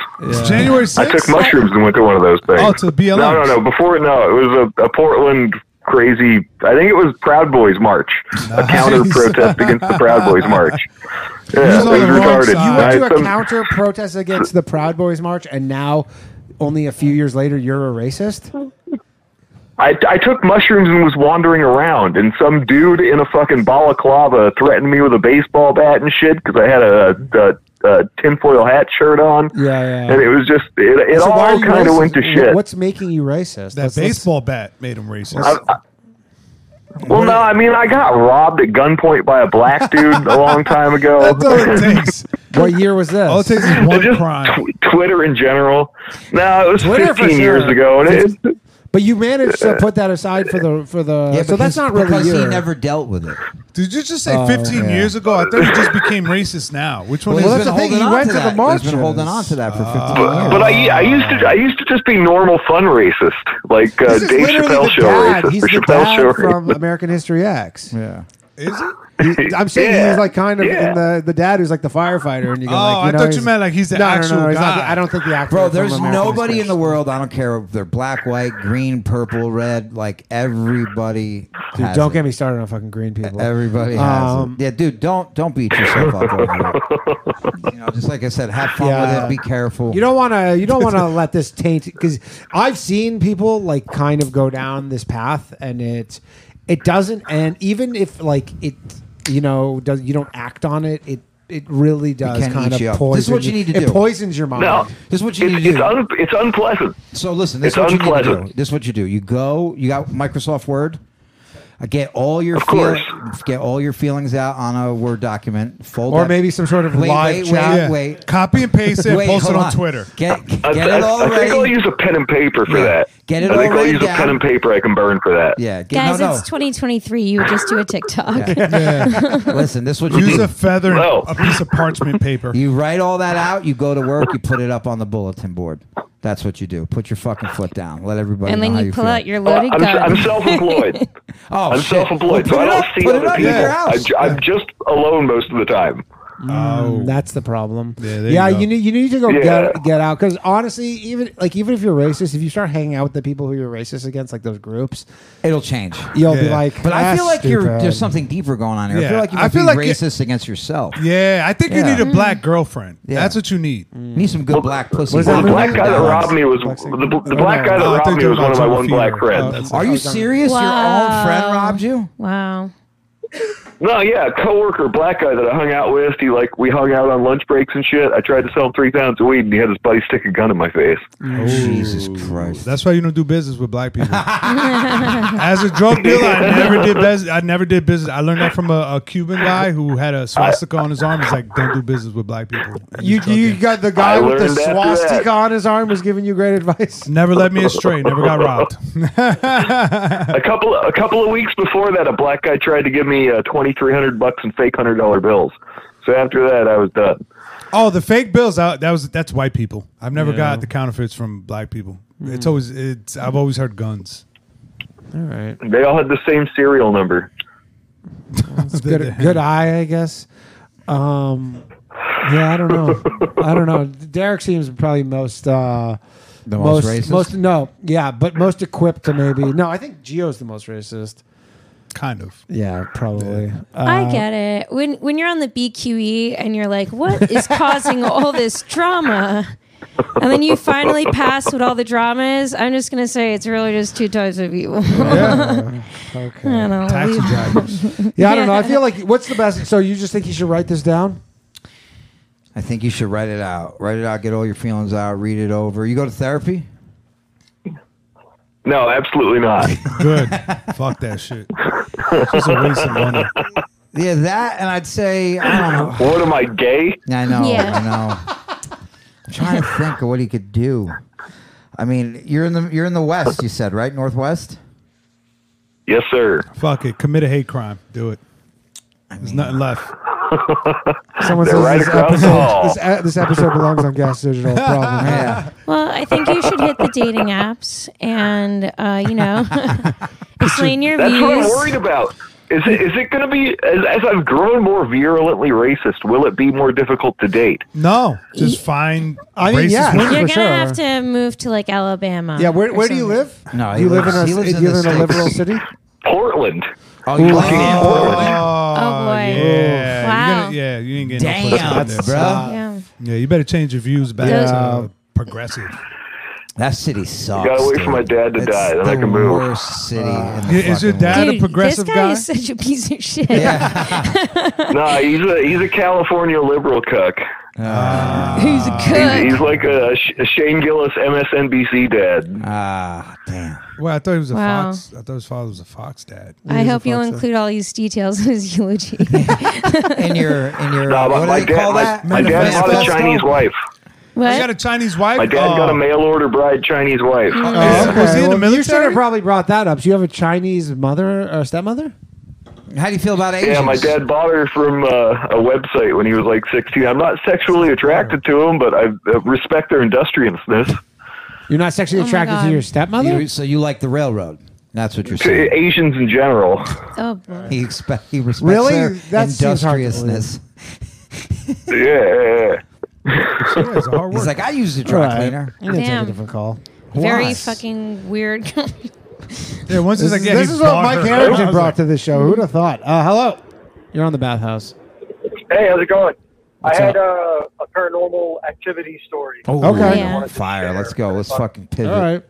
Speaker 4: January 6th?
Speaker 3: I took mushrooms and went to one of those things.
Speaker 4: Oh, to the BLM.
Speaker 3: No, no, no. Before no, it was a, a Portland crazy. I think it was Proud Boys March, a counter protest against the Proud Boys March. Yeah,
Speaker 4: was
Speaker 3: it
Speaker 4: on
Speaker 3: was
Speaker 4: the wrong
Speaker 3: retarded.
Speaker 4: side.
Speaker 1: you
Speaker 3: I
Speaker 1: went to
Speaker 3: had
Speaker 1: a
Speaker 3: some-
Speaker 1: counter protest against the Proud Boys march, and now, only a few years later, you're a racist.
Speaker 3: I, I took mushrooms and was wandering around, and some dude in a fucking balaclava threatened me with a baseball bat and shit because I had a, a, a tinfoil hat shirt on.
Speaker 1: Yeah, yeah.
Speaker 3: And it was just, it, it
Speaker 1: So why are
Speaker 3: all
Speaker 1: you
Speaker 3: kind of
Speaker 1: racist?
Speaker 3: went to
Speaker 1: Wh-
Speaker 3: shit.
Speaker 1: What's making you racist?
Speaker 4: That
Speaker 1: Let's- let's-
Speaker 4: baseball bat made him racist.
Speaker 3: I, I, well, no, I mean, I got robbed at gunpoint by a
Speaker 1: [LAUGHS]
Speaker 3: black dude a long time ago.
Speaker 4: That's all
Speaker 3: [LAUGHS]
Speaker 4: it takes.
Speaker 1: What year was this?
Speaker 4: All it takes is one
Speaker 3: Just
Speaker 4: crime.
Speaker 3: tw- Twitter in general. No, it was
Speaker 1: Twitter for
Speaker 3: 15 years
Speaker 1: sure.
Speaker 3: ago, and it,
Speaker 1: But you managed to put that aside for the for the.
Speaker 10: Yeah,
Speaker 1: so
Speaker 10: because-
Speaker 1: that's not really Oh,
Speaker 10: because
Speaker 1: you.
Speaker 10: he never dealt with it.
Speaker 4: Did you just say 15 years ago? I thought you just became racist now. Which one
Speaker 10: Well,
Speaker 4: is
Speaker 10: he's
Speaker 1: that's
Speaker 10: been
Speaker 1: the thing, he
Speaker 10: holding on
Speaker 1: went to the
Speaker 10: that. He's
Speaker 1: marches.
Speaker 10: been holding on to that for 15
Speaker 3: But,
Speaker 1: Uh,
Speaker 10: years.
Speaker 3: but I, I used to I used to just be normal fun racist, like uh,
Speaker 1: This is
Speaker 3: Dave
Speaker 1: literally
Speaker 3: Chappelle
Speaker 1: the
Speaker 3: show
Speaker 1: dad.
Speaker 3: racist
Speaker 1: He's
Speaker 3: or
Speaker 1: the
Speaker 3: Chappelle show
Speaker 1: dad from
Speaker 3: racist.
Speaker 1: American History X.
Speaker 10: yeah.
Speaker 4: Is it?
Speaker 10: [LAUGHS]
Speaker 3: [LAUGHS]
Speaker 1: I'm saying he
Speaker 3: Yeah.
Speaker 1: was like kind of
Speaker 3: Yeah.
Speaker 1: in the the dad who's like the firefighter, and you go
Speaker 4: Oh,
Speaker 1: like, you
Speaker 4: I
Speaker 1: know,
Speaker 4: thought you
Speaker 1: he's-
Speaker 4: meant like he's the
Speaker 1: no, no, no,
Speaker 4: actual
Speaker 1: no, he's
Speaker 4: guy.
Speaker 1: not the- I don't think the actor.
Speaker 10: Bro,
Speaker 1: from
Speaker 10: there's
Speaker 1: American
Speaker 10: nobody
Speaker 1: History
Speaker 10: in the world. I don't care if they're black, white, green, purple, red. Like everybody.
Speaker 1: Dude,
Speaker 10: has
Speaker 1: don't
Speaker 10: it.
Speaker 1: get me started on fucking green people.
Speaker 10: Everybody has
Speaker 1: Um,
Speaker 10: it. Yeah, dude, don't don't beat yourself up over
Speaker 1: [LAUGHS]
Speaker 10: it. You know, just like I said, have fun
Speaker 1: Yeah.
Speaker 10: with it. Be careful.
Speaker 1: You don't want to. You don't want to [LAUGHS] let this taint because I've seen people like kind of go down this path, and it it doesn't. And even if like it, you know, does you don't act on it, it it really does
Speaker 10: can
Speaker 1: kind
Speaker 10: eat you
Speaker 1: of
Speaker 10: up.
Speaker 1: poison.
Speaker 10: This is what you need to
Speaker 1: it
Speaker 10: do.
Speaker 1: poisons your mind.
Speaker 3: No,
Speaker 10: This is what you
Speaker 3: it's,
Speaker 10: need to
Speaker 3: it's,
Speaker 10: do.
Speaker 3: un, it's unpleasant.
Speaker 10: So listen, this
Speaker 3: It's
Speaker 10: is what you need to do.
Speaker 3: unpleasant.
Speaker 10: This is what you do. You go. You got Microsoft Word. I get all your
Speaker 3: Of course.
Speaker 10: feel- get all your feelings out on a Word document. Fold
Speaker 1: Or
Speaker 10: that-
Speaker 1: maybe some sort of
Speaker 10: wait,
Speaker 1: live
Speaker 10: wait,
Speaker 1: chat.
Speaker 10: Wait,
Speaker 4: Yeah.
Speaker 10: wait,
Speaker 4: Copy and paste it.
Speaker 10: wait,
Speaker 4: and post it
Speaker 10: hold
Speaker 4: on,
Speaker 10: on.
Speaker 4: Twitter.
Speaker 10: Get get
Speaker 3: I,
Speaker 10: it all
Speaker 3: I, I think I'll
Speaker 10: ready.
Speaker 3: use a pen and paper for
Speaker 10: Yeah.
Speaker 3: that.
Speaker 10: Get it
Speaker 3: I think
Speaker 10: all
Speaker 3: I'll
Speaker 10: written
Speaker 3: use a
Speaker 10: down.
Speaker 3: pen and paper I can burn for that.
Speaker 10: Yeah,
Speaker 5: [LAUGHS]
Speaker 10: get,
Speaker 5: Guys,
Speaker 10: no, no.
Speaker 5: it's 2023. You would just do a TikTok. [LAUGHS]
Speaker 10: listen, this is what you
Speaker 4: Use
Speaker 10: do.
Speaker 4: a feather and
Speaker 3: No.
Speaker 4: a piece of parchment paper.
Speaker 10: You write all that out. You go to work. You put it up on the bulletin board. That's what you do. Put your fucking foot down. Let everybody
Speaker 5: And
Speaker 10: know
Speaker 5: then
Speaker 10: how
Speaker 5: you
Speaker 10: you
Speaker 5: pull
Speaker 10: feel.
Speaker 5: out your
Speaker 3: Uh,
Speaker 5: loaded
Speaker 3: I'm,
Speaker 5: gun.
Speaker 3: I'm self-employed.
Speaker 5: [LAUGHS]
Speaker 10: Oh,
Speaker 3: I'm
Speaker 10: shit.
Speaker 3: self-employed, so
Speaker 10: Well,
Speaker 3: I
Speaker 10: put it
Speaker 3: don't
Speaker 10: up-
Speaker 3: see
Speaker 10: put it
Speaker 3: other
Speaker 10: up in
Speaker 3: people.
Speaker 10: your house.
Speaker 3: I, am just alone most of the time.
Speaker 10: Mm.
Speaker 4: Oh.
Speaker 1: Mm, That's the problem.
Speaker 4: Yeah, there
Speaker 1: yeah,
Speaker 4: you
Speaker 1: you,
Speaker 4: go.
Speaker 1: need you need to go
Speaker 3: Yeah.
Speaker 1: get get out because honestly, even like even if you're racist, if you start hanging out with the people who you're racist against, like those groups,
Speaker 10: It'll change.
Speaker 1: you'll be
Speaker 4: Yeah.
Speaker 1: like.
Speaker 10: But I
Speaker 1: "That's
Speaker 10: feel like you're
Speaker 1: stupid."
Speaker 10: there's something deeper going on here. I
Speaker 4: Yeah.
Speaker 10: feel like you
Speaker 4: I
Speaker 10: might
Speaker 4: feel
Speaker 10: be
Speaker 4: like it-
Speaker 10: racist against yourself.
Speaker 4: Yeah, I think you
Speaker 10: Yeah.
Speaker 4: need
Speaker 1: Mm.
Speaker 4: a black girlfriend. That's what you need.
Speaker 10: You Mm. need some good black pussy.
Speaker 1: What is
Speaker 3: Well,
Speaker 1: that
Speaker 3: the
Speaker 1: movie?
Speaker 3: black guy that
Speaker 1: Black
Speaker 3: robbed me was
Speaker 1: Black-
Speaker 3: the, the
Speaker 1: Oh,
Speaker 3: black
Speaker 1: no.
Speaker 3: guy that
Speaker 4: Oh, I thought
Speaker 3: robbed me
Speaker 4: you were
Speaker 3: was one of my
Speaker 4: talking
Speaker 3: one
Speaker 4: about
Speaker 3: black
Speaker 4: Tongue Fever.
Speaker 3: friends.
Speaker 4: Oh,
Speaker 10: Are you serious? Your own friend robbed you?
Speaker 5: Wow.
Speaker 3: No, yeah, a coworker, black guy that I hung out with. He like we hung out on lunch breaks and shit. I tried to sell him three pounds of weed, and he had his buddy stick a gun in my face.
Speaker 1: Oh,
Speaker 4: [LAUGHS]
Speaker 10: Jesus Christ.
Speaker 4: That's why you don't do business with
Speaker 1: [LAUGHS]
Speaker 4: black people. As a drug dealer, I never did business. I never did business. I learned that from a, a Cuban guy who had a swastika on his arm. He's like, "Don't do business with black people." And
Speaker 1: You,
Speaker 4: just drug
Speaker 1: you
Speaker 4: him.
Speaker 1: got the guy
Speaker 3: I
Speaker 1: with the
Speaker 3: learned after that.
Speaker 1: swastika on his arm was giving you great advice.
Speaker 4: never led
Speaker 1: [LAUGHS]
Speaker 4: me astray. Never got robbed.
Speaker 3: A couple, a couple of weeks before that, a black guy tried to give me uh, twenty three hundred bucks in fake hundred dollar bills. So after that, I was done.
Speaker 4: oh, the fake bills. I, that was that's white people. I've never got the counterfeits from black people. It's
Speaker 1: Mm.
Speaker 4: always it's. I've always heard guns.
Speaker 1: All right,
Speaker 3: They all had the same serial number.
Speaker 1: good, good eye, I guess. Um, yeah, I don't know. I don't know. Derek seems probably most uh,
Speaker 10: The most
Speaker 1: most
Speaker 10: racist?
Speaker 1: most no, yeah, but most equipped to maybe no. I think Geo's the most racist.
Speaker 4: kind of.
Speaker 1: Yeah, probably. Uh,
Speaker 5: I get it. When when you're on the BQE and you're like, what is causing all this drama? And then you finally pass what all the drama is. I'm just gonna say it's really just two types of people.
Speaker 1: okay.
Speaker 5: [LAUGHS] I don't
Speaker 4: Taxi
Speaker 5: [LAUGHS] know.
Speaker 4: drivers.
Speaker 1: Yeah, I don't know. I feel like what's the best? So you just think you should write this down?
Speaker 10: I think you should write it out. Write it out. Get all your feelings out. Read it over. You go to therapy?
Speaker 3: No, absolutely not.
Speaker 10: [LAUGHS]
Speaker 4: Good. Fuck that shit. It's just a waste of money.
Speaker 10: Yeah, that, and I'd say I don't know.
Speaker 3: What am I gay?
Speaker 10: I know.
Speaker 5: Yeah.
Speaker 10: I know. I'm trying to think of what he could do. I mean, you're in the you're in the West. You said right, Northwest.
Speaker 3: Yes, sir.
Speaker 4: Fuck it. Commit a hate crime. Do it. There's nothing left.
Speaker 1: [LAUGHS] Someone
Speaker 3: They're
Speaker 1: says
Speaker 3: right
Speaker 1: this,
Speaker 3: across the
Speaker 1: episode,
Speaker 3: hall.
Speaker 1: this, e- this episode belongs on Gas Digital.
Speaker 4: [LAUGHS]
Speaker 1: Problem.
Speaker 10: Yeah.
Speaker 5: Well, I think you should hit the dating apps and uh, you know [LAUGHS] explain your
Speaker 3: That's what I'm
Speaker 5: views.
Speaker 3: worried about. Is it, is it going to be, as, as I've grown more virulently racist, will it be more difficult to date?
Speaker 4: No, just find
Speaker 1: I mean,
Speaker 4: racist
Speaker 1: yeah.
Speaker 4: women.
Speaker 1: For
Speaker 5: You're gonna
Speaker 1: sure.
Speaker 5: have to move to like Alabama.
Speaker 1: Yeah, where,
Speaker 5: or
Speaker 1: where do you
Speaker 5: something.
Speaker 1: live?
Speaker 10: No,
Speaker 1: Do
Speaker 10: he
Speaker 1: you live in
Speaker 10: lives-
Speaker 1: a,
Speaker 10: he lives in
Speaker 1: you
Speaker 10: the
Speaker 1: live in a
Speaker 10: States.
Speaker 1: liberal city?
Speaker 3: Portland.
Speaker 10: Oh, you like
Speaker 5: Oh, boy.
Speaker 4: Yeah.
Speaker 5: Wow.
Speaker 4: You're gonna- yeah, you ain't getting no pussy out
Speaker 10: Damn,
Speaker 4: there.
Speaker 10: bro.
Speaker 5: Yeah.
Speaker 4: Yeah, you better change your views back
Speaker 5: Those-
Speaker 4: to
Speaker 5: [LAUGHS]
Speaker 4: progressive.
Speaker 10: That city sucks.
Speaker 3: Gotta wait for
Speaker 10: dude.
Speaker 3: my dad to
Speaker 10: It's
Speaker 3: die, then
Speaker 10: the
Speaker 3: I can move.
Speaker 10: Worst city. in the
Speaker 4: Yeah, is your
Speaker 10: fucking
Speaker 4: dad-
Speaker 10: world.
Speaker 4: a
Speaker 5: Dude,
Speaker 4: progressive
Speaker 5: this guy,
Speaker 4: guy?
Speaker 5: is such a piece of shit.
Speaker 3: nah, he's a, he's a California liberal cuck.
Speaker 10: Uh,
Speaker 4: Ah.
Speaker 5: He's
Speaker 3: He's,
Speaker 5: good.
Speaker 3: he's like a, Sh- a Shane Gillis MSNBC dad.
Speaker 10: Ah, damn.
Speaker 4: Well, I thought he was a
Speaker 5: Wow.
Speaker 4: fox. I thought his father was a fox dad.
Speaker 5: I hope you'll
Speaker 1: Fox,
Speaker 5: include all these details [LAUGHS] in
Speaker 1: [LAUGHS]
Speaker 5: his eulogy.
Speaker 10: In your in your
Speaker 3: Nah,
Speaker 10: uh,
Speaker 3: my,
Speaker 10: what
Speaker 3: my
Speaker 10: do they call
Speaker 3: dad, my,
Speaker 10: that?
Speaker 3: my dad bought a
Speaker 10: Manifesto?
Speaker 3: Chinese wife.
Speaker 4: You got
Speaker 5: what?
Speaker 4: a Chinese wife.
Speaker 3: My dad got a mail order bride Chinese wife.
Speaker 4: Oh, was he in
Speaker 1: well, You
Speaker 4: the
Speaker 1: should
Speaker 4: military?
Speaker 1: have probably brought that up. So you have a Chinese mother or stepmother?
Speaker 10: How do you feel about Asians?
Speaker 3: Yeah, my dad bought her from uh, a website when he was like 16. I'm not sexually attracted to him, but I uh, respect their industriousness.
Speaker 1: You're not sexually
Speaker 5: Oh my
Speaker 1: attracted to
Speaker 5: God.
Speaker 1: your stepmother?
Speaker 10: You, so you like the railroad? That's what you're
Speaker 3: To
Speaker 10: saying.
Speaker 3: Asians in general.
Speaker 5: [LAUGHS] Oh, boy.
Speaker 10: He expect he respects
Speaker 1: Really?
Speaker 10: their
Speaker 1: That seems hard to
Speaker 10: industriousness.
Speaker 3: Yeah, yeah, yeah.
Speaker 4: Yeah, it's hard work.
Speaker 10: [LAUGHS] He's like, I use the dry
Speaker 1: Right.
Speaker 10: cleaner.
Speaker 1: I'm gonna take a
Speaker 5: Damn.
Speaker 1: different call.
Speaker 5: Very
Speaker 10: Why?
Speaker 5: fucking weird. [LAUGHS]
Speaker 4: yeah, once
Speaker 1: This,
Speaker 4: he's like,
Speaker 1: is-
Speaker 4: yeah,
Speaker 1: this
Speaker 4: he
Speaker 1: is what
Speaker 4: bought
Speaker 1: Mike
Speaker 4: her. I
Speaker 1: Harrington
Speaker 4: was
Speaker 1: brought
Speaker 4: like,
Speaker 1: to this show. Who'd have thought? Uh, hello. You're on the bathhouse.
Speaker 11: Hey, how's it going?
Speaker 1: What's
Speaker 11: I had
Speaker 1: up?
Speaker 11: uh, a paranormal activity story.
Speaker 10: Oh,
Speaker 1: Okay.
Speaker 5: Yeah.
Speaker 10: Fire. Let's go. Let's fucking pivot.
Speaker 1: All right.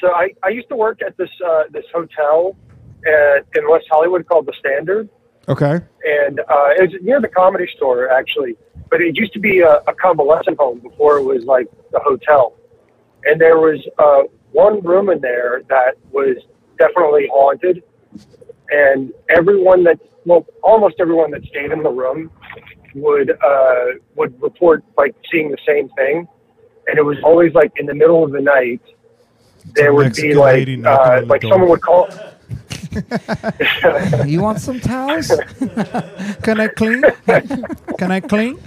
Speaker 11: So I, I used to work at this uh, this hotel at, in West Hollywood called the Standard,
Speaker 1: Okay.
Speaker 11: and uh, it was near the comedy store actually. But it used to be a, a convalescent home before it was like the hotel, and there was uh, one room in there that was definitely haunted, and everyone that well almost everyone that stayed in the room would uh, would report like seeing the same thing, and it was always like in the middle of the night. There would be
Speaker 4: Mexican
Speaker 11: like
Speaker 4: lady knocking on
Speaker 11: uh,
Speaker 4: the
Speaker 11: like
Speaker 4: door.
Speaker 11: someone would call.
Speaker 10: [LAUGHS] You want
Speaker 1: [LAUGHS]
Speaker 10: some towels?
Speaker 4: Can I clean? Can I
Speaker 10: [LAUGHS]
Speaker 4: clean?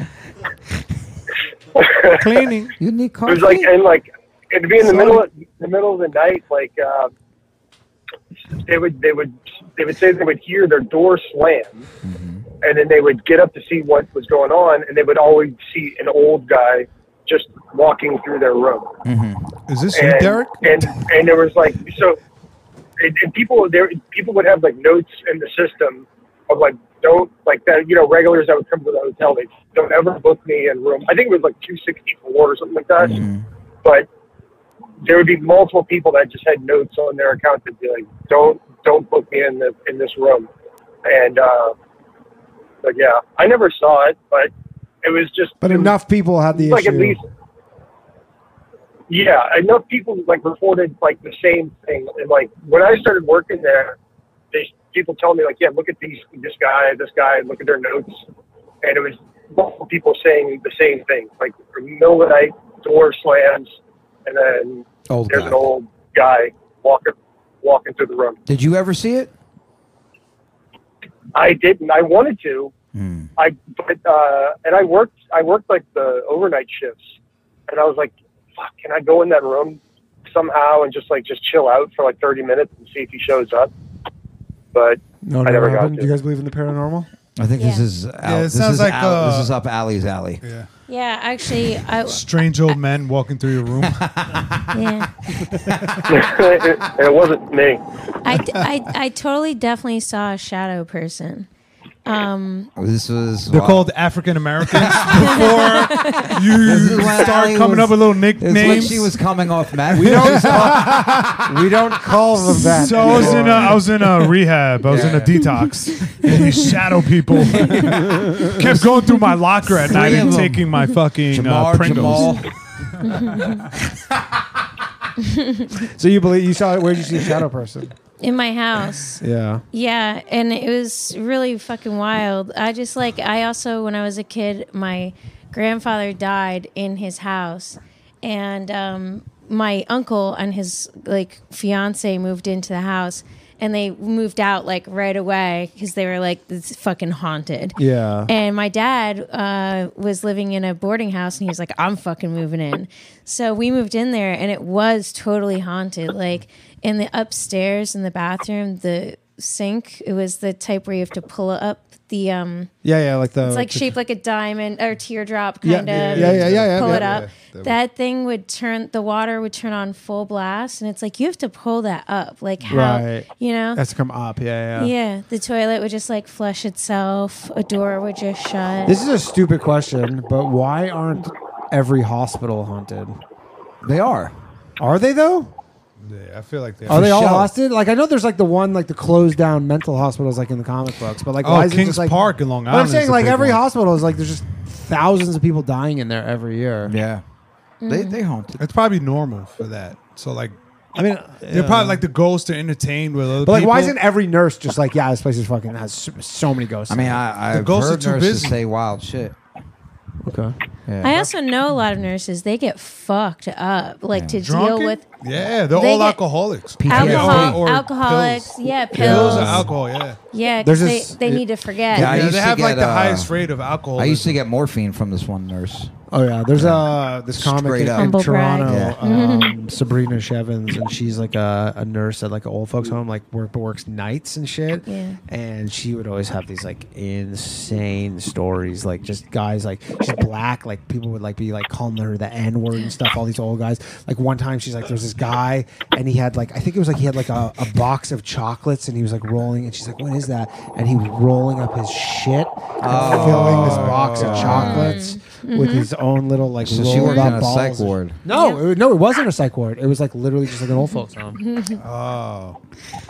Speaker 4: Cleaning.
Speaker 10: You need
Speaker 11: It
Speaker 10: coffee?
Speaker 11: was like and like it'd be in the middle of the middle of the night. Like uh, they would they would they would say they would hear their door slam, and then they would get up to see what was going on, and they would always see an old guy just walking through their room.
Speaker 10: Mm-hmm.
Speaker 4: Is this you,
Speaker 11: And,
Speaker 4: Derek?
Speaker 11: and and there was like so, and, and people there people would have like notes in the system of like don't like that you know regulars that would come to the hotel they don't ever book me in room I think it was like two sixty four or something like that,
Speaker 4: Mm-hmm.
Speaker 11: but there would be multiple people that just had notes on their account that be like don't don't book me in the in this room, and uh, but yeah I never saw it but it was just
Speaker 1: But
Speaker 11: it was-
Speaker 1: enough people had the
Speaker 11: like
Speaker 1: issue.
Speaker 11: at least yeah enough people like reported like the same thing and like when i started working there they people told me like yeah look at these this guy this guy look at their notes and it was multiple people saying the same thing like in the middle of the night door slams and then
Speaker 10: Old
Speaker 11: there's
Speaker 10: guy.
Speaker 11: an old guy walking walking through the room
Speaker 10: Did you ever see it?
Speaker 11: I didn't. I wanted to. I but uh, and I worked. I worked like the overnight shifts, and I was like, "Fuck, can I go in that room somehow and just like just chill out for like thirty minutes and see if he shows up?" But
Speaker 1: no,
Speaker 11: I
Speaker 1: never
Speaker 11: never got
Speaker 1: happened.
Speaker 11: to.
Speaker 1: Do you guys believe in the paranormal?
Speaker 10: I think this
Speaker 5: Yeah.
Speaker 10: is out.
Speaker 4: it
Speaker 10: this
Speaker 4: sounds
Speaker 10: is
Speaker 4: like,
Speaker 10: out. this
Speaker 4: uh,
Speaker 10: is up Alley's alley.
Speaker 4: yeah.
Speaker 5: yeah,
Speaker 1: [LAUGHS]
Speaker 5: actually, I
Speaker 4: Strange old men walking through your
Speaker 10: [LAUGHS]
Speaker 4: room.
Speaker 5: yeah.
Speaker 11: and it wasn't me.
Speaker 5: I, I, I totally definitely saw a shadow person. Um,
Speaker 10: This was
Speaker 4: They're
Speaker 10: wow.
Speaker 4: called African Americans
Speaker 5: [LAUGHS]
Speaker 4: before
Speaker 10: This is
Speaker 4: you
Speaker 10: when
Speaker 4: start
Speaker 10: Ally
Speaker 4: coming
Speaker 10: was-
Speaker 4: up with little
Speaker 10: It's when
Speaker 4: nicknames.
Speaker 10: she was
Speaker 1: [LAUGHS]
Speaker 10: coming off, Matt.
Speaker 4: [LAUGHS]
Speaker 10: We
Speaker 1: don't we don't call them
Speaker 10: [LAUGHS]
Speaker 1: that. [LAUGHS]
Speaker 4: So I was in a,
Speaker 1: anymore.
Speaker 4: I was in a rehab. I was in a detox. And these shadow people kept going through my locker at night
Speaker 10: Three of
Speaker 4: and
Speaker 10: them.
Speaker 4: taking my fucking uh,
Speaker 10: Jamar, Jamal.
Speaker 4: Pringles.
Speaker 1: so you believe you saw it? Where did you see a shadow person?
Speaker 5: in my house.
Speaker 1: [LAUGHS] Yeah.
Speaker 5: Yeah, and it was really fucking wild. I just like I also when I was a kid, my grandfather died in his house, and um, my uncle and his like fiance moved into the house, and they moved out like right away because they were like it's fucking haunted.
Speaker 1: Yeah.
Speaker 5: And my dad uh, was living in a boarding house, and he was like, "I'm fucking moving in." So we moved in there, and it was totally haunted. Like in the upstairs in the bathroom, the sink. It was the type where you have to pull up the um.
Speaker 1: Yeah, yeah, like the
Speaker 5: it's like
Speaker 1: the-
Speaker 5: shaped like a diamond or teardrop
Speaker 1: Yeah,
Speaker 5: kind
Speaker 1: yeah,
Speaker 5: of.
Speaker 1: yeah, yeah, yeah, yeah,
Speaker 5: Pull
Speaker 1: yeah,
Speaker 5: it
Speaker 1: yeah.
Speaker 5: up.
Speaker 1: That would-
Speaker 5: That thing would turn the water would turn on full blast, and it's like you have to pull that up. Like how
Speaker 1: right.
Speaker 5: you know
Speaker 1: that's come up. Yeah, yeah.
Speaker 5: yeah, the toilet would just like flush itself. A door would just shut.
Speaker 1: This is a stupid question, but why aren't every hospital haunted?
Speaker 10: They are.
Speaker 1: Are they though?
Speaker 4: Yeah, I feel like they
Speaker 1: Are they all haunted? Like I know there's like the one like the closed down mental hospitals like in the comic books, but like
Speaker 4: Oh,
Speaker 1: why is it
Speaker 4: Kings
Speaker 1: just, like,
Speaker 4: Park in Long
Speaker 1: But I'm
Speaker 4: Island is
Speaker 1: saying
Speaker 4: a
Speaker 1: like
Speaker 4: big
Speaker 1: every
Speaker 4: one.
Speaker 1: hospital is like there's just thousands of people dying in there every year.
Speaker 10: Yeah,
Speaker 1: They-
Speaker 10: they haunted.
Speaker 4: It's probably normal for that. So like,
Speaker 1: I mean,
Speaker 4: they're
Speaker 1: yeah.
Speaker 4: probably like the ghosts are entertained with other
Speaker 1: But like,
Speaker 4: people.
Speaker 1: why isn't every nurse just like, yeah, this place is fucking has so- so many ghosts?
Speaker 10: I mean, I, I've heard nurses say wild shit.
Speaker 1: Okay.
Speaker 10: Yeah.
Speaker 5: I also know a lot of nurses. They get fucked up, like to deal
Speaker 4: Drunken?
Speaker 5: with
Speaker 4: Yeah, they're
Speaker 5: They
Speaker 4: all
Speaker 5: get-
Speaker 4: alcoholics.
Speaker 5: alcohol,
Speaker 4: Or- or
Speaker 5: alcoholics.
Speaker 4: pills.
Speaker 5: Yeah,
Speaker 4: Pills
Speaker 5: pills.
Speaker 4: or alcohol. Yeah.
Speaker 5: Yeah, 'cause
Speaker 10: There's
Speaker 5: they,
Speaker 10: this-
Speaker 5: they
Speaker 10: it-
Speaker 5: need to forget.
Speaker 10: Yeah, I
Speaker 4: Yeah,
Speaker 10: used
Speaker 4: they
Speaker 10: to
Speaker 4: have like
Speaker 10: get,
Speaker 4: the
Speaker 10: uh,
Speaker 4: highest rate of alcohol.
Speaker 10: I used to get morphine from this
Speaker 4: [LAUGHS]
Speaker 10: one nurse.
Speaker 1: Oh yeah, there's uh this comic
Speaker 10: Straight
Speaker 1: in,
Speaker 10: up.
Speaker 1: in
Speaker 10: Humble brag. Mm-hmm.
Speaker 1: Toronto,
Speaker 10: Yeah.
Speaker 1: um, Sabrina Shevins, and she's like a, a nurse at like an old folks home, like work but works nights and shit.
Speaker 5: Yeah.
Speaker 1: And she would always have these like insane stories, like just guys like she's black, like people would like be like calling her the N word and stuff. All these old guys. Like one time, she's like, there's this guy, and he had like I think it was like he had like a, a box of chocolates, and he was like rolling, and she's like, what is that? And he was rolling up his shit, and
Speaker 10: Oh.
Speaker 1: filling this box of
Speaker 10: Mm.
Speaker 1: chocolates with
Speaker 10: Mhm.
Speaker 1: his own little like
Speaker 10: So she
Speaker 1: rolled
Speaker 10: worked
Speaker 1: up
Speaker 10: in a
Speaker 1: balls
Speaker 10: psych
Speaker 1: and shit.
Speaker 10: ward.
Speaker 1: No, it, no, it wasn't a psych ward. It was like literally just like an old folks home.
Speaker 10: Oh.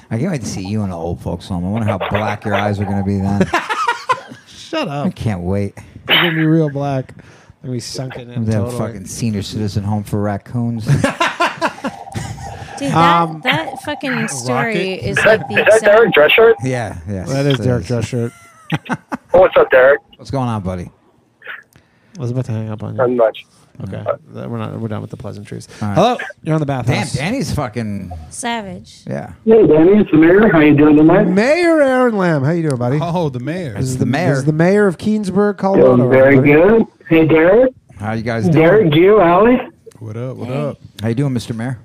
Speaker 10: I can't wait to see you in an old folks home. I wonder how black your eyes are going to be
Speaker 4: [LAUGHS]
Speaker 10: then.
Speaker 1: Shut
Speaker 10: I
Speaker 1: up.
Speaker 10: can't wait.
Speaker 1: They're gonna be real black. And we sunk it in
Speaker 10: I'm that
Speaker 1: totally.
Speaker 10: fucking senior citizen home for raccoons.
Speaker 5: Dude, that,
Speaker 10: Um,
Speaker 5: that fucking story is like the
Speaker 11: Is that
Speaker 5: exact.
Speaker 11: Derek dress shirt?
Speaker 10: yeah, yeah.
Speaker 1: That is Derek Dressert.
Speaker 11: Oh, what's up, Derek?
Speaker 10: What's going on, buddy?
Speaker 1: I was about to hang up on you.
Speaker 11: Not much.
Speaker 1: Okay, That- we're not. We're done with the pleasantries.
Speaker 10: right.
Speaker 1: Hello, you're on the
Speaker 10: Damn,
Speaker 1: bathhouse.
Speaker 10: Danny's fucking.
Speaker 5: Savage.
Speaker 10: Yeah.
Speaker 8: Hey, Danny, it's the mayor. How you doing tonight?
Speaker 1: Mayor Aaron Lamb, how you doing, buddy?
Speaker 4: Oh, the mayor.
Speaker 1: This is
Speaker 10: the mayor.
Speaker 1: This is the mayor of Keensburg, Colorado.
Speaker 8: Doing very
Speaker 1: everybody.
Speaker 8: good. Hey, Derek.
Speaker 10: How you guys doing?
Speaker 8: Derek, you, Ali.
Speaker 4: What up? What up?
Speaker 10: How you doing, Mr. Mayor?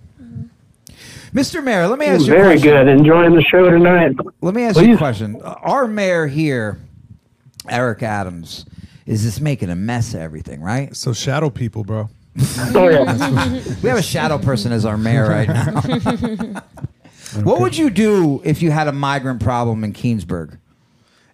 Speaker 10: Mr. Mayor, let me ask you a
Speaker 8: Very
Speaker 10: question.
Speaker 8: good. Enjoying the show tonight.
Speaker 10: Let me ask you a question. Uh, Our mayor here, Eric Adams, is just making a mess of everything, right?
Speaker 4: So shadow people, bro.
Speaker 8: [LAUGHS] Oh, yeah.
Speaker 10: We have a shadow person as our mayor
Speaker 4: [LAUGHS]
Speaker 10: right now. [LAUGHS] what would you do if you had a migrant problem in Keensburg?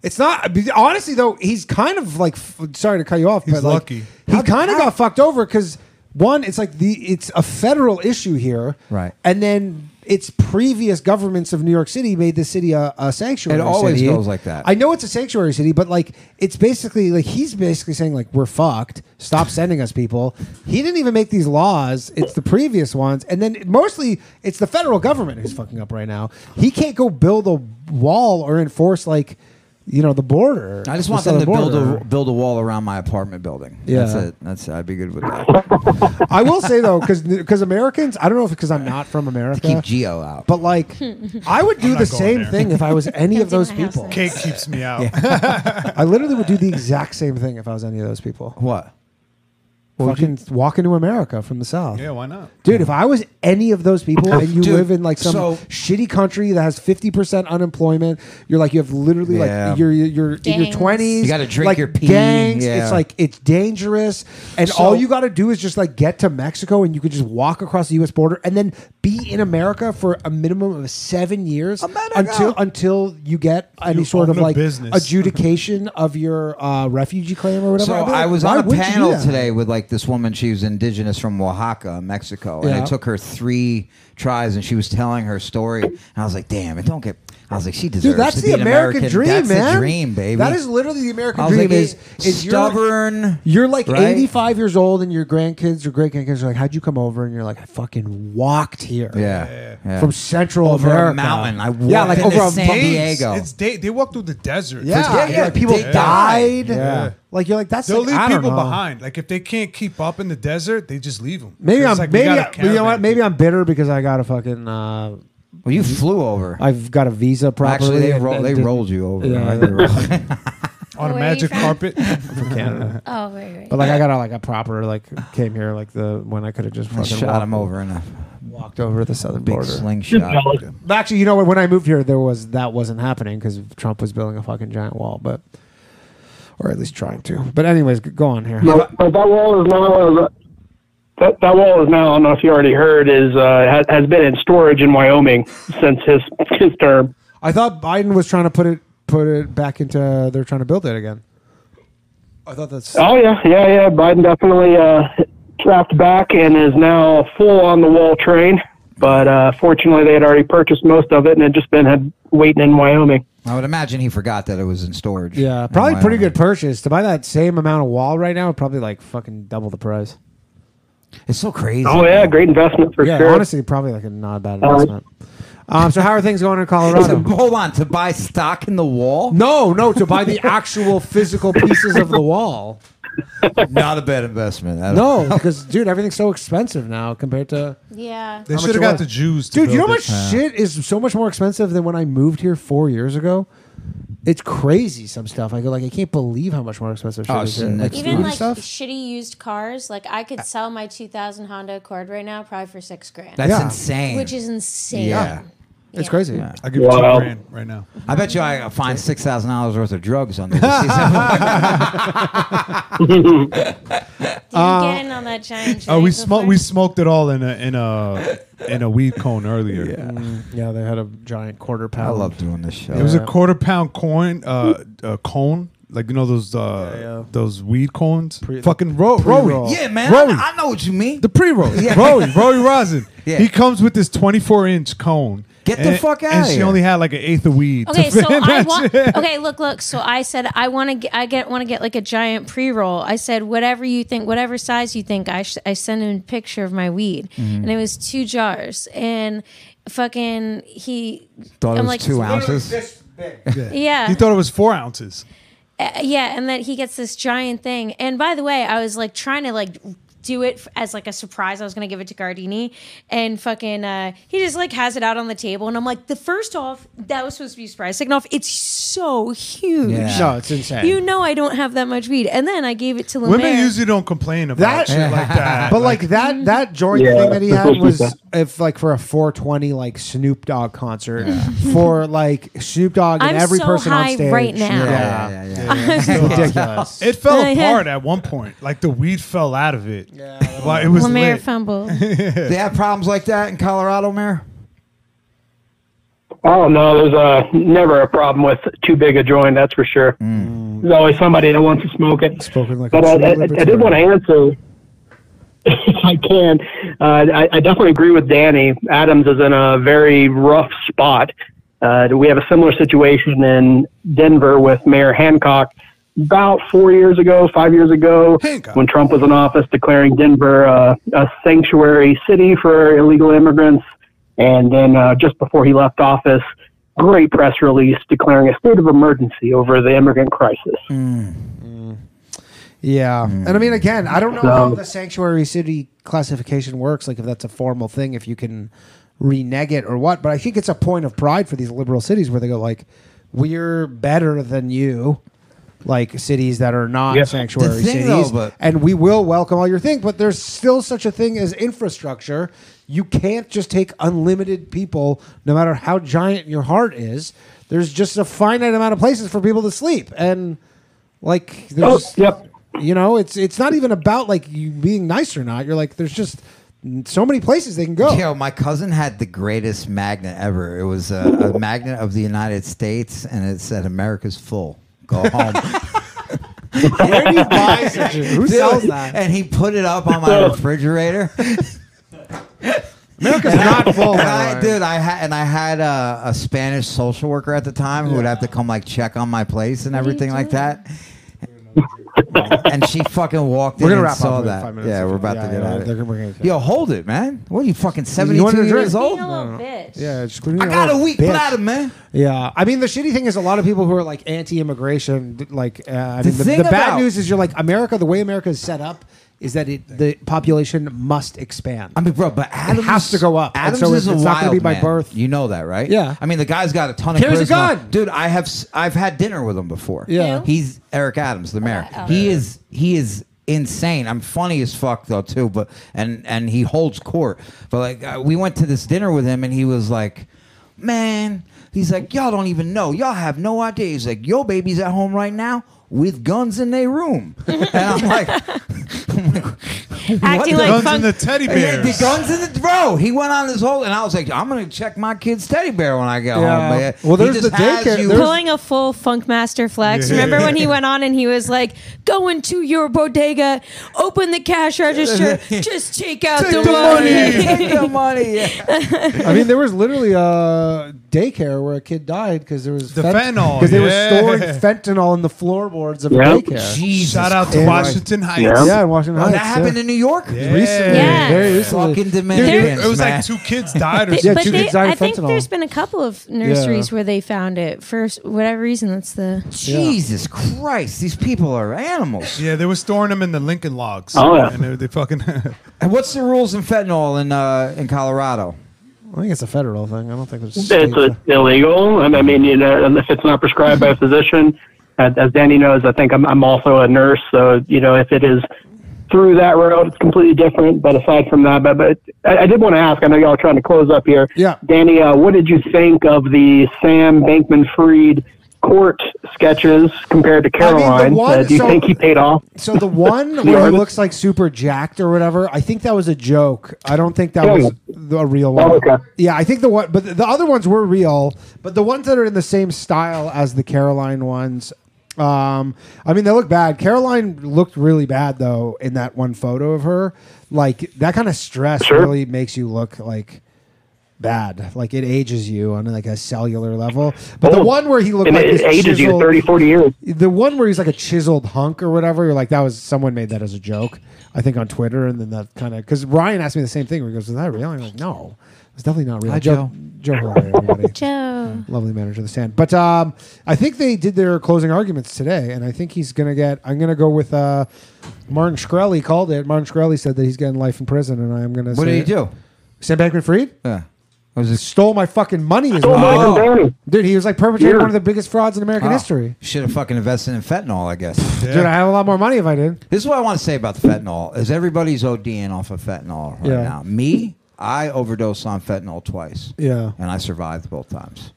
Speaker 1: It's not honestly though. He's kind of like f- sorry to cut you off.
Speaker 4: He's
Speaker 1: but, like,
Speaker 4: lucky.
Speaker 1: he kind of got fucked over because one, it's like the it's a federal issue here,
Speaker 10: Right.
Speaker 1: And then its previous governments of New York City made the city a, a sanctuary.
Speaker 10: It always
Speaker 1: city.
Speaker 10: goes like that.
Speaker 1: I know it's a sanctuary city, but like it's basically like he's basically saying like we're fucked. Stop sending us people. He didn't even make these laws. It's the previous ones, and then mostly it's the federal government who's fucking up right now. He can't go build a wall or enforce like you know the border.
Speaker 10: I just
Speaker 1: the
Speaker 10: want them to
Speaker 1: southern
Speaker 10: build
Speaker 1: border.
Speaker 10: a build a wall around my apartment building. That's
Speaker 1: Yeah.
Speaker 10: it. That's it. I'd be good with that.
Speaker 1: I will say though, because Americans, I don't know if because I'm not from America,
Speaker 10: Keep Geo out.
Speaker 1: but like I would do
Speaker 4: not
Speaker 1: the
Speaker 4: going
Speaker 1: same
Speaker 4: there.
Speaker 1: thing if I was any of
Speaker 5: do
Speaker 1: those
Speaker 5: my house
Speaker 1: people.
Speaker 5: then.
Speaker 4: Cake keeps me out.
Speaker 1: [LAUGHS] I literally would do the exact same thing if I was any of those people.
Speaker 10: What?
Speaker 1: Fucking walk into America from the south.
Speaker 4: Yeah, why not?
Speaker 1: Dude, if I was any of those people and you
Speaker 10: Dude,
Speaker 1: live in like some
Speaker 10: so-
Speaker 1: shitty country that has 50% unemployment, you're like, you have literally
Speaker 10: Yeah.
Speaker 1: like, you're, you're in
Speaker 5: Gangs.
Speaker 1: your 20s.
Speaker 10: You gotta drink
Speaker 1: like,
Speaker 10: your pee,
Speaker 1: Gangs.
Speaker 10: yeah.
Speaker 1: It's like, it's dangerous. And
Speaker 10: So-
Speaker 1: all you got to do is just like get to Mexico and you could just walk across the U.S. border and then be in America for a minimum of seven years
Speaker 10: America.
Speaker 1: until until you get any
Speaker 4: You
Speaker 1: sort of
Speaker 4: own a
Speaker 1: like
Speaker 4: business.
Speaker 1: adjudication of your uh, refugee claim or whatever.
Speaker 10: So
Speaker 1: I'd be like,
Speaker 10: I was
Speaker 1: why
Speaker 10: on a
Speaker 1: would you do
Speaker 10: panel
Speaker 1: that?
Speaker 10: today with like this woman. She was indigenous from Oaxaca, Mexico, and
Speaker 12: Yeah.
Speaker 10: it took her three tries, and she was telling her story. And I was like, "Damn, it don't get." I was like, "She deserves
Speaker 1: Dude, that's
Speaker 10: to
Speaker 1: the
Speaker 10: be an
Speaker 1: American, dream,
Speaker 10: that's
Speaker 1: man.
Speaker 10: the dream, baby.
Speaker 1: That is literally the American
Speaker 10: I was
Speaker 1: dream.
Speaker 10: like,
Speaker 1: is,
Speaker 10: it-
Speaker 1: is you're-
Speaker 10: stubborn,
Speaker 1: You're like
Speaker 10: right?
Speaker 1: 85 years old, and your grandkids or great grandkids are like, "How'd you come over?" And you're like, "I fucking walked here."
Speaker 10: Yeah, yeah.
Speaker 1: from Central
Speaker 10: Over a
Speaker 1: America,
Speaker 10: mountain. I
Speaker 1: yeah,
Speaker 10: walked
Speaker 1: like
Speaker 10: into
Speaker 1: over a
Speaker 10: San
Speaker 1: mountain.
Speaker 10: Diego.
Speaker 4: It's day, they walk through the desert.
Speaker 1: Yeah, yeah, yeah, people died. Yeah. Like you're like that's
Speaker 4: They'll
Speaker 1: like,
Speaker 4: leave
Speaker 1: I don't
Speaker 4: people
Speaker 1: know.
Speaker 4: behind. Like if they can't keep up in the desert, they just leave them.
Speaker 1: Maybe I'm
Speaker 4: like we
Speaker 1: maybe
Speaker 4: gotta
Speaker 1: I- but you know
Speaker 4: caravan.
Speaker 1: what? Maybe I'm bitter because I got a fucking. Uh,
Speaker 10: well, you flew over.
Speaker 1: I've got a visa properly.
Speaker 10: Actually, they,
Speaker 1: and-
Speaker 10: ro-
Speaker 1: and
Speaker 10: they
Speaker 1: didn't-
Speaker 10: rolled you over.
Speaker 1: Yeah, [LAUGHS]
Speaker 10: right?
Speaker 1: they
Speaker 10: They
Speaker 1: rolled-
Speaker 10: rolled-
Speaker 4: on a
Speaker 1: Where are you
Speaker 4: magic
Speaker 1: from?
Speaker 4: carpet
Speaker 1: from Canada. [LAUGHS]
Speaker 5: Oh, right, right.
Speaker 1: But like I got a, like a proper like came here like the when I could have just
Speaker 10: I
Speaker 1: fucking
Speaker 10: shot
Speaker 1: walked,
Speaker 10: him over in a
Speaker 1: walked over the southern
Speaker 10: big
Speaker 1: border.
Speaker 10: slingshot.
Speaker 1: Actually, you know what? When I moved here, there was that wasn't happening because Trump was building a fucking giant wall, but or at least trying to. But anyways, g- go on here.
Speaker 13: No, but that wall is now uh, that that wall is now. I don't know if you already heard is uh, has, has been in storage in Wyoming since his his term.
Speaker 1: I thought Biden was trying to put it put it back into. They're trying to build it again. I thought that's.
Speaker 13: Oh yeah, yeah, yeah. Biden definitely uh, trapped back and is now full on the wall train. But uh, fortunately, they had already purchased most of it and had just been had waiting in Wyoming.
Speaker 10: I would imagine he forgot that it was in storage.
Speaker 1: Yeah, probably pretty good purchase to buy that same amount of wall right now. Probably like fucking double the price.
Speaker 10: It's so crazy.
Speaker 13: Oh yeah, great investment for
Speaker 1: yeah,
Speaker 13: sure.
Speaker 1: honestly, probably like a not a bad
Speaker 13: Uh,
Speaker 1: investment. Um, so how are things
Speaker 10: [LAUGHS]
Speaker 1: going in Colorado?
Speaker 10: Hold on, to buy stock in the wall?
Speaker 1: No, no, to
Speaker 10: [LAUGHS]
Speaker 1: buy the actual
Speaker 13: [LAUGHS]
Speaker 1: physical pieces of the wall.
Speaker 10: Not a bad investment. I don't-
Speaker 1: No, because dude, everything's so expensive now compared to.
Speaker 5: Yeah.
Speaker 4: They
Speaker 1: How much
Speaker 4: should
Speaker 1: it
Speaker 4: have got
Speaker 1: was.
Speaker 4: the Jews. To
Speaker 1: Dude, you know
Speaker 4: build
Speaker 1: how much
Speaker 4: it.
Speaker 1: shit is so much more expensive than when I moved here four years ago. It's crazy. Some stuff I go like, I can't believe how much more expensive shit
Speaker 10: Oh,
Speaker 1: is
Speaker 10: it's
Speaker 1: here. Like,
Speaker 5: Even
Speaker 1: food
Speaker 5: like
Speaker 1: stuff. Uh,
Speaker 5: shitty used cars, like I could sell my 2000 Honda Accord right now, probably for six grand.
Speaker 10: That's Yeah. insane.
Speaker 5: Which is insane.
Speaker 10: Yeah.
Speaker 1: It's crazy.
Speaker 4: I give you two
Speaker 10: Wow.
Speaker 4: grand right now.
Speaker 10: I bet you I can find six thousand dollars worth of drugs on [LAUGHS] this.
Speaker 5: Did you
Speaker 1: Uh,
Speaker 5: get in on that giant?
Speaker 4: Oh, we
Speaker 5: thing
Speaker 4: smoked. We smoked it all in a in a in a weed cone earlier.
Speaker 1: yeah, they had a giant quarter pound.
Speaker 10: I love doing this show.
Speaker 4: It was a quarter pound coin, uh, a cone, like you know those uh, those weed cones. Fucking ro-
Speaker 10: pre-roll.
Speaker 4: Rory,
Speaker 10: Yeah, man,
Speaker 4: Rory.
Speaker 10: I- I know what you mean.
Speaker 4: The pre roll,
Speaker 10: Yeah.
Speaker 4: Rory, Rory Rosin.
Speaker 10: Yeah.
Speaker 4: He comes with this twenty four inch cone.
Speaker 10: Get the
Speaker 4: and-
Speaker 10: fuck
Speaker 4: And
Speaker 10: outta
Speaker 4: she
Speaker 10: here.
Speaker 4: only had like an eighth of [LAUGHS] weed. to
Speaker 5: Okay, so
Speaker 4: fit in
Speaker 5: I
Speaker 4: that [LAUGHS]
Speaker 5: want.
Speaker 4: shit.
Speaker 5: Okay, look, look. So I said I want to. get I get want to get like a giant pre roll. I said whatever you think, whatever size you think. I sh- I sent him a picture of my weed,
Speaker 10: Mhm.
Speaker 4: Mm-hmm.
Speaker 5: and it was two jars, and fucking he
Speaker 4: Thought it
Speaker 5: I'm
Speaker 4: was
Speaker 5: like,
Speaker 4: two
Speaker 5: "It's
Speaker 4: ounces?
Speaker 5: literally this Yeah.
Speaker 4: He thought it was four ounces.
Speaker 5: Uh, yeah, and then he gets this giant thing. And by the way, I was like trying to like do it f- as like a surprise. I was gonna give it to Gardini, and fucking uh, he just like has it out on the table, and I'm like, the first off that was supposed to be a surprise. Second off, it's so huge. [LAUGHS]
Speaker 1: Yeah. No, it's insane.
Speaker 5: You know, I don't have that much weed, and then I gave it to
Speaker 4: [LAUGHS]
Speaker 5: Lemaire.
Speaker 4: Women usually don't complain
Speaker 1: That-
Speaker 4: about shit like that.
Speaker 1: But like that that joint
Speaker 4: Yeah.
Speaker 1: thing that he had was
Speaker 4: Yeah.
Speaker 1: if like for a 420 like Snoop Dogg concert [LAUGHS] for like Snoop Dogg and
Speaker 5: I'm
Speaker 1: every
Speaker 5: so
Speaker 1: person on
Speaker 5: high
Speaker 1: stage.
Speaker 5: right now.
Speaker 1: Yeah,
Speaker 5: Yeah,
Speaker 1: It's ridiculous.
Speaker 4: It fell
Speaker 5: [LAUGHS] Yeah.
Speaker 4: apart at one point. Like the weed fell out of it. Yeah, it was
Speaker 5: Lemaire
Speaker 4: lit.
Speaker 5: fumbled.
Speaker 10: they have problems like that in Colorado, Mayor.
Speaker 13: Oh no, there's uh, never a problem with too big a joint. That's for sure. There's always somebody that wants to smoke it.
Speaker 1: Spoken Mm. like
Speaker 13: but
Speaker 1: a
Speaker 13: I,
Speaker 1: true
Speaker 13: I, I
Speaker 1: libertarian.
Speaker 13: did want to answer. if [LAUGHS] I can, uh, I, I definitely agree with Danny. Adams is in a very rough spot. Uh, we have a similar situation in Denver with Mayor Hancock about four years ago, five years ago, when Trump was in office, declaring Denver uh, a sanctuary city for illegal immigrants. And then uh, just before he left office, great press release declaring a state of emergency over the immigrant crisis.
Speaker 10: Mm.
Speaker 1: Mm. Yeah. And I mean, again, I don't know
Speaker 13: So-
Speaker 1: how the sanctuary city classification works. Like, if that's a formal thing, if you can renege it or what. But I think it's a point of pride for these liberal cities where they go like, "We're better than you." Like cities that are not
Speaker 10: Yeah.
Speaker 1: sanctuary
Speaker 10: The thing, though,
Speaker 1: cities,
Speaker 10: but-
Speaker 1: and we will welcome all your things. But there's still such a thing as infrastructure. You can't just take unlimited people, no matter how giant your heart is. There's just a finite amount of places for people to sleep, and like
Speaker 10: Oh,
Speaker 1: there's you know, it's it's not even about like you being nice or not. You're like there's just so many places they can go.
Speaker 10: Yo, my cousin had the greatest magnet ever. It was a,
Speaker 1: [LAUGHS]
Speaker 10: a magnet of the United States, and it said "America's full. Go home."
Speaker 1: Where do you buy such a- who
Speaker 10: Dude,
Speaker 1: sells that?
Speaker 10: And he put it up on my refrigerator.
Speaker 1: America's not full.
Speaker 10: And
Speaker 1: by the
Speaker 10: I,
Speaker 1: way.
Speaker 10: dude, I had and I had a, a Spanish social worker at the time who would have to come like check on my place and everything like that. and she fucking walked
Speaker 1: We're
Speaker 10: in
Speaker 1: gonna
Speaker 10: and
Speaker 1: wrap up
Speaker 10: saw
Speaker 1: in
Speaker 10: that.
Speaker 1: five minutes.
Speaker 10: yeah, we're about
Speaker 1: Yeah,
Speaker 10: to get
Speaker 1: yeah,
Speaker 10: out of
Speaker 1: they're
Speaker 10: it.
Speaker 1: gonna bring it.
Speaker 10: Yo, hold it, man. What are you fucking
Speaker 1: You wanted
Speaker 10: 72
Speaker 1: to drink?
Speaker 10: years old?
Speaker 1: Yeah, just quit being
Speaker 10: I got a
Speaker 1: little
Speaker 10: weak
Speaker 1: bitch.
Speaker 10: bladder, man.
Speaker 1: Yeah, I mean the shitty thing is a lot of people who are like anti-immigration. d- Like, uh, I
Speaker 10: The
Speaker 1: mean, the,
Speaker 10: thing
Speaker 1: the bad
Speaker 10: about-
Speaker 1: news is you're like America. The way America is set up is that it, the population must expand. I
Speaker 10: mean, bro, but Adams
Speaker 1: it has to go up. And
Speaker 10: Adams
Speaker 1: so it's,
Speaker 10: is a
Speaker 1: it's
Speaker 10: wild
Speaker 1: not going to be by
Speaker 10: man. [LAUGHS]
Speaker 1: birth.
Speaker 10: You know that, right?
Speaker 1: Yeah.
Speaker 10: I mean, the guy's got a ton of
Speaker 1: Carries a
Speaker 10: charisma.
Speaker 1: gun.
Speaker 10: dude. I have s- I've had dinner with him before.
Speaker 1: Yeah. uh. Who?
Speaker 10: He's Eric Adams, the mayor.
Speaker 5: Uh,
Speaker 10: He is he is insane. I'm funny as fuck though too, but and and he holds court. But like uh, we went to this dinner with him, and he was like, man, he's like, y'all don't even know. Y'all have no idea. He's like, your baby's at home right now. With guns in
Speaker 5: [LAUGHS]
Speaker 10: their room, and I'm like, [LAUGHS]
Speaker 5: Acting like Guns fun- and the
Speaker 4: teddy
Speaker 10: Yeah, the
Speaker 4: bears.
Speaker 10: guns in the bro. He went on this whole, and I was like, I'm gonna check my kid's teddy bear when I get
Speaker 1: Yeah.
Speaker 10: home. But
Speaker 1: Well,
Speaker 10: he
Speaker 1: there's
Speaker 10: just
Speaker 1: the
Speaker 10: has
Speaker 1: daycare-
Speaker 10: you-
Speaker 1: there's-
Speaker 5: pulling a full funk master flex. Remember when he went on and he was like, "Go into your bodega, open the cash
Speaker 10: [LAUGHS]
Speaker 5: register, just take out the, [LAUGHS] money."
Speaker 10: Take the money.
Speaker 1: I mean, there was literally a daycare where a kid died because there was
Speaker 4: The fentanyl,
Speaker 1: because they
Speaker 4: yeah. [LAUGHS]
Speaker 1: were storing fentanyl in the floorboards of
Speaker 4: Yep.
Speaker 1: the daycare.
Speaker 10: Jesus
Speaker 4: Shout out to
Speaker 1: And, like-
Speaker 4: Washington Heights.
Speaker 1: Yeah, in Washington
Speaker 10: Oh,
Speaker 1: Heights.
Speaker 10: that happened
Speaker 1: yeah.
Speaker 10: in New York
Speaker 1: Yeah. Recently, Yeah. very recently.
Speaker 10: Fucking
Speaker 1: Dude,
Speaker 10: Dominicans,
Speaker 4: it was
Speaker 10: man.
Speaker 4: like two kids died or
Speaker 5: They-
Speaker 4: something.
Speaker 5: but they,
Speaker 1: kids died
Speaker 5: I
Speaker 1: of
Speaker 5: think
Speaker 1: fentanyl.
Speaker 5: there's been a couple of nurseries where they found it for s- whatever reason. That's the
Speaker 10: Jesus Christ, these people are animals.
Speaker 4: Yeah, they were storing them in the Lincoln logs.
Speaker 10: Oh, yeah.
Speaker 4: And they, they fucking.
Speaker 1: [LAUGHS]
Speaker 10: And what's the rules in fentanyl in uh, in Colorado?
Speaker 1: I think it's a federal thing. I don't think it's.
Speaker 13: It's uh, illegal. I mean, you know, if it's not prescribed by a physician, as, as Danny knows, I think I'm, I'm also a nurse. So, you know, if it is through that road, it's completely different. But aside from that, but, but I, I did want to ask, I know y'all are trying to close up here.
Speaker 1: Yeah.
Speaker 13: Danny, uh, what did you think of the Sam Bankman Fried court sketches compared to Caroline?
Speaker 1: one-
Speaker 13: uh, do you
Speaker 1: so-
Speaker 13: think he paid off?
Speaker 1: So the one
Speaker 13: The
Speaker 1: where he
Speaker 13: artist?
Speaker 1: looks like super jacked or whatever, I think that was a joke. I don't think that
Speaker 13: Yeah.
Speaker 1: was the- a real
Speaker 13: Oh,
Speaker 10: Oh,
Speaker 1: one. Yeah, I think the one, but the other ones were real. But the ones that are in the same style as the Caroline ones, um, I mean, they look bad. Caroline looked really bad though in that one photo of her. Like that kind of stress
Speaker 13: Sure.
Speaker 1: really makes you look like bad. Like it ages you on like a cellular level. But the
Speaker 13: Oh.
Speaker 1: one where he looked
Speaker 13: And
Speaker 1: like
Speaker 13: it
Speaker 1: this
Speaker 13: ages you
Speaker 1: chiseled-
Speaker 13: 30, 40 years.
Speaker 1: the one where he's like a chiseled hunk or whatever, you're like, that was someone made that as a joke, I think on Twitter, and then that kind of because Ryan asked me the same thing. Where he goes, "Is that real?" And I'm like, "No, it's definitely not real."
Speaker 10: Hi,
Speaker 1: Joe, Joe, Hilary, [LAUGHS] everybody,
Speaker 5: Joe.
Speaker 1: lovely manager of the stand. But um, I think they did their closing arguments today, and I think he's gonna get. I'm gonna go with uh, Martin Shkreli called it. Martin Shkreli said that he's getting life in prison, and I'm gonna.
Speaker 10: What
Speaker 1: say
Speaker 10: did he
Speaker 1: it.
Speaker 10: do?
Speaker 1: Sam Bankman Fried?
Speaker 10: Yeah.
Speaker 1: Stole my fucking money. is
Speaker 10: Stole
Speaker 1: what he
Speaker 10: Michael
Speaker 1: did.
Speaker 10: Danny.
Speaker 1: Dude, he was like perpetrating
Speaker 10: Yeah.
Speaker 1: one of the biggest frauds in American
Speaker 10: Wow.
Speaker 1: history.
Speaker 10: Should have fucking invested in fentanyl, I guess.
Speaker 1: Dude, I have a lot more money if I did.
Speaker 10: This is what I want to say about the fentanyl is everybody's ODing off of fentanyl right
Speaker 1: Yeah.
Speaker 10: now. Me, I overdosed on fentanyl twice.
Speaker 1: Yeah.
Speaker 10: And I survived both times.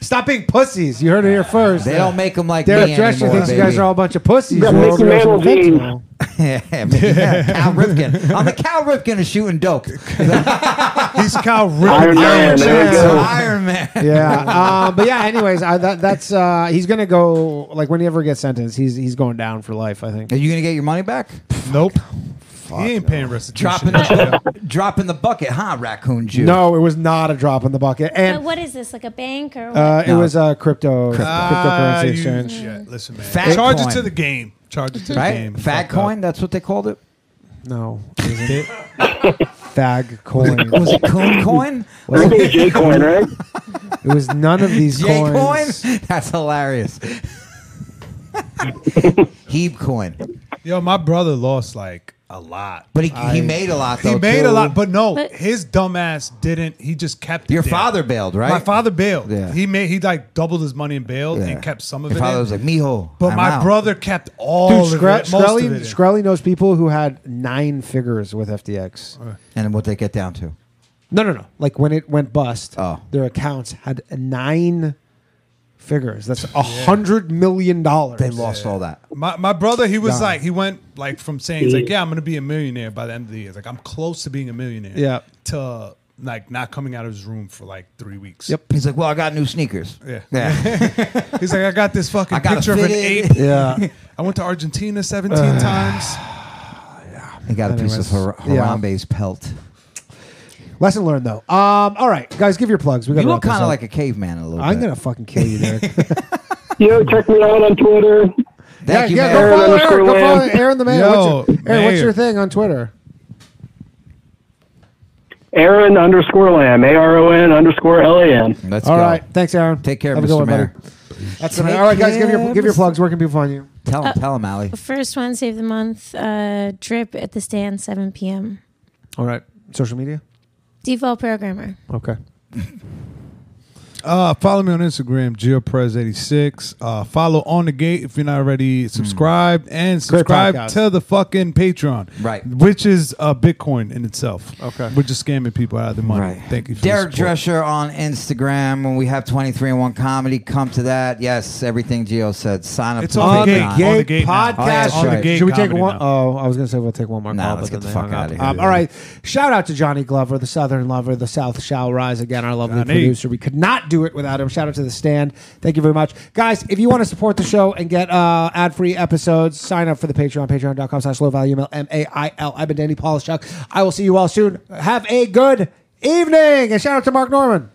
Speaker 1: Stop being pussies. You heard it here first.
Speaker 10: They don't make 'em like
Speaker 1: Derek
Speaker 10: me
Speaker 1: Drescher
Speaker 10: anymore,
Speaker 1: thinks you guys
Speaker 10: baby.
Speaker 1: are all a bunch of pussies.
Speaker 10: Yeah,
Speaker 1: who
Speaker 10: Mickey
Speaker 1: overdose on
Speaker 10: Mantle jeans.
Speaker 1: fentanyl. [LAUGHS]
Speaker 10: [LAUGHS] yeah, yeah, Cal Ripken. I'm the Cal Ripken of shooting dope.
Speaker 4: He's
Speaker 10: [LAUGHS]
Speaker 4: Cal Ripken.
Speaker 1: Iron Man, there you
Speaker 4: [LAUGHS]
Speaker 1: go.
Speaker 10: Iron Man.
Speaker 1: yeah, um, but yeah. Anyways, I, that, that's uh, he's gonna go like when he ever gets sentenced, he's he's going down for life. I think.
Speaker 10: Are you gonna get your money back?
Speaker 4: Nope. he ain't paying restitution.
Speaker 1: [LAUGHS]
Speaker 10: Dropping the, dropping the bucket, huh, Raccoon Jew?
Speaker 1: No, it was not a drop in the bucket,
Speaker 5: but
Speaker 1: and
Speaker 5: what is this like a bank or? What?
Speaker 1: uh, it
Speaker 10: No.
Speaker 1: was a crypto,
Speaker 4: Ah,
Speaker 1: cryptocurrency
Speaker 4: you-
Speaker 1: exchange.
Speaker 4: yeah, listen, man.
Speaker 10: Fat
Speaker 4: Charge
Speaker 10: coin.
Speaker 4: it to the game. Charge it to the
Speaker 10: Right?
Speaker 4: game.
Speaker 10: Fat
Speaker 4: Fuck up.
Speaker 10: coin, that's what they called it.
Speaker 4: [LAUGHS]
Speaker 1: No, fag coin.
Speaker 10: Was it coon coin?
Speaker 1: Was it-
Speaker 13: Maybe J coin, right?
Speaker 1: [LAUGHS] It was none of
Speaker 10: [LAUGHS]
Speaker 1: these
Speaker 10: J
Speaker 1: coins.
Speaker 10: coin? That's hilarious. Heeb coin.
Speaker 4: Yo, my brother lost like a lot.
Speaker 10: But he- he made a lot,
Speaker 4: He
Speaker 10: though,
Speaker 4: made
Speaker 10: too.
Speaker 4: a lot, but no, his dumbass didn't. He just kept. it
Speaker 10: Your
Speaker 4: there.
Speaker 10: father bailed, right?
Speaker 4: My father bailed.
Speaker 10: Yeah.
Speaker 4: He made he like doubled his money and bailed
Speaker 10: Yeah.
Speaker 4: and kept some of
Speaker 10: Your
Speaker 4: it.
Speaker 10: father
Speaker 4: in.
Speaker 10: was like, "Mijo,
Speaker 4: But
Speaker 10: I'm
Speaker 4: my
Speaker 10: out."
Speaker 4: brother kept all
Speaker 1: Dude,
Speaker 4: of
Speaker 1: Scre-
Speaker 4: it, most of
Speaker 1: Shkreli,
Speaker 4: it. in.
Speaker 1: Shkreli knows people who had nine figures with FTX.
Speaker 10: And what they get down to. Oh.
Speaker 1: No, no, no. Like when it went bust, their accounts had nine figures. That's a hundred million dollars.
Speaker 10: They lost all that.
Speaker 4: My, my brother, he was
Speaker 1: Nah.
Speaker 4: like, he went like from saying, he's like, yeah, I'm going to be a millionaire by the end of the year. Like, I'm close to being a millionaire.
Speaker 1: Yeah.
Speaker 4: To like not coming out of his room for like three weeks.
Speaker 10: Yep. He's like, well, I got new sneakers.
Speaker 4: Yeah.
Speaker 10: Yeah.
Speaker 4: [LAUGHS] He's like, I got this fucking
Speaker 10: I got a
Speaker 4: picture of an ape.
Speaker 10: fitted." [LAUGHS] Yeah.
Speaker 4: I went to Argentina 17
Speaker 10: [SIGHS]
Speaker 4: times.
Speaker 10: he got a piece of Har-
Speaker 1: Yeah.
Speaker 10: Harambe's pelt.
Speaker 1: Lesson learned, though. Um, all right, guys, give your plugs. We got
Speaker 10: You look kinda like a caveman a little
Speaker 1: I'm
Speaker 10: bit.
Speaker 1: gonna fucking kill you, Derek.
Speaker 10: [LAUGHS]
Speaker 13: Yo, check me out on Twitter.
Speaker 1: yeah, yeah,
Speaker 13: Aaron
Speaker 1: Go follow Aaron,
Speaker 13: underscore
Speaker 1: go follow
Speaker 13: Lamb.
Speaker 1: Aaron the man.
Speaker 4: Yo,
Speaker 1: what's your, Aaron, what's
Speaker 4: Mayor.
Speaker 1: your thing on Twitter?
Speaker 13: Aaron underscore Lamb. A R O N underscore L A M.
Speaker 10: Let's
Speaker 1: All right, thanhanks, Aaron. Take
Speaker 10: care,
Speaker 1: Have a
Speaker 10: Mr.
Speaker 1: good one,
Speaker 10: Mayor.
Speaker 1: buddy. That's the man. All right, guys, give your give your plugs. Where can people find you?
Speaker 10: Tell him,
Speaker 5: Uh,
Speaker 10: tell him, Allie.
Speaker 5: First Wednesday of the month, uh, drip at the stand, 7 p.m.
Speaker 1: All right, social media.
Speaker 5: Default programmer.
Speaker 1: Okay.
Speaker 4: Uh, follow me on Instagram, GeoPrez86. Uh, follow On the Gate if you're not
Speaker 10: Hmm.
Speaker 4: already subscribed, and subscribe
Speaker 1: podcast.
Speaker 4: to the fucking Patreon,
Speaker 10: Right.
Speaker 4: Which is uh, Bitcoin in itself. Okay, we're just scamming people out of their money.
Speaker 10: Right.
Speaker 4: Thank you, for the
Speaker 10: Derek
Speaker 4: support.
Speaker 10: Drescher on Instagram. When we have 23 and 1 comedy, come to that. Yes, everything Geo said. Sign up
Speaker 4: It's
Speaker 10: to
Speaker 4: on the
Speaker 10: Patreon.
Speaker 4: gate. On the gate now.
Speaker 10: Oh, that's
Speaker 1: Podcast.
Speaker 10: right.
Speaker 1: Should we take one? Oh, I was gonna say we'll take one more
Speaker 10: Nah,
Speaker 1: call.
Speaker 10: let's
Speaker 1: but then
Speaker 10: get the
Speaker 1: they
Speaker 10: fuck
Speaker 1: hung up.
Speaker 10: outta here.
Speaker 1: Um, all right. Shout out to Johnny Glover, the Southern lover. The South shall rise again. Our lovely
Speaker 4: Johnny.
Speaker 1: producer. We could not do it without him. Shout out to the stand. Thank you very much, guys. If you want to support the show and get uh, ad free episodes, sign up for the Patreon. Patreon.com/slash low value mail. M A I L. I've been Danny Polishchuk. I will see you all soon. Have a good evening, and shout out to Mark Norman.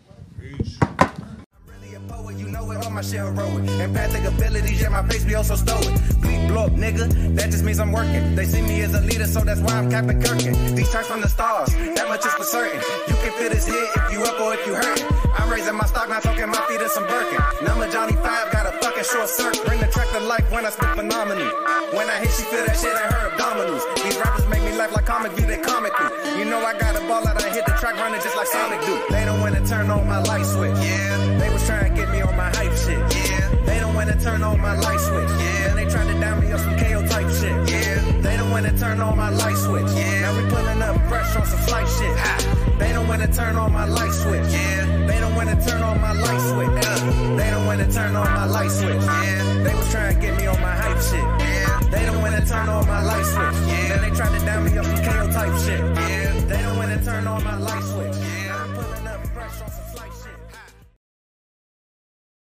Speaker 12: on my shit heroic. Empathic abilities, yeah, my pace be also stoic. Bleep, blow up, nigga. That just means I'm working. They see me as a leader, so that's why I'm Captain Kirkin. These tracks from the stars, that much is for certain. You can feel this hit if you up or if you hurting. I'm raising my stock, not talking my feet in some Birkin. Number Johnny Five got a fucking short circuit. Bring the track to life when I speak phenomenally. When I hit, she feel that shit in her abdominals. These rappers make me laugh like comic view, they comic do. You know I got a ball out, I hit the track running just like Sonic do. They don't wanna turn on my light switch. Yeah. They was trying to get me on my hype shit. Yeah. They don't wanna turn on my light switch. Yeah. Then they tried to down me on some KO type shit. Yeah. They don't wanna turn on my light switch. Yeah. Now we pulling up fresh on some flight shit. Ha. They don't wanna turn on my light switch. Yeah. They don't wanna turn on my light switch. Uh, They don't wanna turn on my light switch. Yeah. They was trying to get me on my hype shit. Yeah. They don't wanna turn on my light switch. Yeah. Then they tried to down me on some KO type shit. Yeah. They don't wanna turn on my light switch. Yeah. I'm pulling up fresh on some